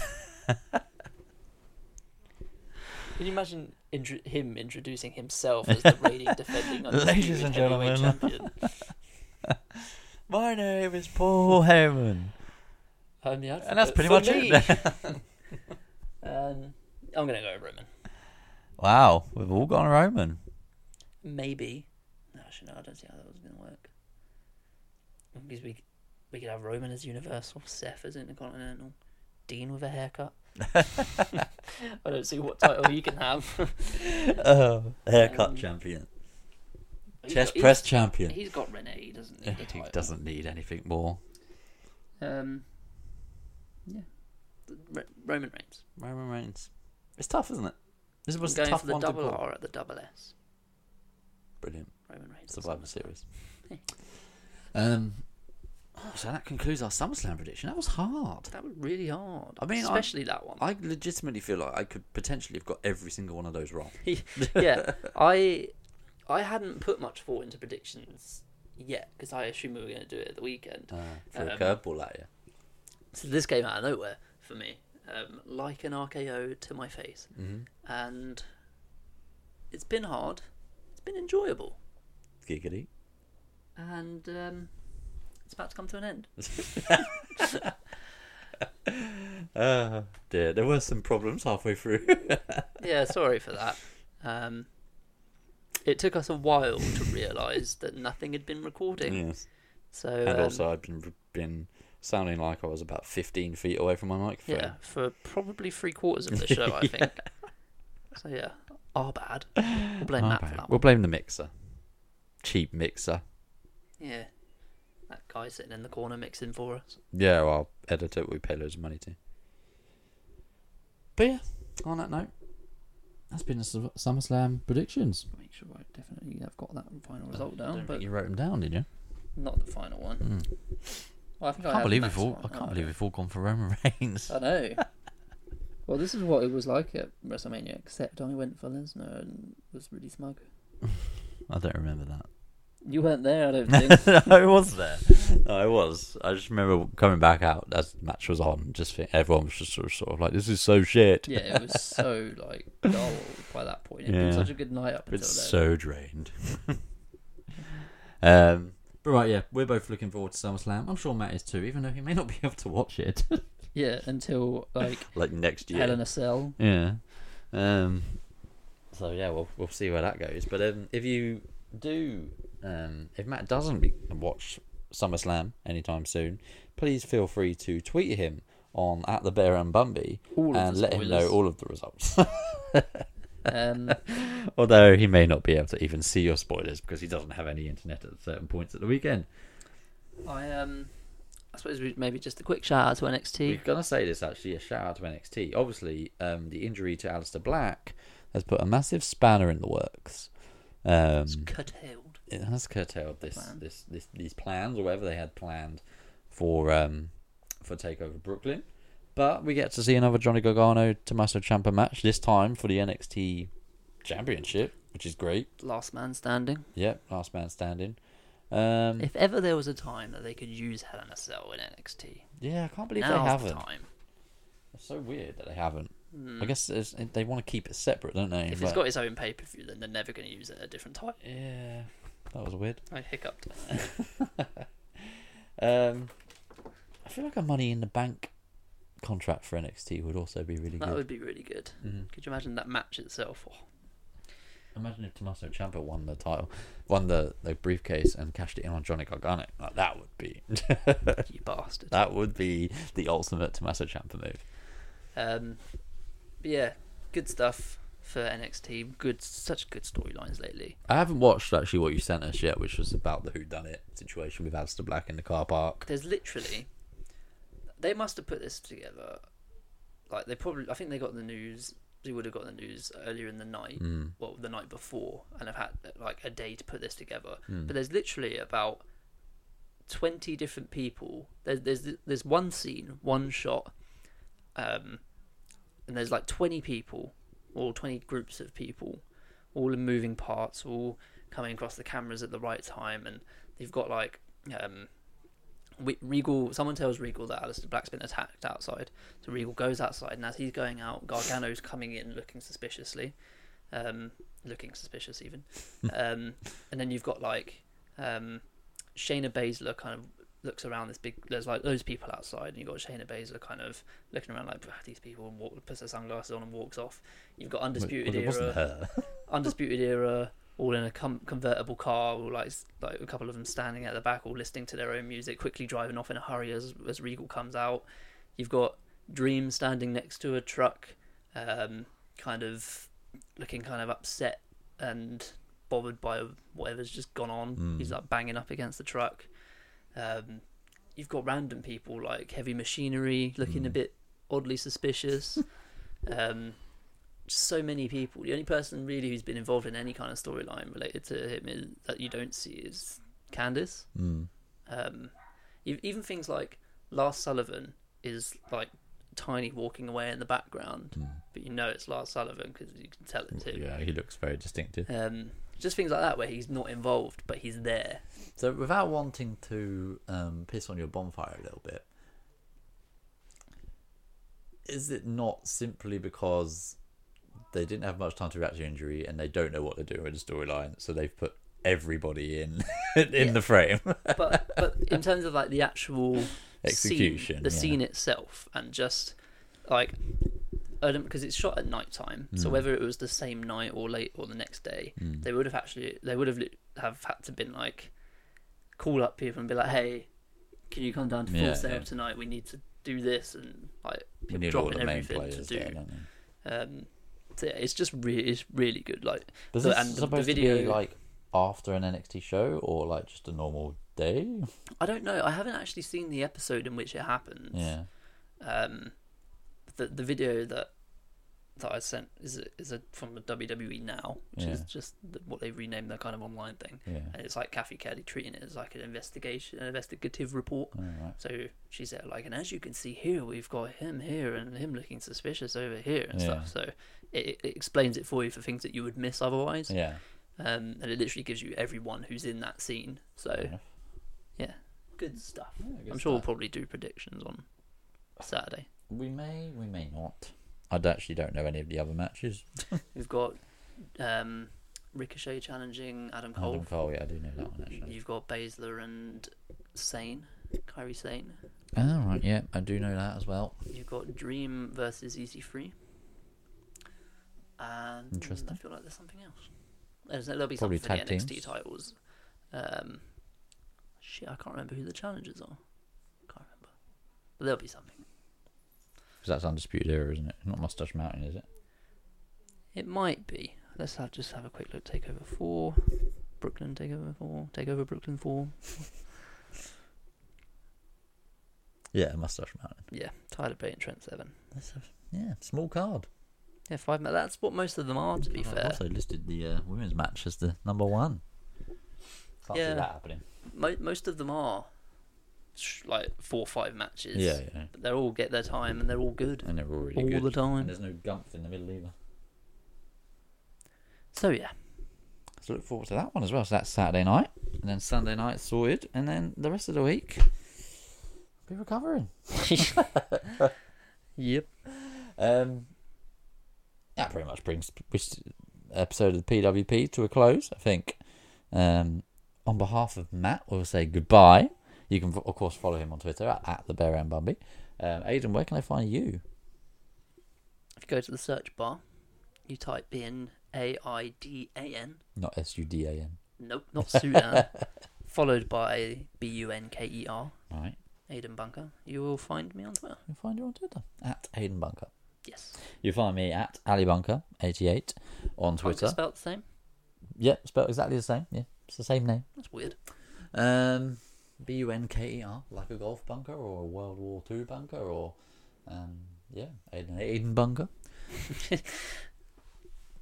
C: you imagine intro- him introducing himself as the reigning defending
B: Ladies
C: undisputed
B: and
C: heavyweight
B: gentlemen.
C: champion?
B: my name is Paul Heyman.
C: I mean, I'd-
B: And that's
C: uh,
B: pretty
C: for
B: much
C: me,
B: it.
C: um, I'm gonna go with Roman.
B: wow, we've all gone Roman.
C: Maybe. No, Actually, no, I don't see how that was going to work. Because we, we could have Roman as Universal, Seth as Intercontinental, Dean with a haircut. I don't see what title you can have.
B: Oh, Um, haircut
C: Um,
B: champion.
C: He's
B: Chest
C: got-
B: press
C: he's-
B: champion.
C: He's got Renee, doesn't he?
B: Yeah, He doesn't need anything more.
C: Um, yeah. Re- Roman Reigns.
B: Roman Reigns. It's tough, isn't it? This
C: I'm
B: was a
C: going
B: tough
C: for the
B: one to
C: double
B: call.
C: R at the double S.
B: Brilliant
C: Roman Reigns.
B: Survivor Series. um, oh, so that concludes our SummerSlam prediction. That was hard.
C: That was really hard.
B: I mean, I-
C: especially that one.
B: I legitimately feel like I could potentially have got every single one of those wrong.
C: yeah, I I hadn't put much thought into predictions yet because I assumed we were going to do it at the weekend.
B: For Uh, a
C: Um,
B: curveball at you.
C: So this came out of nowhere for me, um, like an RKO to my face,
B: Mm-hmm.
C: and it's been hard. It's been enjoyable,
B: Giggity.
C: and um, it's about to come to an end.
B: Uh, dear, there were some problems halfway through.
C: yeah, sorry for that. Um, it took us a while to realise that nothing had been recording.
B: Yes.
C: So
B: And
C: um,
B: also, I've been, been sounding like I was about 15 feet away from my microphone.
C: yeah, for probably three quarters of the show, I think. So yeah, our bad. We'll blame
B: My
C: Matt for
B: bad.
C: that.
B: We'll
C: One.
B: blame the mixer. Cheap mixer.
C: Yeah, that guy sitting in the corner mixing for us.
B: Yeah, well, I'll edit it. We pay loads of money to. But yeah, on that note, that's been the Su- SummerSlam predictions.
C: Make sure I definitely have got that final result
B: I
C: down,
B: Oh, don't
C: but
B: think you wrote them down, did you?
C: not the final one. Well, I think I
B: I can't
C: had
B: believe
C: Matt's
B: we've all.
C: one.
B: I
C: Oh,
B: can't believe we've all gone for Roman Reigns.
C: I know. well, this is what it was like at WrestleMania, except I went for Lesnar and was really smug.
B: I don't remember that.
C: You weren't there, I don't think.
B: I was there. I was. I just remember coming back out as the match was on. Just think everyone was just sort of, sort of like, "This is so shit."
C: yeah, it was so like dull by that point. It had
B: Yeah.
C: been such a good night up until
B: It's
C: then.
B: so drained. um, but right, yeah, we're both looking forward to SummerSlam. I'm sure Matt is too, even though he may not be able to watch it
C: Yeah, until like
B: like next
C: Hell in a Cell.
B: Yeah. Um, so yeah, we'll we'll see where that goes. But um, if you do, um, if Matt doesn't be, watch SummerSlam anytime soon, please feel free to tweet him on at the Bear and Bumby
C: All of
B: and
C: the
B: let him know
C: spoilers.
B: all of the results.
C: Um,
B: Although he may not be able to even see your spoilers because he doesn't have any internet at certain points at the weekend.
C: I um, I suppose we maybe just a quick shout out to NXT.
B: We're gonna say this actually. A shout out to NXT. Obviously, um, the injury to Alistair Black has put a massive spanner in the works. Um,
C: Curtailed.
B: it has curtailed this,
C: plan.
B: this this these plans or whatever they had planned for um for takeover Brooklyn. But we get to see another Johnny Gargano Tommaso Ciampa match this time for the NXT Championship, which is great.
C: Last man standing.
B: Yep, last man standing. Um,
C: If ever there was a time that they could use Hell in a Cell in NXT,
B: yeah, I can't believe they
C: now's the
B: haven't.
C: time. Hmm.
B: It's so weird that they haven't. I guess it's, they want to keep it separate, don't they?
C: If it's got its own pay per view, then they're never going to use it at a different time.
B: yeah, that was weird.
C: I hiccuped.
B: Mm-hmm. Um, I feel like a Money in the Bank contract for NXT would also be really
C: That
B: good.
C: would be really good.
B: Mm-hmm.
C: Could you imagine that match itself? Oh,
B: Imagine if Tommaso Ciampa won the title, won the, the briefcase, and cashed it in on Johnny Gargano. Like, that would be
C: Oh, you bastard.
B: that would be the ultimate Tommaso Ciampa move.
C: Um, but yeah, good stuff for NXT. Good, such good storylines lately.
B: I haven't watched actually what you sent us yet, which was about the Who Done It situation with Alistair Black in the car park.
C: There's literally, they must have put this together. Like they probably, I think they got the news. They would have got the news earlier in the night, well, the night before, and have had like a day to put this together. But there's literally about twenty different people. There's there's there's one scene, one shot, um, and there's like twenty people or twenty groups of people, all in moving parts, all coming across the cameras at the right time, and they've got like um, we- Regal. Someone tells Regal that Alistair Black's been attacked outside, so Regal goes outside, and as he's going out, Gargano's coming in looking suspiciously, um, looking suspicious even, um, and then you've got like um, Shayna Baszler kind of looks around this big. There's like those people outside, and you've got Shayna Baszler kind of looking around like "Ah, these people, and walk, puts her sunglasses on and walks off. You've got undisputed
B: Well, it
C: era.
B: wasn't her.
C: Undisputed Era, all in a com- convertible car, all like like a couple of them standing at the back, all listening to their own music, quickly driving off in a hurry as as Regal comes out. You've got Dream standing next to a truck, um, kind of looking kind of upset and bothered by whatever's just gone on. He's like banging up against the truck. Um, you've got random people like heavy machinery looking a bit oddly suspicious. um, just so many people. The only person really who's been involved in any kind of storyline related to him is, that you don't see is Candice. Um, e- even things like Lars Sullivan is like tiny walking away in the background, but you know it's Lars Sullivan because you can tell it's him.
B: Yeah, he looks very distinctive.
C: Um, just things like that where he's not involved but he's there.
B: So, without wanting to um, piss on your bonfire a little bit, is it not simply because they didn't have much time to react to the injury and they don't know what they're doing with the storyline, so they've put everybody in in the frame?
C: but but in terms of like the actual
B: Execution,
C: scene, the
B: yeah.
C: scene itself, and just like I don't because it's shot at night time.
G: Mm.
C: So whether it was the same night or late or the next day, they would have actually they would have li- have had to been like call up people and be like, hey, can you come down to full
G: Yeah,
C: sale
G: yeah.
C: tonight? We need to do this and like
G: We
C: people
G: need all
C: dropping
G: the main
C: everything to
G: players
C: do.
G: there, don't we?
C: Um, so yeah, it's just really it's really good. Like
B: Does
C: the-
B: this
C: and the- the
B: supposed
C: video,
B: to be like after an NXT show or like just a normal day?
C: I don't know. I haven't actually seen the episode in which it happens.
B: Yeah.
C: um, the the video that that I sent is a, is a, from the WWE now, which is
B: Yeah.
C: just the, what they've renamed their kind of online thing,
B: Yeah.
C: and it's like Kathy Kelly treating it as like an investigation, an investigative report. So she's there like, and as you can see here, we've got him here and him looking suspicious over here and
B: Yeah.
C: stuff. So it, it explains it for you for things that you would miss otherwise,
B: Yeah.
C: um, and it literally gives you everyone who's in that scene. So
B: enough.
C: yeah, good stuff.
B: good
C: I'm sure we'll
B: stuff.
C: probably do predictions on Saturday.
B: We may, we may not. I d- actually don't know any of the other matches.
C: We've got um, Ricochet challenging Adam Cole.
B: Adam Cole, yeah, I do know that one actually.
C: You've got Baszler and Sane, Kyrie Sane.
B: Oh, right, yeah, I do know that as well.
C: You've got Dream versus Easy Free. And I
B: Interesting.
C: feel like there's something else. There's, there'll be
B: Probably
C: something for the
B: tag
C: NXT
B: teams.
C: titles. Um, shit, I can't remember who the challengers are. Can't remember. But there'll be something.
B: Because that's Undisputed Era, isn't it? Not Mustache Mountain, is it?
C: It might be. Let's have, just have a quick look. Takeover 4. Brooklyn Takeover 4. Takeover Brooklyn 4.
B: Yeah, Mustache Mountain.
C: Yeah, Tyler Bate and Trent Seven.
B: That's a, yeah, small card.
C: Yeah, five. ma- That's what most of them are, to be
B: I've
C: fair.
B: also listed the uh, women's match as the number one. Can't
C: Yeah.
B: see that happening.
C: Mo- most of them are sh- like four or five matches.
B: Yeah, yeah.
C: But they all get their time and they're all good.
B: And they're all really
C: All
B: good.
C: the time.
B: And there's no gump in the middle either.
C: So yeah,
B: So look forward to that one as well. So that's Saturday night, and then Sunday night sorted, and then the rest of the week be recovering.
C: yep.
B: Um, that pretty much brings this episode of the PWP to a close. I think. Um, on behalf of Matt, we'll say goodbye. You can of course follow him on Twitter at, at the Bear and Bumby. Um, Aidan, where can I find you?
C: If you go to the search bar, you type in A I D A N.
B: Not S U D A N.
C: Nope, not Sudan. followed by B U N K E R.
B: Right.
C: Aiden Bunker. You will find me on Twitter.
B: You can find you on Twitter at Aidan Bunker.
C: Yes.
B: You find me at Ali Bunker eighty eight on
C: Bunker
B: Twitter.
C: spelled the same.
B: Yep, spelled exactly the same. Yeah, it's the same name.
C: That's weird.
B: Um, B U N K E R, like a golf bunker or a World War Two bunker or, um, yeah, Aiden, Aiden bunker.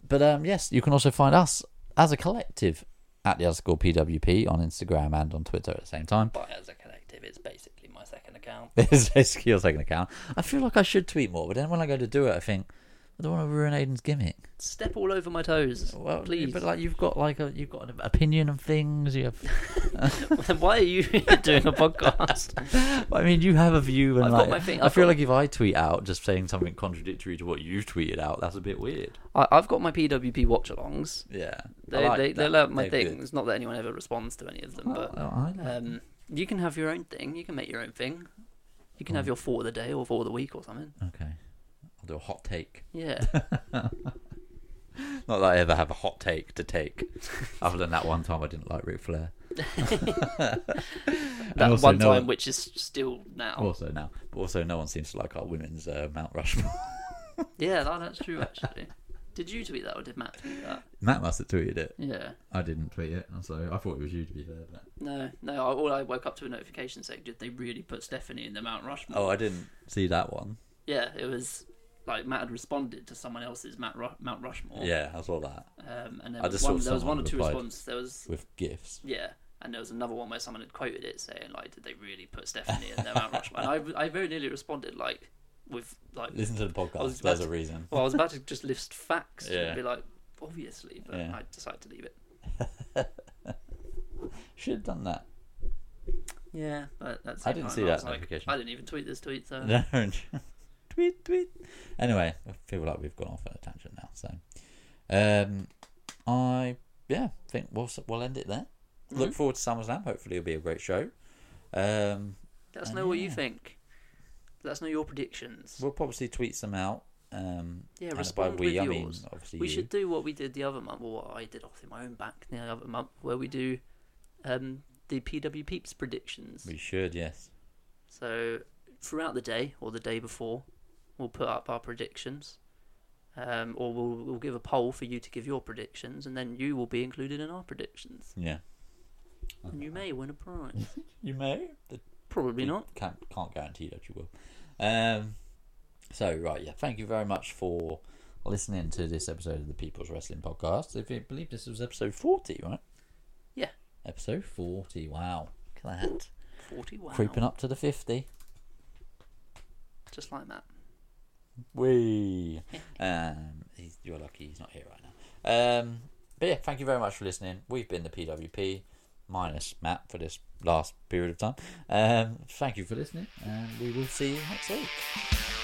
B: but um, yes, you can also find us as a collective at the underscore PWP on Instagram and on Twitter at the same time.
C: But as a collective, it's basically my second account.
B: It's basically your second account. I feel like I should tweet more, but then when I go to do it, I think I don't want to ruin Aiden's gimmick.
C: Step all over my toes.
B: Well,
C: please.
B: but like you've got like a you've got an opinion on things. You have,
C: Then why are you doing a podcast?
B: I mean, you have a view, and
C: I've got
B: like
C: my thing,
B: I
C: I've
B: feel
C: got-
B: like if I tweet out just saying something contradictory to what you've tweeted out, that's a bit weird.
C: I, I've got my PWP watch alongs.
B: Yeah,
C: They, they, they
B: that.
C: alert my
B: They're good.
C: things. Not that anyone ever responds to any of them, but
B: Oh, I like-
C: um, you can have your own thing. You can make your own thing. You can have
B: Mm.
C: your thought of the day or thought of the week or something.
B: okay, I'll do a hot take.
C: Yeah.
B: Not that I ever have a hot take to take, other than that one time I didn't like Ric Flair.
C: that
B: also
C: one
B: no
C: time,
B: one-
C: which is still now.
B: Also now, but also no one seems to like our women's uh, Mount Rushmore.
C: Yeah, that, that's true, actually. did you tweet that or did Matt tweet that?
B: Matt must have tweeted it.
C: Yeah.
B: I didn't tweet it, so I thought it was you to be fair. But...
C: No, no. I, all I woke up to a notification saying, did they really put Stephanie in the Mount Rushmore?
B: Oh, I didn't see that one.
C: Yeah, it was like Matt had responded to someone else's Mount, Ru- Mount Rushmore.
B: Yeah, I saw that
C: Um, and there
B: I
C: was,
B: just
C: one,
B: saw
C: there was one
B: someone
C: or two
B: replied.
C: responses. There was
B: with gifs.
C: yeah, and there was another one where someone had quoted it saying like, "Did they really put Stephanie in their Mount Rushmore?" And I, I very nearly responded like, with like,
B: Listen to the
C: I was
B: podcast.
C: about
B: There's
C: to-
B: a reason.
C: well, I was about to just list facts
B: Yeah.
C: and be like, obviously, but
B: Yeah.
C: I decided to leave it.
B: Should have done that.
C: Yeah, but that's
B: I didn't see that notification.
C: I didn't even tweet this tweet, so
B: tweet, tweet. Anyway, I feel like we've gone off on a tangent now. So, um, I yeah, think we'll s- we'll end it there.
C: Mm-hmm.
B: Look forward to SummerSlam. Hopefully, it'll be a great show. Um,
C: let us
B: Oh,
C: know what you
B: yeah.
C: think. Let us know your predictions.
B: we'll probably tweet some out. Um,
C: Yeah,
B: and by
C: respond with
B: we, I mean,
C: yours.
B: obviously
C: we
B: you.
C: should do what we did the other month, or what I did off in my own back the other month, where we do um, the PW Peeps predictions.
B: We should, yes.
C: So throughout the day or the day before, we'll put up our predictions, um, or we'll we'll give a poll for you to give your predictions, and then you will be included in our predictions,
B: Yeah.
C: and you may win a prize.
B: You may. The
C: Probably
B: You
C: not.
B: Can't can't guarantee that you will. Um, so right, yeah. Thank you very much for listening to this episode of the People's Wrestling Podcast. If you believe this was episode forty, right?
C: Yeah.
B: Episode forty. Wow, look at that.
C: Forty wow.
B: Creeping up to the fifty.
C: just like that.
B: We. um, he's, you're lucky he's not here right now. Um, but yeah, thank you very much for listening. We've been the PWP minus Matt for this last period of time. Um, thank you for listening, and we will see you next week.